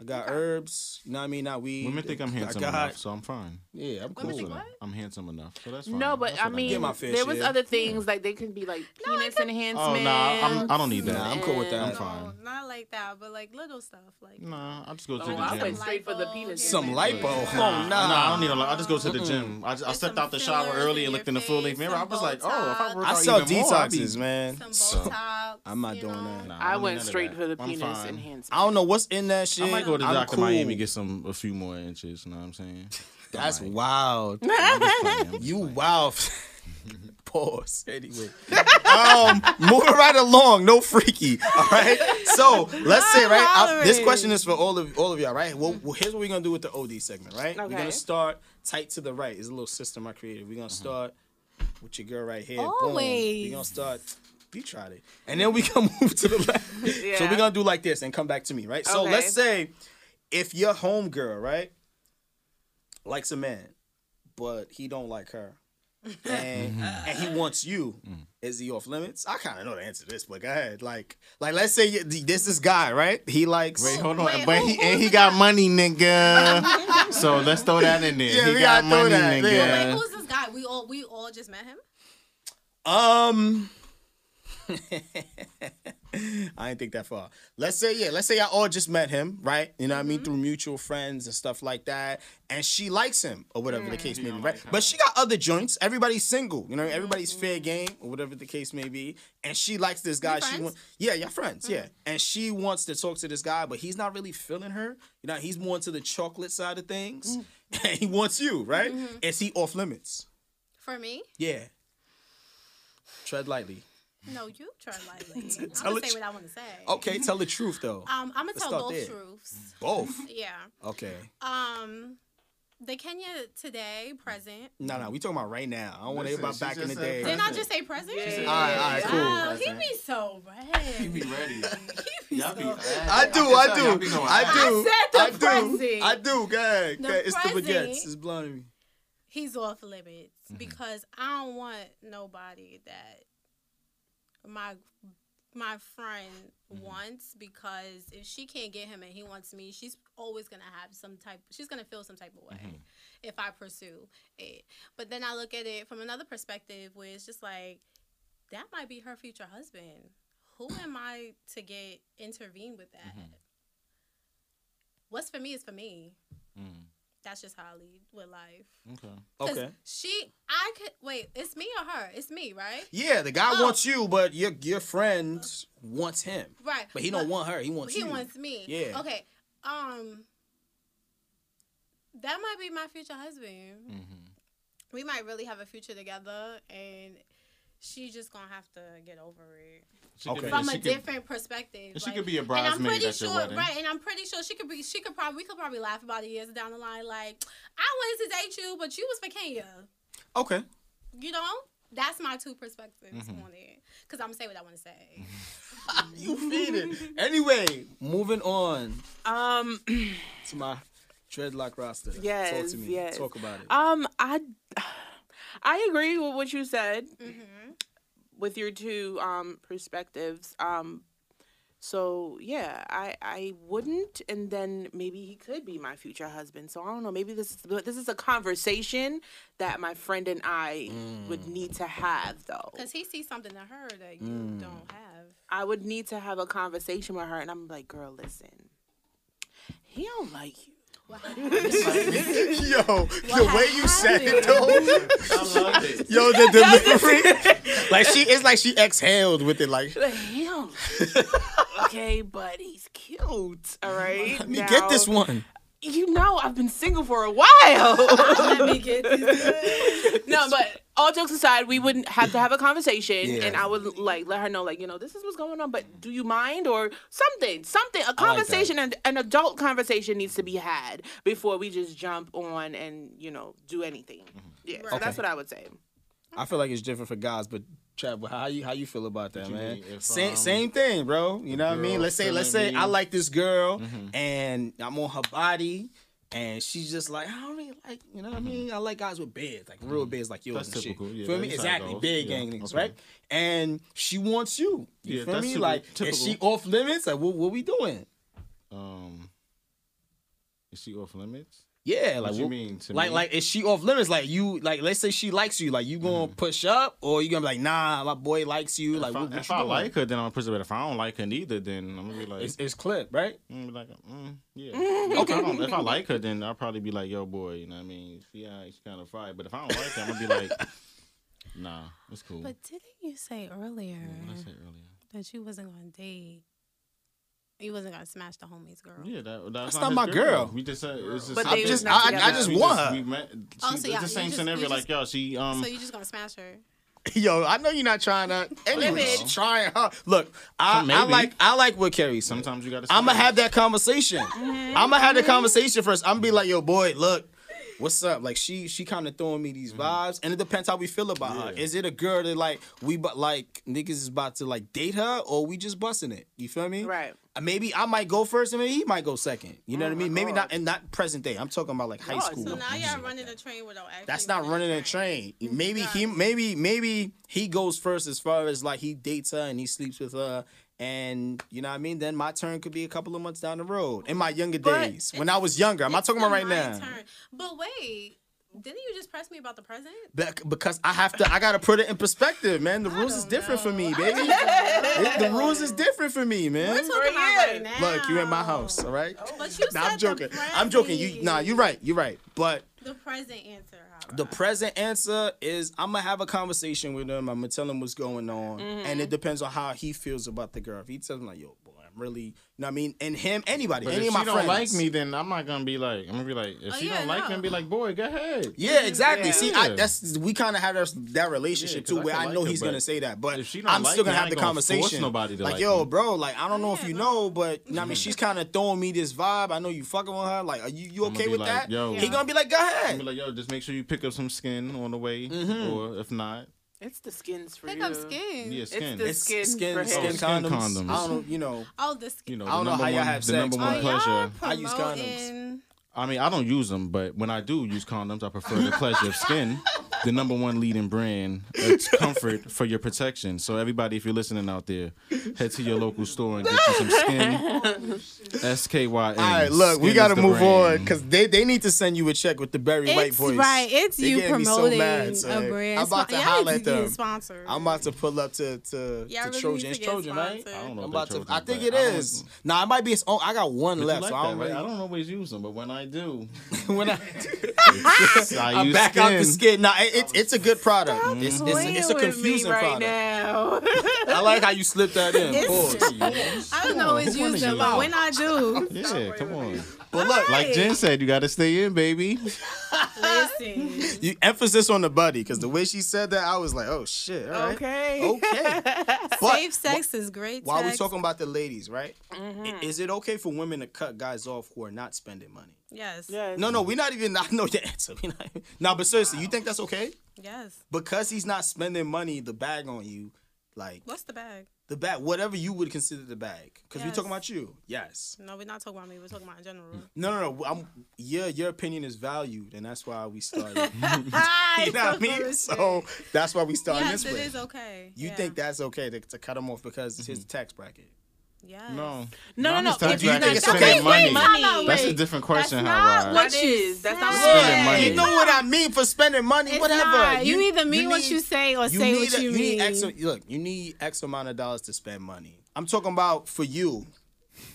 I: I got herbs. You know what I mean? Not weed.
J: Women think I'm
I: I
J: handsome
I: got-
J: enough, so I'm fine.
I: Yeah,
K: Women
I: I'm cool.
K: think
I: with it.
K: what?
J: I'm handsome enough, so that's fine.
L: No, but
J: That's
L: I
J: what
L: mean,
I: my fair
L: there was
I: share.
L: other things like they could be like penis
J: Oh
L: enhancement.
J: nah, I'm, I don't need that.
I: Nah, I'm cool with that.
J: I'm
K: no,
J: fine.
K: not like that, but like little stuff, like
J: Nah, I just go to
L: Oh, I
J: the
L: went
J: gym.
L: straight for the penis.
I: Some lipo.
J: Nah,
I: Oh, nah.
J: nah, I don't need a lot. I just go to the gym. I, just, I
K: Mm. There's
J: stepped
K: some
J: out the shower
K: fillers
J: early
K: in
J: and looked
K: your
J: in the full length
K: face,
J: mirror. I
K: some
J: was like, oh, if I
K: Botox.
J: work
I: I
J: out
I: sell
J: even more, I'd be-
I: detoxes, man.
K: some
I: So,
K: Botox.
I: I'm not
K: you
I: doing
K: know?
I: that.
J: Nah,
L: I
J: don't need
L: went
J: none of
L: straight
J: that.
L: for the
J: I'm
L: penis
J: fine.
L: enhancement.
I: I don't know what's in that shit.
J: I might go to
I: I'm
J: Doctor
I: cool.
J: Miami get some a few more inches. You know what I'm saying?
I: That's wild. You wow. Pause. Anyway. um, moving right along, no freaky. All right. So let's say, right? I- this question is for all of all of y'all, right? Well, well, here's what we're gonna do with the OD segment, right? We're
L: Okay.
I: gonna start tight to the right. It's a little system I created. We're gonna start with your girl right here. Boom.
K: Always.
I: We're gonna start. You tried it. And then we can move to the left. So
L: Yeah.
I: we're gonna do like this and come back to me, right? So
L: Okay.
I: let's say if your home girl, right, likes a man, but he don't like her, and
J: Mm-hmm.
I: and he wants you,
J: Mm.
I: is he off limits? I kind of know the answer to this, but go ahead. Like, like let's say you, this this guy, right? He likes.
J: Wait, hold on.
K: Wait,
J: but
K: who-
J: he
K: who
J: and
K: was
J: he
K: the
J: got
K: guy?
J: money, nigga. so let's throw that in there.
I: Yeah,
J: he
I: we
J: got
I: gotta throw
J: money,
I: that.
J: nigga.
I: Yeah.
K: Wait, who's this guy? We all we all just met him.
I: Um. I didn't think that far. Let's say, yeah, let's say I all just met him, right? You know what I
K: Mm-hmm.
I: mean? Through mutual friends and stuff like that. And she likes him, or whatever
K: Mm.
I: the case may be, right? But she got other joints. Everybody's single. You know,
K: Mm-hmm.
I: everybody's fair game, or whatever the case may be. And she likes this guy. She
K: friends? Mm-hmm.
I: wants Yeah, y'all friends, yeah. And she wants to talk to this guy, but he's not really feeling her. You know, he's more into the chocolate side of things.
K: Mm.
I: And he wants you, right? Is he off limits?
K: Mm-hmm. For me,
I: Yeah. Tread lightly.
K: no, you try lightly. I'm
I: Tell
K: gonna
I: the
K: say
I: tr-
K: what I want to say.
I: Okay, tell the truth though.
K: Um, I'm gonna
I: Let's
K: tell
I: start
K: both
I: there.
K: truths.
I: Both.
K: Yeah.
I: Okay.
K: Um, the Kenya today present.
I: No, no, we talking about right now. I don't want to hear
J: Listen,
I: about
J: she
I: back in
J: just
I: the
J: said
I: day.
K: Didn't I just say present?
I: All right, all right,
K: Wow, he be so red. He
J: Be ready.
K: be
J: Y'all be-
K: so-
I: I do, I do,
J: Y'all be going
I: I
J: out.
I: do, I
L: I said the
I: do,
L: present.
I: I do. Go ahead,
K: The
I: go ahead. it's the
K: present.
I: baguettes, it's blinding me. Mm-hmm.
K: He's off limits because I don't want nobody that my my friend wants because if she can't get him and he wants me, she's always gonna have some type. She's gonna feel some type of way if I pursue it. But then I look at it from another perspective, where it's just like that might be her future husband. Who am I to get intervened with that?
J: Mhm.
K: What's for me is for me.
J: Mm.
K: That's just how I lead with life.
J: Okay.
K: 'Cause She, I could wait. It's me or her? It's me, right?
I: Yeah, the guy
K: Oh.
I: wants you, but your your friend wants him.
K: Right.
I: But he don't want her. He wants
K: He
I: you.
K: wants me.
I: Yeah.
K: Okay. Um. That might be my future husband. We might really have a future together, and she just gonna have to get over it
J: She could-
K: from
J: she
K: a
J: could-
K: different perspective.
J: and she could be a
K: And I'm
J: bridesmaid
K: pretty
J: at your
K: sure,
J: wedding.
K: right? And I'm pretty sure she could be. She could probably. We could probably laugh about it years down the line. Like, I wanted to date you, but you was for Kenya.
I: Okay.
K: You know, that's my two perspectives
I: Mhm.
K: on it. Cause I'm gonna say what I want to say.
I: You feed it. Anyway, moving on.
L: Um
I: to my dreadlock roster. Talk
L: Yes,
I: to me.
L: yes.
I: Talk about it.
K: Uh,
L: Um, I I agree with what you said with your two um perspectives. Um, so yeah, I I wouldn't, and then maybe he could be my future husband. So I don't know. Maybe this is but this is a conversation that my friend and I
J: Mm.
L: would need to have though.
K: Cause he sees something in her that you
I: Mm.
K: don't have.
L: I would need to have a conversation with her, and I'm like, girl, listen, he don't like you.
I: Yo, the way you said it though.
L: though.
I: I love it. Yo, the delivery. like she it's like she exhaled with it like
L: Like, he don't okay, but he's cute. All right.
I: Let me get this
L: Now,
I: one.
L: You know, I've been single for a while.
K: Let me get
L: no, but all jokes aside, we wouldn't have to have a conversation,
I: Yeah.
L: and I would like let her know, like you know, this is what's going on. But do you mind or something? Something. A conversation, an, an adult conversation, needs to be had before we just jump on and you know do anything. Yeah, so
I: Right.
L: that's
I: Mm-hmm. Okay.
L: what I would say.
I: I feel like it's different for guys, but Chad, how you how you feel about that,
J: you
I: man?
J: mean if,
I: Same
J: um,
I: same thing, bro. You know what I mean?
J: girl
I: Let's say let's say
J: feeling
I: I
J: me- Mm-hmm.
I: like this girl and I'm on her body. And she's just like, I don't really like, you know what I mean? I like guys with beards, like real beards, like yours.
J: Mm-hmm. That's
I: and shit.
J: typical, yeah,
I: feel me?
J: that's how it
I: Exactly,
J: goes.
I: big
J: Yeah,
I: gang niggas,
J: okay.
I: right? And she wants you. You
J: Yeah,
I: feel
J: that's
I: me?
J: typi-
I: like, is
J: typical.
I: she off limits? Like, what, what we doing?
J: Um, is she off limits?
I: Yeah, like
J: what you
I: what-
J: mean to
I: like
J: me?
I: like is she off limits? Like you like let's say she likes you, like you gonna push up or you gonna be like nah, my boy likes you. like
J: Mm-hmm. if I,
I: what,
J: if I
I: what you doing?
J: like her, then I'm gonna push it. But if I don't like her neither, then I'm gonna be like,
I: it's, it's clip, right?
J: I'm gonna be like, mm, yeah. If I, don't, if I like her, then I'll probably be like, yo, boy, you know what I mean? Yeah, she's kind of fried. But if I don't like her, I'm gonna be like, nah, it's cool.
K: But didn't you say earlier
J: What I said earlier.
K: that you wasn't gonna date? You wasn't gonna smash the homies, girl.
J: Yeah, that, that's,
I: That's not
J: his
I: my girl.
J: We just said it's just.
K: But they
J: we
K: was not I- I together. just
J: we
I: want her.
J: We met. She,
K: Oh, so
J: it's
K: y'all-
J: the
K: you
J: same
K: just-
J: scenario.
K: you
J: like yo, she um.
K: so you just gonna smash her?
I: Yo, I know you're not trying to. Anyway,
K: Limit.
I: she's trying her. Look, I, I
J: maybe.
I: like I like what Carrie.
J: Sometimes you gotta.
I: I'm gonna
J: smash.
I: have that conversation. I'm gonna have the conversation first. I'm gonna be like, yo, boy, look, what's up? Like she she kind of throwing me these vibes, and it depends how we feel about her. Is it a girl that like we but like niggas is about to like date her, or we just busting it? You feel me?
L: Right.
I: Uh, Maybe I might go first, and maybe he might go second. You know what I mean? Maybe not, and not present day. I'm talking about like high
K: Oh,
I: school.
K: So now y'all running a train without actually.
I: That's not running a train. Maybe he, maybe, maybe he goes first as far as like he dates her and he sleeps with her, and you know what I mean. Then my turn could be a couple of months down the road in my younger days when I was younger. I'm not talking about right now
K: Turn. But wait, didn't you just press me about the present?
I: Bec- because I have to. I gotta put it in perspective, man. The rules is different for me, baby. It- the rules is different for me, man.
K: We're talking about right now. Oh,
I: Look, you in my house, all right?
K: But you
I: nah, I'm
K: said the
I: joking. I'm joking. You,
K: present.
I: nah, you're right. You're right. But
K: The present answer.
I: The present answer is I'm gonna have a conversation with him. I'm gonna tell him what's going on,
K: Mhm.
I: and it depends on how he feels about the girl. If he tells me like, "Yo, boy, I'm really," you know what I mean, and him, anybody,
J: But
I: any
J: if
I: of my
J: she don't
I: friends
J: like me, then I'm not gonna be like. I'm gonna be like, if
I: Oh,
J: she
I: yeah,
J: don't like
I: no.
J: me, be like, boy, go ahead.
I: Yeah, exactly.
J: Yeah.
I: See, I, that's we kind of have that, that relationship
J: Yeah, 'cause
I: too,
J: I
I: where
J: can
I: I
J: like
I: know
J: her,
I: he's
J: but
I: gonna say that, but
J: she don't
I: I'm
J: like
I: still gonna
J: me, I
I: have the
J: ain't gonna force
I: conversation.
J: nobody to
I: like,
J: like
I: yo,
J: me. Mm-hmm.
I: bro, like I don't know if you know, but you know, what I mean, she's kind of throwing me this vibe. I know you fucking with her. Like, are you you
J: I'ma
I: okay
J: be
I: with
J: like,
I: that?
J: yo.
I: He gonna be like, go
J: I'm
I: ahead.
J: gonna be like, yo, just make sure you pick up some skin on the way,
I: Mm-hmm.
J: or if not,
L: It's the skins for
K: Pick
L: you.
K: up skin.
J: yeah, skin.
L: It's the skin, for him.
I: skin condoms. I don't know, you know.
K: Oh, the skin.
J: You know,
I: I don't
J: the
I: know how
J: number
I: y'all
J: one-
I: have
J: the
I: sex.
J: number one
I: Oh,
J: pleasure.
I: y'all I use condoms.
K: promoting-
J: I mean, I don't use them, but when I do use condoms, I prefer the pleasure of skin. the number one leading brand. It's comfort for your protection. So everybody, if you're listening out there, head to your local store and get you some skin. S K Y N.
I: All right, look, we gotta move on because they, they need to send you a check with the Barry White
K: It's
I: voice.
K: right, it's
I: They
K: you
I: getting me
K: promoting
I: son.
K: a brand.
I: I'm about to
K: Y'all
I: holler
K: need
I: at
K: to get
I: them.
K: sponsored.
I: I'm about to pull up to to,
K: Y'all
I: to
K: really
I: Trojan.
K: need
I: It's
K: to get
I: Trojan, right?
K: sponsored. I don't
J: know
I: I'm
J: if
I: about
J: they're
I: to. I
J: Trojan,
I: think it
J: but I don't-
I: is. Nah, it might be its own. I got one
J: But you
I: left,
J: like
I: so I
J: that,
I: don't
J: right?
I: really.
J: I don't always use them, but when I do,
I: when I,
J: I
I: I'm
J: use
I: back out the
J: skin.
I: skin. Nah, it, it's it's a good product. It's, it's, it's a confusing product.
L: now.
I: I like how you slipped that in.
K: It's-
I: Pause.
K: I don't always
J: Who
K: use
J: is
K: them,
J: you?
K: but when I do,
J: Yeah, come on.
I: But look,
J: Like Jen said, you gotta stay in, baby.
K: listen.
I: you emphasis on the buddy because the way she said that, I was like, oh shit. All right.
L: Okay.
I: Okay.
K: Safe sex is great.
I: While we
K: sex.
I: talking about the ladies, right?
K: Mm-hmm.
I: I- Is it okay for women to cut guys off who are not spending money?
K: Yes.
L: Yes.
I: No, no, we're not even. I know the answer. We not even- no, but seriously, you think that's okay?
K: Yes.
I: Because he's not spending money, the bag on you, like
K: What's the bag?
I: the bag, whatever you would consider the bag. Because we're
K: Yes. Mm.
I: talking about you. Yes.
K: No, we're not talking about me. We're talking about in general.
I: No, no, no. I'm, your your opinion is valued, and that's why we started. you
K: you
I: know what I mean? So that's why we started
K: yes,
I: this
K: it
I: way.
K: is okay.
I: You
K: Yeah.
I: think that's okay to, to cut them off because it's
K: Mm-hmm.
I: his tax bracket?
K: Yes.
J: No.
L: No, no, no.
J: Tax
L: If you're
J: bracket
L: not
J: is
L: spending
J: spending
L: money.
J: money.
L: money.
J: That's a different question,
K: not
J: Howard.
K: what
L: That is. That's not
K: Spending
L: what it is.
J: money.
I: You know what I mean for spending money,
K: It's
I: whatever.
K: not. You either mean what you say or say
I: need
K: what
I: a-
K: you
I: Need X,
K: mean.
I: look, you need X amount of dollars to spend money. I'm talking about for you.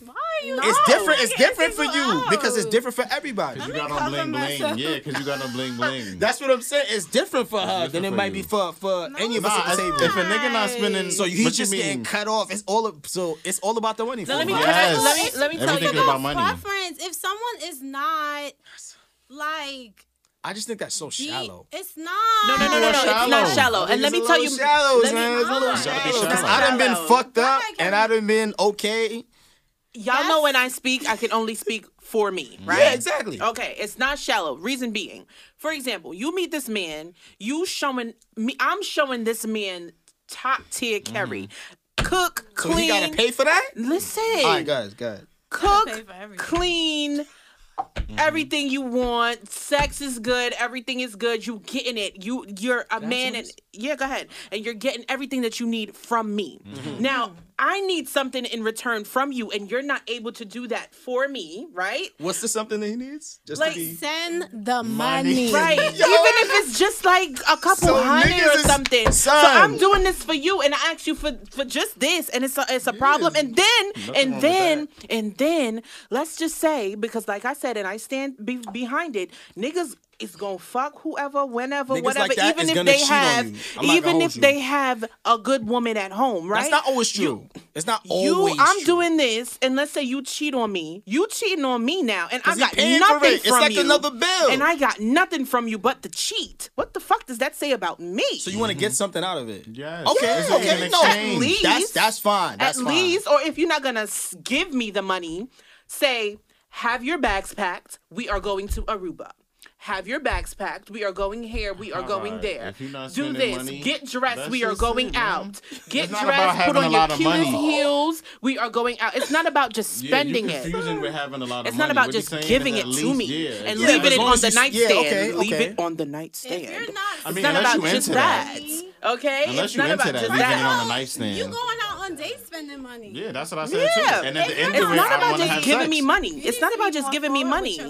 K: Why are you?
I: It's
K: No,
I: different.
K: you
I: It's
K: can't
I: different for
K: single
I: you
K: out.
I: because it's different for everybody.
J: You got on bling bling. Yeah, because you got on bling bling.
I: That's what I'm saying. It's different for her
J: different
I: than it
J: for
I: might
J: you.
I: be for for any of us
J: Nah,
I: at
J: if
I: the table.
J: if a nigga not spending,
I: So
J: what you
I: he's just getting
J: mean?
I: cut off. It's all of, so it's all about the money.
L: Now,
I: for
L: let me
I: you.
L: can I-
J: Yes.
L: let me let me tell you
J: Everything
L: this.
J: about
K: It's
J: money.
K: preference. If someone is not like,
I: I just think that's so
K: deep-
I: shallow.
K: it's not.
L: No, no, no, no, no. It's not shallow. And let me tell you.
I: shallow,
L: let me-
I: man. It's a little
L: It's gotta be
I: shallow.
L: shallow.
I: I done been
L: Shallow.
I: fucked up,
K: Like,
I: and I done been okay.
L: Y'all know when I speak, I can only speak for me, right?
I: Yeah, exactly.
L: Okay, it's not shallow. Reason being, for example, you meet this man, you showing me, I'm showing this man top tier carry, cook,
I: Mm. So
L: clean.
I: he gotta pay for that.
L: Listen,
I: All right, guys, guys.
K: pay
L: cook,
K: for everything.
L: clean, everything you want. Sex is good. Everything is good. You getting it. You you're a man, and yeah, go ahead, and you're getting everything that you need from me.
K: Mm-hmm.
L: Now I need something in return from you, and you're not able to do that for me, right?
I: What's the something that he needs? Just
L: Like,
I: to be.
K: Send the money.
L: Right. Even if it's just like a couple
I: So
L: hundred
I: niggas
L: or
I: is-
L: something. So
I: Son.
L: I'm doing this for you and I ask you for, for just this and it's a, it's a problem. And then and then and then let's just say because like I said and I stand be- behind it, niggas is gonna fuck whoever, whenever,
I: Niggas like
L: whatever.
I: that
L: even
I: is
L: if
I: gonna
L: they
I: cheat on
L: have,
I: you. I'm not
L: even
I: gonna
L: if
I: hold you.
L: they have a good woman at home, right?
I: That's not always true. it's not
L: You,
I: always.
L: I'm
I: true.
L: doing this, and let's say you cheat on me. You cheating on me now, and I
I: he
L: got
I: paying for
L: nothing
I: it. It's
L: from
I: like
L: you.
I: another bill.
L: and I got nothing from you but the cheat. What the fuck does that say about me?
I: So you want to get something out of it?
J: Yes.
I: Okay.
J: Yes.
I: Okay.
J: It's
I: No.
J: an
L: At
J: exchange.
L: least
I: That's that's fine. That's
L: at
I: fine.
L: least, or if you're not gonna s- give me the money, say have your bags packed. We are going to Aruba. Have your bags packed. We are going here. We are going
J: Alright,
L: there.
J: if you're not
L: Do
J: spending
L: this.
J: money,
L: get dressed.
J: that's
L: We are
J: just
L: going
J: it, man.
L: out. Get
J: It's not about
L: dressed. Put
J: having a
L: on your
J: lot of
L: cutest
J: money.
L: heels. We are going out. It's not about just spending
J: yeah, you
L: it.
J: confusing with having a lot of
L: It's
J: money.
L: not about
J: What
L: just
J: you're saying
L: giving
J: is
L: it
J: at
L: to
J: least-
L: me
J: yeah,
L: and
J: yeah,
L: leaving
J: as
L: it
J: long
L: on
J: as
L: the
J: you- yeah,
L: nightstand.
I: okay,
L: Leave
I: okay.
L: it on the nightstand.
K: If you're not,
J: I
L: It's
J: mean,
L: not
J: unless
L: about
J: you
L: just
J: into
L: that.
J: that.
L: Okay?
J: Unless
L: it's
J: you
L: not
J: into
L: about
J: that,
L: just
J: leaving
L: that.
J: it on the nightstand.
K: you going out on dates spending money.
J: Yeah, that's what I said
L: Yeah.
J: too. And at the end
L: It's
J: of it,
L: not
J: I
L: about
J: want to
L: just
J: have
L: giving
J: sex.
L: me money. It's not about just giving me money.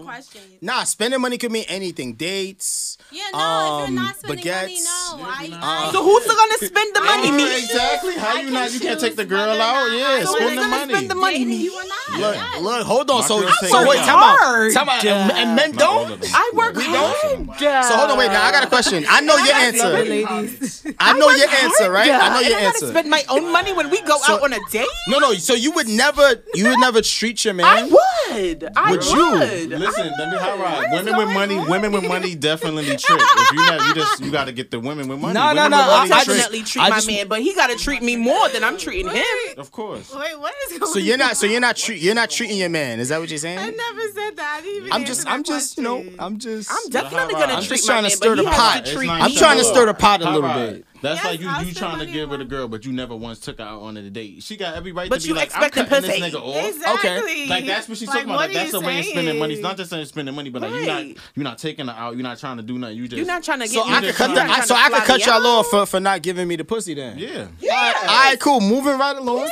I: Nah, spending money could mean anything. Dates.
K: Yeah, no, if
I: um,
K: you're not spending
I: baguettes.
K: money, no. I,
I: Uh,
K: I,
L: So who's gonna spend the money?
J: Yeah,
L: Me?
J: Exactly. How
K: I
J: you
K: can
J: not? You can't take the
K: choose
J: girl
K: whether or
J: out.
K: not I
J: Yeah,
L: So who's
J: spend the
L: gonna
J: money.
L: spend the money?
K: dating
L: Me?
K: you or not.
I: Look,
K: yes.
I: look, hold on. So,
J: girl
I: so
J: say
I: wait,
J: no.
I: time out.
L: Hard.
I: Time out. And, and men
J: Not all of
I: don't?
J: them.
L: I work
J: don't?
L: hard.
I: So hold on, wait. Now I got a question. I know your answer. I know your answer, right? I know your
L: and I gotta
I: answer.
L: spend my own money when we go
I: So-
L: out on a date.
I: No, no. So you would never, you would never treat your
L: I
I: man.
L: would. I
I: Would
L: would.
I: you?
J: Listen, let me how right.
L: What is
J: Women with
L: going
J: money,
L: on?
J: women with money definitely trick. If you not, you just you got to get the women with money.
I: No,
J: Women
I: no,
J: with
I: no,
J: money
I: I
L: I
I: just-
J: trick.
L: definitely treat
I: I
L: my
I: just-
L: man, but he gotta treat me more than I'm treating him.
J: Of course.
K: Wait, what is going?
I: So you're not, so you're not, treat, you're not treating your man. Is that what you're
K: I
I: saying?
K: never said that. I didn't even
I: I'm
K: answer
I: just,
K: that
I: I'm just, you know,
K: question.
I: I'm just.
L: I'm definitely
J: I'm
L: gonna
J: just
L: treat
I: trying
L: my
I: to
L: man,
I: stir
L: but
I: the
L: he
I: pot.
L: has
J: It's
L: to treat
J: not
L: me
I: I'm trying to
J: shallow.
I: stir the pot a
J: How
I: little
J: about-
I: bit.
J: That's
L: Yes,
J: like you,
L: I'll
J: you
L: spend
J: trying to
L: money
J: give it a girl, but you never once took her out on a date. She got every right
L: But
J: to be
L: you
J: like,
L: expecting
J: I'm cutting this
L: pussy.
J: nigga off.
L: Exactly.
J: Okay. Like that's what she's
L: Like,
J: talking about.
L: what
J: Like,
L: are
J: that's
L: you
J: a way of spending money. It's
L: saying?
J: not just saying spending money, but like you're not
L: Right.
J: you're not taking her out. You're not trying to do nothing. You just
L: You're not trying to get
J: So
L: me
J: I
L: to-
J: could cut
L: you're
J: the-
L: not
J: I-
L: trying
I: so
L: to
I: I could
L: fly
I: cut
L: me
I: y'all
L: out.
I: off for, for not giving me the pussy then.
J: Yeah.
I: All right, cool. Moving right along.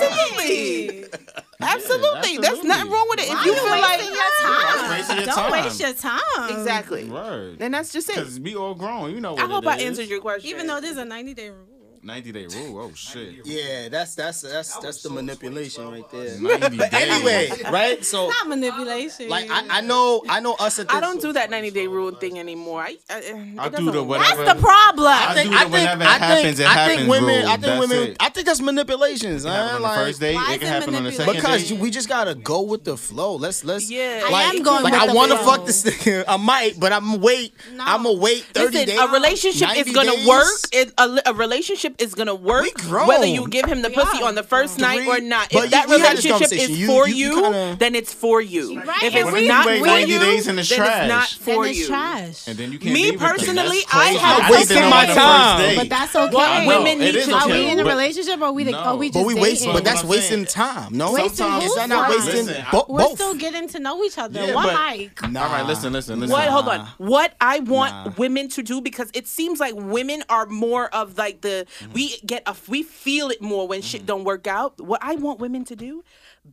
L: Absolutely. Absolutely. That's nothing wrong with it. If
K: Why
L: you
K: you
L: feel like
K: wasting your
J: your
K: time? Don't
J: time.
K: waste your time.
L: Exactly.
J: Word.
L: Then that's just it.
J: Because we all grown. You know what
L: I hope
J: it
L: I
J: is.
L: answered your question.
K: Even though there's a 90 day rule.
J: 90 day rule. Oh, shit.
I: Yeah, that's that's that's that's the manipulation right there.
J: 90
I: But
J: days.
I: anyway, right? So
K: Not manipulation.
I: like I, I know I know us at this
L: I don't do that 90 day rule thing anymore. I, I, it
J: I do
L: doesn't
J: the
L: work.
J: whatever.
K: That's the problem.
J: I do the whenever it happens, it
I: I think
J: happens
I: women.
J: rule.
I: I think
J: That's
I: women.
J: it.
I: I think that's manipulations,
J: It happened
I: man.
J: on the
I: Like,
J: first date. It
K: Why is
J: can
K: it
J: happen on the second
I: because
J: date.
I: you, we just gotta go with the flow. Let's let's.
L: Yeah. I
I: like,
K: am going
I: Like
K: with
I: I
K: the
I: wanna
K: flow.
I: fuck this nigga. I might, but I'm wait.
K: No.
I: I'm gonna wait thirty
L: Listen,
I: days.
L: a relationship is
I: 90
L: gonna
I: days.
L: work. It, a, li- a relationship is gonna work
I: grown.
L: whether you give him the pussy
K: are
L: on the first night or
I: Three.
L: not.
I: But
L: If that
I: you- we had this
L: relationship
I: conversation.
L: is
I: You-
L: for
I: you-
L: you,
I: you kinda-
L: then it's for you.
K: Right,
L: If
K: and
L: it's
K: when you
L: not
K: wait
L: for
K: 90
L: you,
J: days and
L: then
J: it's
L: it's not
J: trash.
L: for
K: then it's
L: you.
K: trash.
J: And then you can't
L: Me
J: be with them.
L: personally,
J: That's
L: I
J: crazy.
L: have
J: Not
I: wasted
J: even
I: my
J: on the first
I: time.
J: date.
K: But that's okay.
L: Well, women
J: it
L: need
J: is
L: to-
K: Are
J: okay,
K: we in a
J: but-
K: relationship or are we, the,
J: No.
K: are we just
I: But we waste.
K: dating?
I: But that's
J: That's what I'm
I: wasting
J: saying.
I: time. No,
K: Wasting Sometimes- who's
I: is that not
K: time?
I: wasting?
J: Listen, I-
I: bo-
K: We're
I: both.
K: still getting to know each other.
J: Yeah,
K: One
J: but-
K: mic.
J: All right, listen, listen, listen.
L: What? Hold on. What I want women to do because it seems like women are more of like the
J: Mm.
L: we get a we feel it more when shit don't work out. What I want women to do,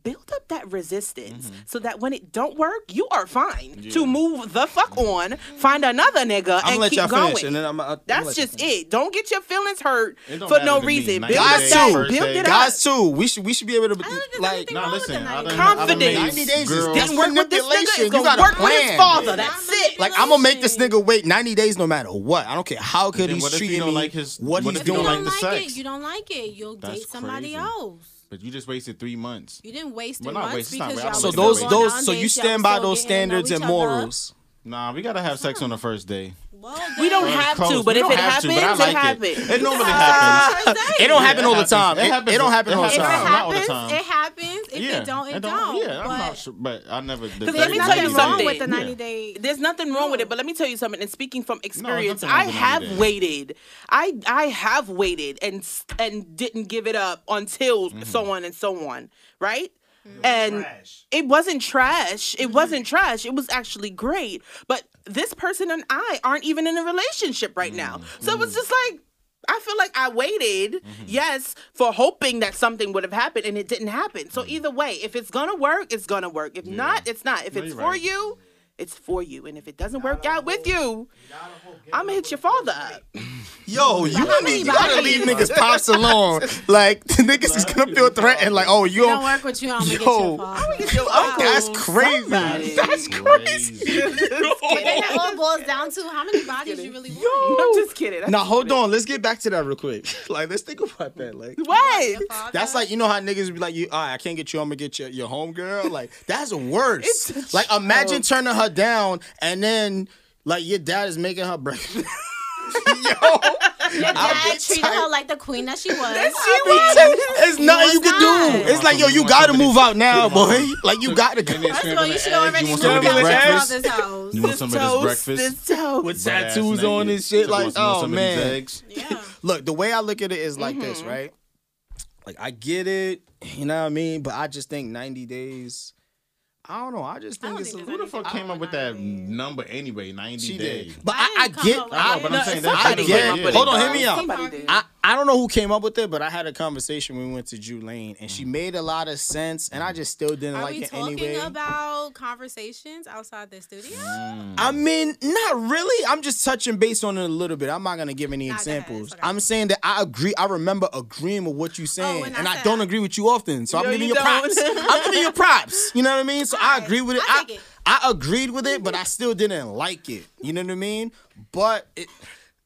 L: build up that resistance
J: Mm-hmm.
L: so that when it don't work, you are fine to move the fuck on, find another nigga,
I: I'm gonna
L: and
I: let
L: keep
I: y'all
L: going.
I: finish, and then I'm. I'll- I'll
L: That's
I: let y'all
L: just
I: finish.
L: it. Don't get your feelings hurt
J: It don't
L: for
J: matter
L: no
J: to me.
L: reason.
J: Nice
L: Build up
I: Guys
L: that.
I: too.
J: First
L: Build
J: date.
L: it up.
I: Guys too. We should we should be able to
K: don't think there's
I: like.
K: anything
J: Nah,
K: wrong with
J: listen.
K: the
J: I
K: 90
J: done- I done
L: Confidence.
J: made
I: 90 days
J: girls-
I: is different.
L: Didn't work with this
I: manipulation.
L: nigga.
I: You
L: It's gonna
I: gotta
L: work with his
I: plan.
L: father. That's it.
I: Like I'm gonna make this nigga wait 90 days no matter what. I don't care how good
J: Then
I: he's
J: what if he
I: treating
J: don't
I: me.
J: like his-
I: what
J: what
I: he's
J: if he don't
I: doing.
K: You don't
J: like
K: like
J: the sex.
K: it. You don't like it. You'll
J: That's
K: date somebody
J: crazy.
K: else.
J: But you just wasted three months.
K: You didn't waste
J: Well,
K: it
J: not
K: once
J: waste, it's not
K: because
J: right.
K: y'all
I: so
J: Obviously,
I: those
J: we're
I: those so you stand by those standards and morals.
J: Nah, we gotta have sex on the first day.
L: We don't
J: First
L: have to,
J: close.
L: but
J: We
L: if
J: don't
L: it
J: have to,
L: happens,
J: but I
L: it
J: like
L: happens.
J: It normally happens.
I: It don't happen all the time. It,
J: happens-
I: it don't happen
J: it
I: all the
K: If it
J: happens.
I: time.
J: Not all the
K: happens,
J: time.
K: it happens. If
J: Yeah,
K: it don't, it,
J: I
K: don't.
J: Yeah, I'm not
K: But
J: sure, but I never. the
L: Let
K: there's
L: me
J: third
L: tell you
K: nothing
J: date-
K: wrong
L: something.
K: with the
J: Yeah.
K: 90 day.
L: There's nothing wrong with it, but let me tell you something. And speaking from experience,
J: nothing wrong
L: I
J: with
L: have
J: it.
L: waited. I I have waited and s- and didn't give it up until
J: Mm-hmm.
L: so on and so on, right? And it wasn't trash.
J: Mm-hmm.
L: It wasn't trash. It was actually great. But this person and I aren't even in a relationship right now, so it was
J: Mm-hmm.
L: just like. I feel like I waited, yes, for hoping that something would have happened and it didn't happen.
J: Mm-hmm.
L: So either way, if it's gonna work, it's gonna work. If not, it's not. If it's
J: you're
L: for
J: right.
L: you, it's for you. And if it doesn't work out with you, I'm gonna hit your father up.
I: Yo, you, you gotta leave niggas pops alone. Like the niggas is gonna feel threatened. Like oh you
K: Don't
I: don't.
K: work with you. I'm gonna get
I: Yo.
K: your father.
I: That's crazy. That's crazy.
K: But then it all boils down to how many bodies you really want.
L: I'm just kidding.
I: Now hold on, let's get back to that real quick. Like let's think about that. Like
L: What?
I: That's like you know how niggas be like, you, all right, I can't get you. I'm gonna get your your homegirl. Like that's worse.
L: It's a
I: like imagine turning her down and then like your dad is making her break. Yo,
K: Your dad
I: be
K: treated
I: tight.
K: her like the queen that she was.
I: it's nothing you
K: was
I: can do.
K: not.
I: It's like yo, you gotta move out now, boy. Like you gotta go.
K: First of all, you should already
J: want
K: move
J: some
K: out
J: of this
K: of
J: breakfast?
K: this house.
J: You want some of this breakfast?
L: This toast.
I: With
J: Wet ass
I: tattoos on
J: naked.
I: and shit.
J: You
I: Like
J: want some of
I: oh
J: these
I: man.
J: eggs?
K: Yeah.
I: Look, the way I look at it is like
K: Mm-hmm.
I: this, right? Like I get it, you know what I mean, but I just think 90 days. I don't know. I just think
K: don't
I: it's
K: think
I: a
K: there's
I: little.
J: Who the fuck came up with that number anyway? Ninety
I: She
J: days.
I: did, but
K: Why
I: I, I
K: didn't you
I: get.
K: come up with that?
I: I,
J: But
L: No,
J: I'm saying that's
I: I
L: somebody
J: the
L: came
I: get.
L: up
J: way it
L: with
J: is.
I: Hold on,
L: it.
I: hear me out.
L: Somebody did.
I: I, I don't know who came up with it, but I had a conversation when we went to Julane, and she made a lot of sense, and I just still didn't
K: Are
I: like
K: we
I: it
K: talking
I: anyway.
K: about conversations outside the studio?
I: I mean, not really. I'm just touching base on it a little bit. I'm not gonna give any
K: Nah, go ahead.
I: examples.
K: It's okay.
I: I'm saying that I agree. I remember agreeing with what you're saying,
K: and
I: and,
K: I
I: I,
K: said-
I: don't agree with you often. So I'm
L: No,
I: giving
L: you
I: you props.
L: don't.
I: I'm giving you props. You know what I mean? So I
K: Alright,
I: agree with it.
K: I'll
I: I,
K: take it.
I: I agreed with it, but I still didn't like it. You know what I mean? But it,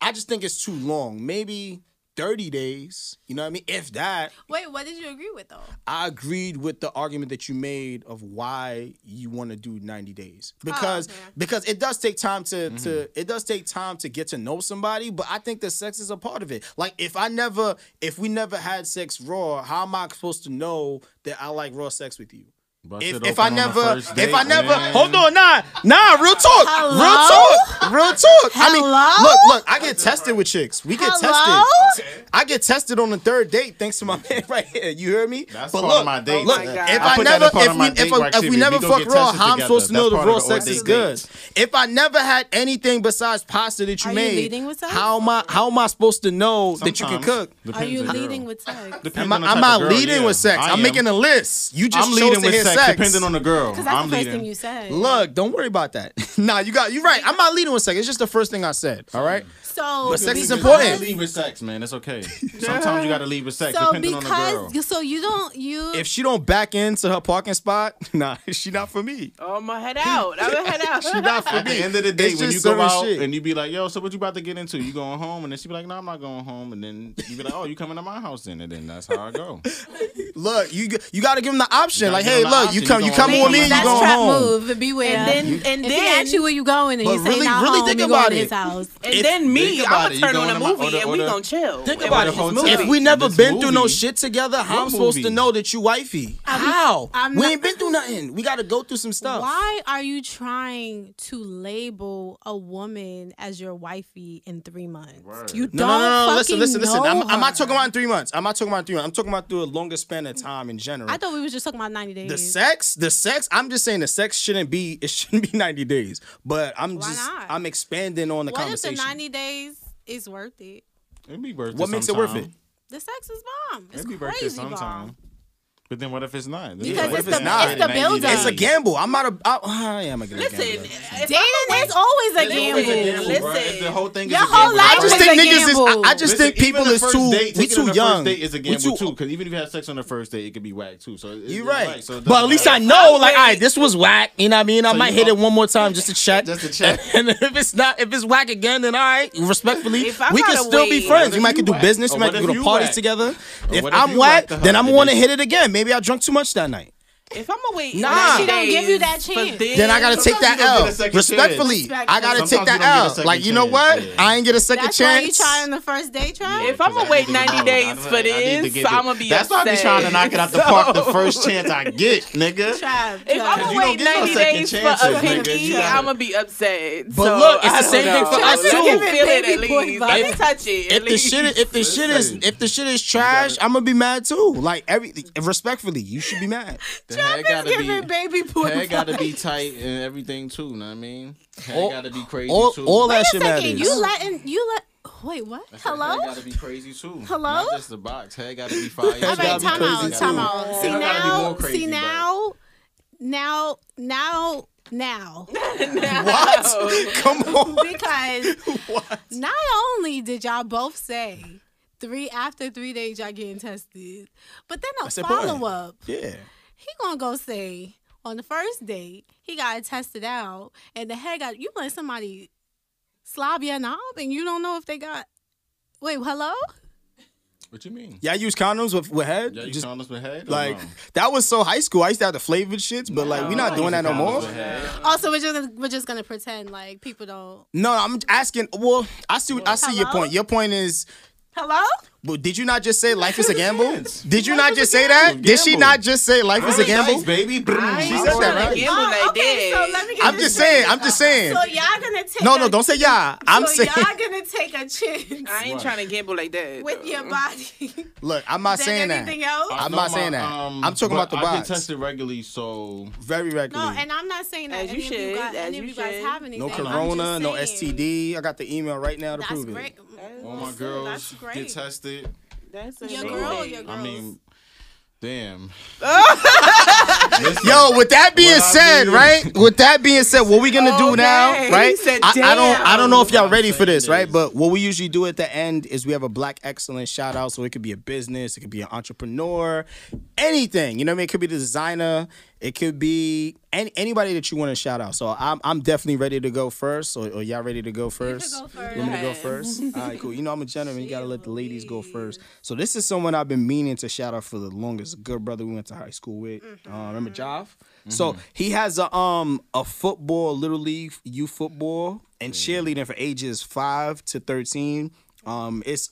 I: I just think it's too long. Maybe 30 days. You know what I mean? If that.
K: Wait, what did you agree with though?
I: I agreed with the argument that you made of why you want to do 90 days because
K: okay.
I: because it does take time to to it does take time to get to know somebody but I think that sex is a part of it like if I never if we never had sex raw how am I supposed to know that I like raw sex with you
J: Bust
I: If,
J: it
I: if
J: open
I: I
J: on the
I: never,
J: first
I: if
J: date,
I: I never,
J: man.
I: hold on, nah, nah, real talk, real talk, real talk. I mean, look, look, I get tested with chicks. We get
L: Hello?
I: tested. I get tested on the third date thanks to my man right here. You hear me? That's
G: part of my date.
I: Look,
G: Oh my God.
I: if
G: I
I: I,
G: put that
I: never,
G: as part
I: if
G: of my
I: we,
G: date
I: if, I, if
G: activity.
I: we
G: We
I: never
G: go
I: fuck
G: get
I: raw,
G: tested
I: how I'm
G: together.
I: supposed to
G: That's
I: know the
G: part of
I: raw
G: the
I: sex
G: all-day
I: is good? If I never had anything besides pasta that you
K: Are you
I: made,
K: leading with sex?
I: how am I, how am I supposed to know that you can
J: Sometimes.
I: cook?
K: Are you leading with sex?
I: Am I, am not leading with sex. I'm making a list. You just
J: I'm
I: chose
J: leading
I: to
J: with
I: hear
J: sex,
I: sex.
J: depending on the girl.
K: 'Cause that's I'm the first leading. thing you said.
I: Look, don't worry about that. nah, you got you right. I'm not leading with sex. It's just the first thing I said. All right.
K: So
I: But sex is
K: Oh, because-
I: important.
J: Leave with sex, man. It's okay. Sometimes you gotta leave with sex,
K: So
J: depending on the girl.
K: because so you don't you
I: If she don't back into her parking spot, nah, she not for me.
L: Oh, I'm gonna head out. I'm gonna head out.
I: She not for
J: At the
I: me.
J: end of the day,
I: It's
J: when you
I: just
J: go
I: certain
J: out
I: shit.
J: and you be like, "Yo, so what you about to get into? You going home?" And then she be like, "No, I'm not going home." And then you be like, "Oh, you coming to my house then?" And then that's how I go.
I: Look, you you got to give them the option.
J: gotta
I: Like,
J: give
I: hey,
J: them the
I: look, you
J: option.
I: come,
J: You going
I: you come
J: home.
I: with me, you
K: that's
I: going
K: trap
I: home.
K: move. Beware.
L: And then- and
K: if
L: then-
K: he asks you where you going and
I: But
K: you say
I: really-
K: not
I: really
K: home,
I: think
K: you
I: about
K: going to
I: it.
K: his house.
L: And then me,
J: think
L: I'm
J: about
L: gonna
J: it. You
L: turn on
J: going
L: a
J: to my-
L: movie
J: or the-
L: and
J: or
L: we
J: the-
L: gonna chill.
J: Think
L: And
J: about
L: watch
J: it,
L: this
J: whole
L: movie.
J: time.
I: If we never
J: This
I: been through no
J: movie.
I: shit together, how
J: What
I: I'm supposed to
J: movie?
I: know that you wifey?
K: I'm-
I: how?
K: I'm
I: we
K: not-
I: ain't been through nothing. We got to go through some stuff.
K: Why are you trying to label a woman as your wifey in three months? You don't
I: No, no, no, no.
K: fucking
I: Listen, listen, listen.
K: know
I: I'm, I'm not
K: her.
I: talking about in three months. I'm not talking about in three months. I'm talking about through a longer span of time in general.
K: I thought we was just talking about ninety days.
I: the sex, the sex. I'm just saying the sex shouldn't be. It shouldn't be 90 days. But I'm
K: Why
I: just.
K: not?
I: I'm expanding on the
K: what if the
I: conversation.
K: ninety days is worth it?
J: It'd be worth it.
I: What makes it worth
J: sometime.
K: The sex is bomb. It's
J: It'd be worth it
K: crazy bomb.
J: sometime. But then what if it's not? Then
K: Because
J: like,
K: it's
I: the-
J: "Damn, I had
I: it's the
J: 90
K: buildup.
J: days."
I: it's a gamble. I'm not a. I, I am a good
L: Listen,
I: gambler.
L: if
K: Dating is always a gamble.
L: gamble, bruh.
J: Listen, the whole thing is
K: Your
J: a
K: whole
J: gamble.
K: life
I: I just
K: is
I: think
K: a
I: niggas is.
K: gamble.
I: I, I just
J: Listen,
I: think people
J: even the
I: is
J: first
I: too.
J: Date,
I: we
J: taking on
I: too
J: the
I: young.
J: First date is a
I: We
J: gamble
I: too-
J: too, because even if you have sex on the first date, it could be whack too. So it- it's
I: You're right.
J: whack, so it
I: but at
J: doesn't
I: least
J: matter.
I: I know, like, all right, this was whack. You know what I mean? I might
J: you
I: hit
J: know-
I: it one more time just to check.
J: Just to check.
I: And if it's not, if it's whack again, then all right, respectfully,
L: If I
I: we can
L: gotta
I: still be
L: wait-
I: friends.
J: What
I: We
J: if
I: might
J: you
I: could do
J: whack?
I: business.
J: Or
I: We might
J: what
I: could
J: if
I: go to
J: you
I: parties
J: whack?
I: together.
J: Or
I: If
J: what if
I: I'm
J: you
I: whack,
J: whack the
I: then I'm
J: husband?
I: gonna hit it again. Maybe I drunk too much that night.
L: If I'm gonna wait,
I: Nah.
L: ninety
I: She don't
L: days
K: give you that
L: for
K: chance.
L: this-
I: Then I gotta take that
J: you don't
I: L.
J: get a second
I: Respectfully,
K: chance.
I: I gotta take
J: Sometimes
I: that
J: you don't
I: L.
J: get a second
I: Like you know
J: chance,
I: what?
J: yeah.
I: I ain't get a second
K: That's why
I: chance.
K: you trying the first day try.
L: If I'm gonna wait 90 days for this, I'ma be
J: That's why I be
L: upset.
J: trying to knock it out the park the first chance I get, nigga.
K: Trav,
L: If I'm gonna
J: you
K: Trav.
J: don't
L: wait
J: get no
L: 90
J: second
L: days for
J: chances,
L: a
J: nigga.
L: pinky,
J: You gotta-
L: I'm gonna be upset.
I: But
L: So,
I: look, it's
L: I
I: the
L: don't
I: same thing
L: know.
I: for us,
L: Let
I: too.
L: me Feel it
K: Baby
L: at
K: boy
L: least.
K: vibes.
L: Let me touch it. at
I: if the
L: least.
I: shit if the shit is
J: Listen.
I: if the shit is trash, I'm gonna be mad too. Like every respectfully, you should be mad.
J: The head gotta
K: giving baby boy
J: Head gotta be
K: vibes.
J: tight and everything too. Know what I mean? Head
I: All-
J: gotta be crazy
I: All,
J: too.
I: all
K: Wait
I: that
K: a
I: shit
K: second,
I: matters.
K: you letting you let wait what?
J: Head
K: Hello?
J: gotta be crazy too.
K: Hello?
J: Not just the box. Head gotta be fire.
K: All
I: It's gotta
K: right,
I: be
K: time
I: crazy
K: out,
I: too.
K: time out.
L: Oh,
K: See
J: gotta be
K: now,
J: more crazy,
K: see
J: but-
K: now, now, now, now,
I: What? Come on.
K: because not only did y'all both say three after three days y'all getting tested, but then a
I: That's important.
K: follow up,
I: Yeah.
K: he gonna go say on the first date he got tested out, and the head got you let somebody slob your knob, and you don't know if they got. Wait, hello?
J: What you mean?
I: Y'all use condoms with, with head?
J: Yeah, you
I: Just-
J: condoms with head? or
I: like
J: no?
I: that was so high school. I used to have the flavored shits, but like we not doing that no more.
J: Condoms with head.
L: Uh,
K: Also, we're just gonna, we're just gonna pretend like people don't.
I: No, I'm asking. Well, I see. I see your
K: Hello?
I: point. Your point is.
K: Hello?
I: But did you not just say life is a gamble?
J: Yes.
I: Did you not just say that? Did she
J: Gamble.
I: not just say life is a
J: Dice,
I: gamble?
J: baby.
I: She said that, right?
K: Oh, okay, so let me get
I: I'm
K: this
I: just
K: straight.
I: saying. I'm just saying.
K: So y'all gonna take
I: No,
K: a-
I: no, don't say yeah. I'm
K: so
I: saying.
K: y'all gonna take a chance
L: I ain't trying to gamble like that.
K: with your
L: though.
K: body.
I: Look, I'm not
K: than
I: saying that.
K: anything else.
I: I'm not saying that. I'm talking
J: um, but
I: about the
J: I get
I: box.
J: tested regularly, so
I: Very regularly.
K: no, and I'm not saying that
L: As you
K: any of you
L: should,
K: guys,
L: as
K: any
L: you
K: of you guys
L: should.
K: have anything.
I: no
K: I'm just
I: corona, no
K: saying.
I: STD. I got the email right now to
K: That's
I: prove
K: great.
I: it.
J: all my
K: That's-
J: girls
K: that's great.
J: get tested.
L: That's
K: Your
L: amazing.
K: girl, your girl.
J: I mean, damn.
I: Yo, with that being
J: What I
I: said,
J: mean-
I: right? With that being said, what we gonna do
L: Okay.
I: now, right?
L: He said,
I: I, I don't, I don't know if
J: What
I: y'all
J: I'm
I: ready for
J: saying
I: this, right?
J: is-
I: But what we usually do at the end is we have a Black Excellence shout out, so it could be a business, it could be an entrepreneur, anything. You know what I mean? It could be the designer, it could be any, anybody that you want to shout out. So I'm, I'm definitely ready to go first. Or, or y'all ready to go first?
K: go first.
I: You want me to go first? All right, cool. You know I'm a gentleman. You gotta let the ladies go first. So this is someone I've been meaning to shout out for the longest. Good brother we went to high school with. Uh, remember Jav? So he has a um a football little league youth football and cheerleading for ages five to thirteen. Um, it's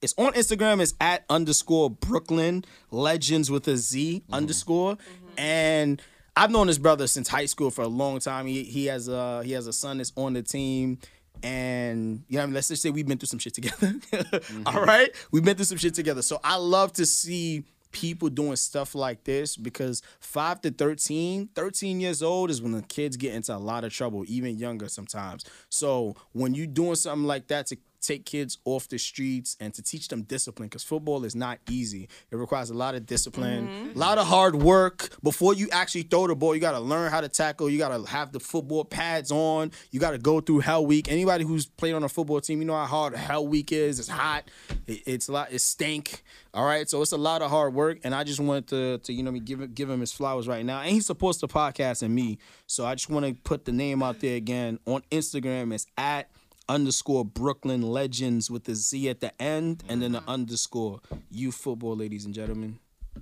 I: It's on Instagram. It's at underscore Brooklyn Legends with a Z underscore. And I've known his brother since high school for a long time. He he has a he has a son that's on the team. And you know, what I mean, let's just say we've been through some shit together. All right, we've been through some shit together. So I love to see people doing stuff like this because 5 to 13 13 years old is when the kids get into a lot of trouble even younger sometimes so when you doing something like that to take kids off the streets and to teach them discipline because football is not easy it requires a lot of discipline a lot of hard work before you actually throw the ball you got to learn how to tackle you got to have the football pads on you got to go through hell week anybody who's played on a football team you know how hard hell week is it's hot it- it's a lot it's stank all right, so it's a lot of hard work, and I just wanted to, to you know, me give it- give him his flowers right now, and he supports the podcast and me, so I just want to put the name out there again on Instagram. It's at underscore Brooklyn Legends with the Z at the end, and then the underscore. You football, ladies and gentlemen.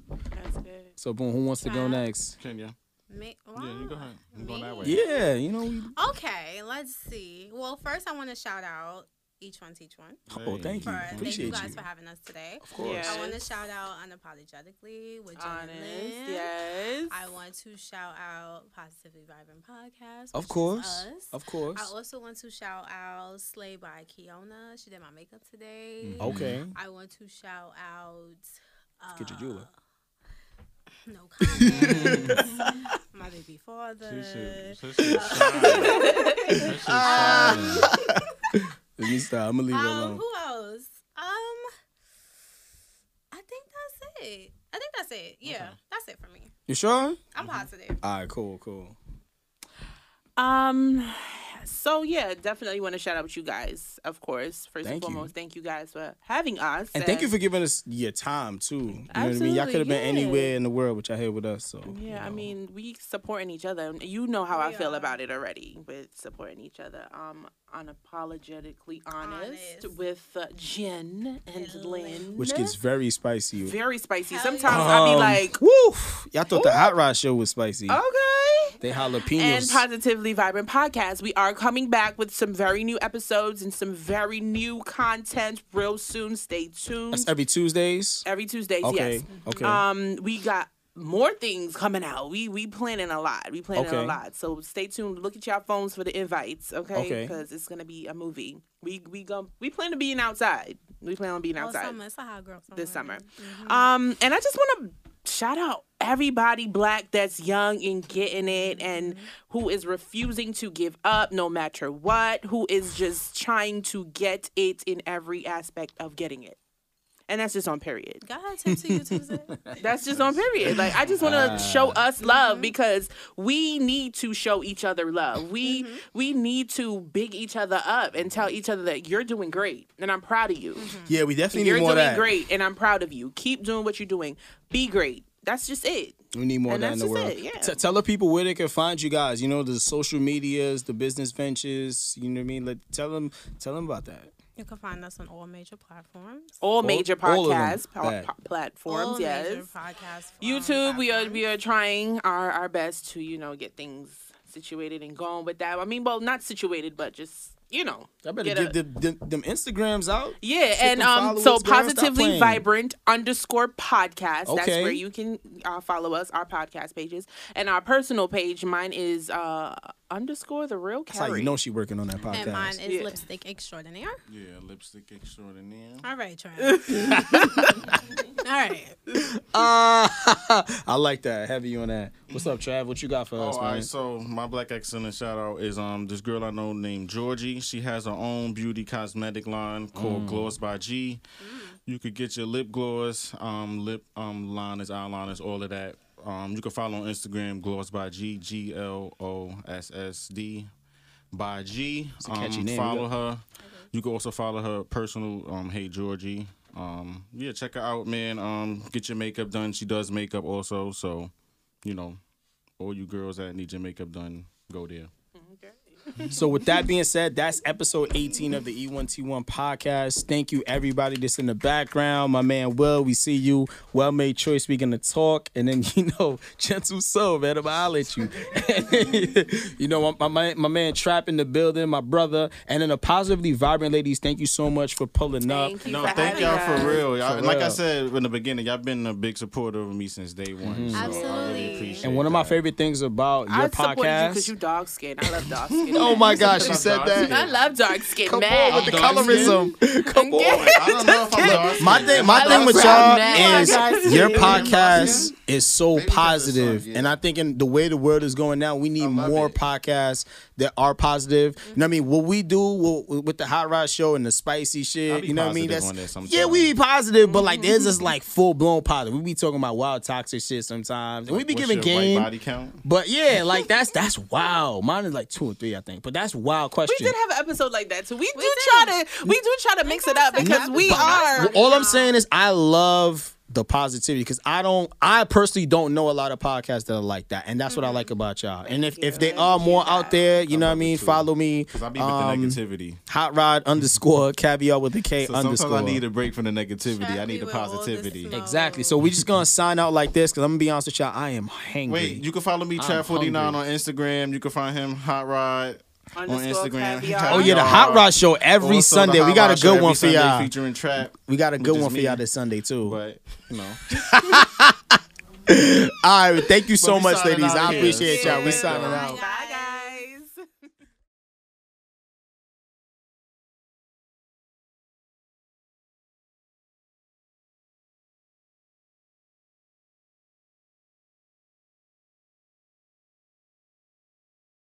I: That's good. So, boom, who wants to go next?
J: Kenya.
K: Me-
J: Yeah, you go ahead. I'm going that way.
I: Yeah, you know. we-
K: Okay, let's see. Well, first I want to shout out each one, to each one.
I: Oh, thank
K: For,
I: you.
K: thank you
I: Appreciate
K: guys
I: you.
K: for having us today. Of
I: course.
K: I want to
L: Yes.
K: shout out unapologetically with
L: Honest,
K: Janet Lynn.
L: yes.
K: I want to shout out Positively Vibing Podcast.
I: Of
K: which is
I: course,
K: us.
I: of course.
K: I also want to shout out Slay by Kiona. She did my makeup today.
I: Mhm. Okay.
K: I want to shout out. Uh,
I: Get your jeweler.
K: No comment. my baby father.
I: You stop. I'm gonna leave it
K: Um,
I: alone.
K: who else? Um, I think that's it. I think that's it. Yeah, that's it for me.
I: You sure? Mm-hmm.
K: I'm positive.
I: All right, cool, cool.
L: Um, so yeah, definitely want to shout out with you guys, of course. First
I: Thank
L: and
I: you.
L: foremost, thank you guys for having us.
I: And thank you for giving us your time too. You know what I mean? Y'all
L: Absolutely,
I: could have been
L: yeah.
I: anywhere in the world, but y'all here with us. So
L: Yeah, I mean, we supporting each other. and You know how I feel about it already with supporting each other. Um, unapologetically honest, with uh, Jen and Lynn,
I: which gets very spicy.
L: very spicy. Sometimes i I be
I: Um,
L: like,
I: woof. Y'all thought the hot rod show was spicy.
L: okay.
I: They
L: and
I: jalapenos.
L: Positively Vibrant Podcast. We are coming back with some very new episodes and some very new content real soon. Stay tuned.
I: That's every Tuesdays.
L: Every Tuesdays,
I: Okay,
L: yes.
I: okay.
L: Um, we got more things coming out. We we planning a lot. We planning
I: Okay.
L: a lot. So stay tuned. Look at y'all phones for the invites, okay?
I: Okay.
L: Because it's gonna be a movie. We we go. We plan to being outside. We plan on being
K: Oh,
L: outside
K: summer. Mm-hmm. It's a hot girl.
L: this summer. Um, and I just want to shout out everybody black that's young and getting
K: Mm-hmm.
L: it and who is refusing to give up no matter what, who is just trying to get it in every aspect of getting it. And that's just on period.
K: Go ahead, tip to you Tuesday.
L: That's just on period. Like I just want to
K: Ah.
L: show us love
K: Mm-hmm.
L: because we need to show each other love. We
K: Mm-hmm.
L: we need to big each other up and tell each other that you're doing great and I'm proud of you.
K: Mm-hmm.
I: Yeah, we definitely
L: You're
I: need more
L: doing
I: of that.
L: great, and I'm proud of you. Keep doing what you're doing. Be great. That's just it.
I: We need more of
L: And
I: that in the
L: that's
I: world.
L: just it, yeah.
I: T- tell the people where they can find you guys. You know the social medias, the business ventures. You know what I mean? Like tell them, tell them about that.
K: You can find us on all major platforms.
L: All, major
I: all of them.
L: podcast po-
I: That.
L: po- platforms.
K: All
L: yes.
K: major podcast.
L: YouTube. We are we are trying our our best to you know get things situated and going with that. I mean, well, not situated, but just you know.
I: I better
L: get
I: give
L: a-
I: them, them, them Instagrams out.
L: Yeah,
I: Ship
L: and
I: them
L: um, so
I: followers, girl. Stop
L: positively
I: playing.
L: vibrant underscore podcast. That's
I: Okay.
L: where you can uh, follow us, our podcast pages, and our personal page. Mine is uh underscore the real
I: That's how
L: Carrie.
I: you know she working on that podcast.
K: And mine is
L: Yeah.
K: lipstick extraordinaire.
J: Yeah, lipstick extraordinaire.
K: All right, Trent. all right.
I: Ah, I like that. Heavy on that. What's up, Trav? What you got for us,
J: Oh,
I: man?
J: all right. So my black excellence shout out is um this girl I know named Georgie. She has her own beauty cosmetic line called Gloss by G. You could get your lip gloss, um, lip um liners, eyeliners, all of that. Um, you can follow on Instagram Gloss by G G L O S S D by G.
I: a catchy
J: um,
I: name.
J: Follow
I: Yeah.
J: her. You can also follow her personal um Hey Georgie. Um, yeah, check her out, man. Um, get your makeup done. She does makeup also, so you know all you girls that need your makeup done, go there.
I: So with that being said, that's episode 18 of the E E1T1 podcast. Thank you everybody that's in the background. My man Will, we see you. Well made choice. We're gonna talk. And then you know, gentle soul, man. I'll let you. you know, my, my my man Trap in the building, my brother, and then the positively vibrant ladies, thank you so much for pulling up.
J: No, thank y'all for real. Y'all, like I said in the beginning, y'all been a big supporter of me since day one.
I: Mhm.
J: So I really
I: Absolutely.
J: appreciate
I: And one of my favorite things about your
L: I support you
I: podcast.
L: because you dog skin. I love dog skin.
I: Oh my gosh, she
L: I
I: said
L: love
I: that.
L: dark skin. I love dark skin.
I: Come
L: man.
I: on with the colorism. Come on. I don't know if I'm my thing, my
L: I
I: thing
L: love
I: with
L: brown
I: y'all
L: men.
I: is
L: Dark skin.
I: your podcast is so positive, and I think in the way the world is going now, we need more podcasts that are positive. You know what I mean? What we do will, with the hot rod show and the spicy shit,
J: be
I: you know what I mean?
J: positive on Mm-hmm.
I: That's
J: there
I: yeah, we be positive, but like there's this like full blown positive. We be talking about wild toxic shit sometimes, and we be
J: What's
I: giving
J: your white
I: game.
J: body count.
I: But yeah, like that's that's wow. Mine is like two or three, I think. But that's wild question.
L: We did have an episode like that too. We, do try to we do try to mix it up because we are
I: Well, all I'm saying is I love the positivity because I don't I personally don't know a lot of podcasts that are like that. And that's what
L: Mm-hmm.
I: I like about y'all. And if, if they are more out there, you know what I mean, follow me. Because
J: I be with the
I: um,
J: negativity.
I: Hot rod underscore caviar with a K
J: So
I: underscore.
J: sometimes I need a break from the negativity. I need the positivity.
I: Exactly. So we just gonna sign out like this because I'm gonna be honest with y'all. I am hangry.
J: Wait, you can follow me,
I: I'm
J: Chad49 on
I: hungry.
J: Instagram. You can find him, Hot Rod. On
I: Underscore
J: Instagram.
I: Oh yeah, the Hot Rod Show every
J: Also, the
I: Sunday. We
J: Hot
I: got
J: Rod
I: a
J: Show
I: good
J: every
I: one for
J: Sunday
I: y'all.
J: Featuring Trap.
I: We got a
J: which
I: good
J: is
I: one for
J: me.
I: y'all this Sunday too.
J: But you know,
I: All right, thank you so
J: But we
I: much,
J: signing
I: ladies.
J: out
I: I
J: here.
I: appreciate y'all. We
J: Yeah.
I: signing out.
L: Bye.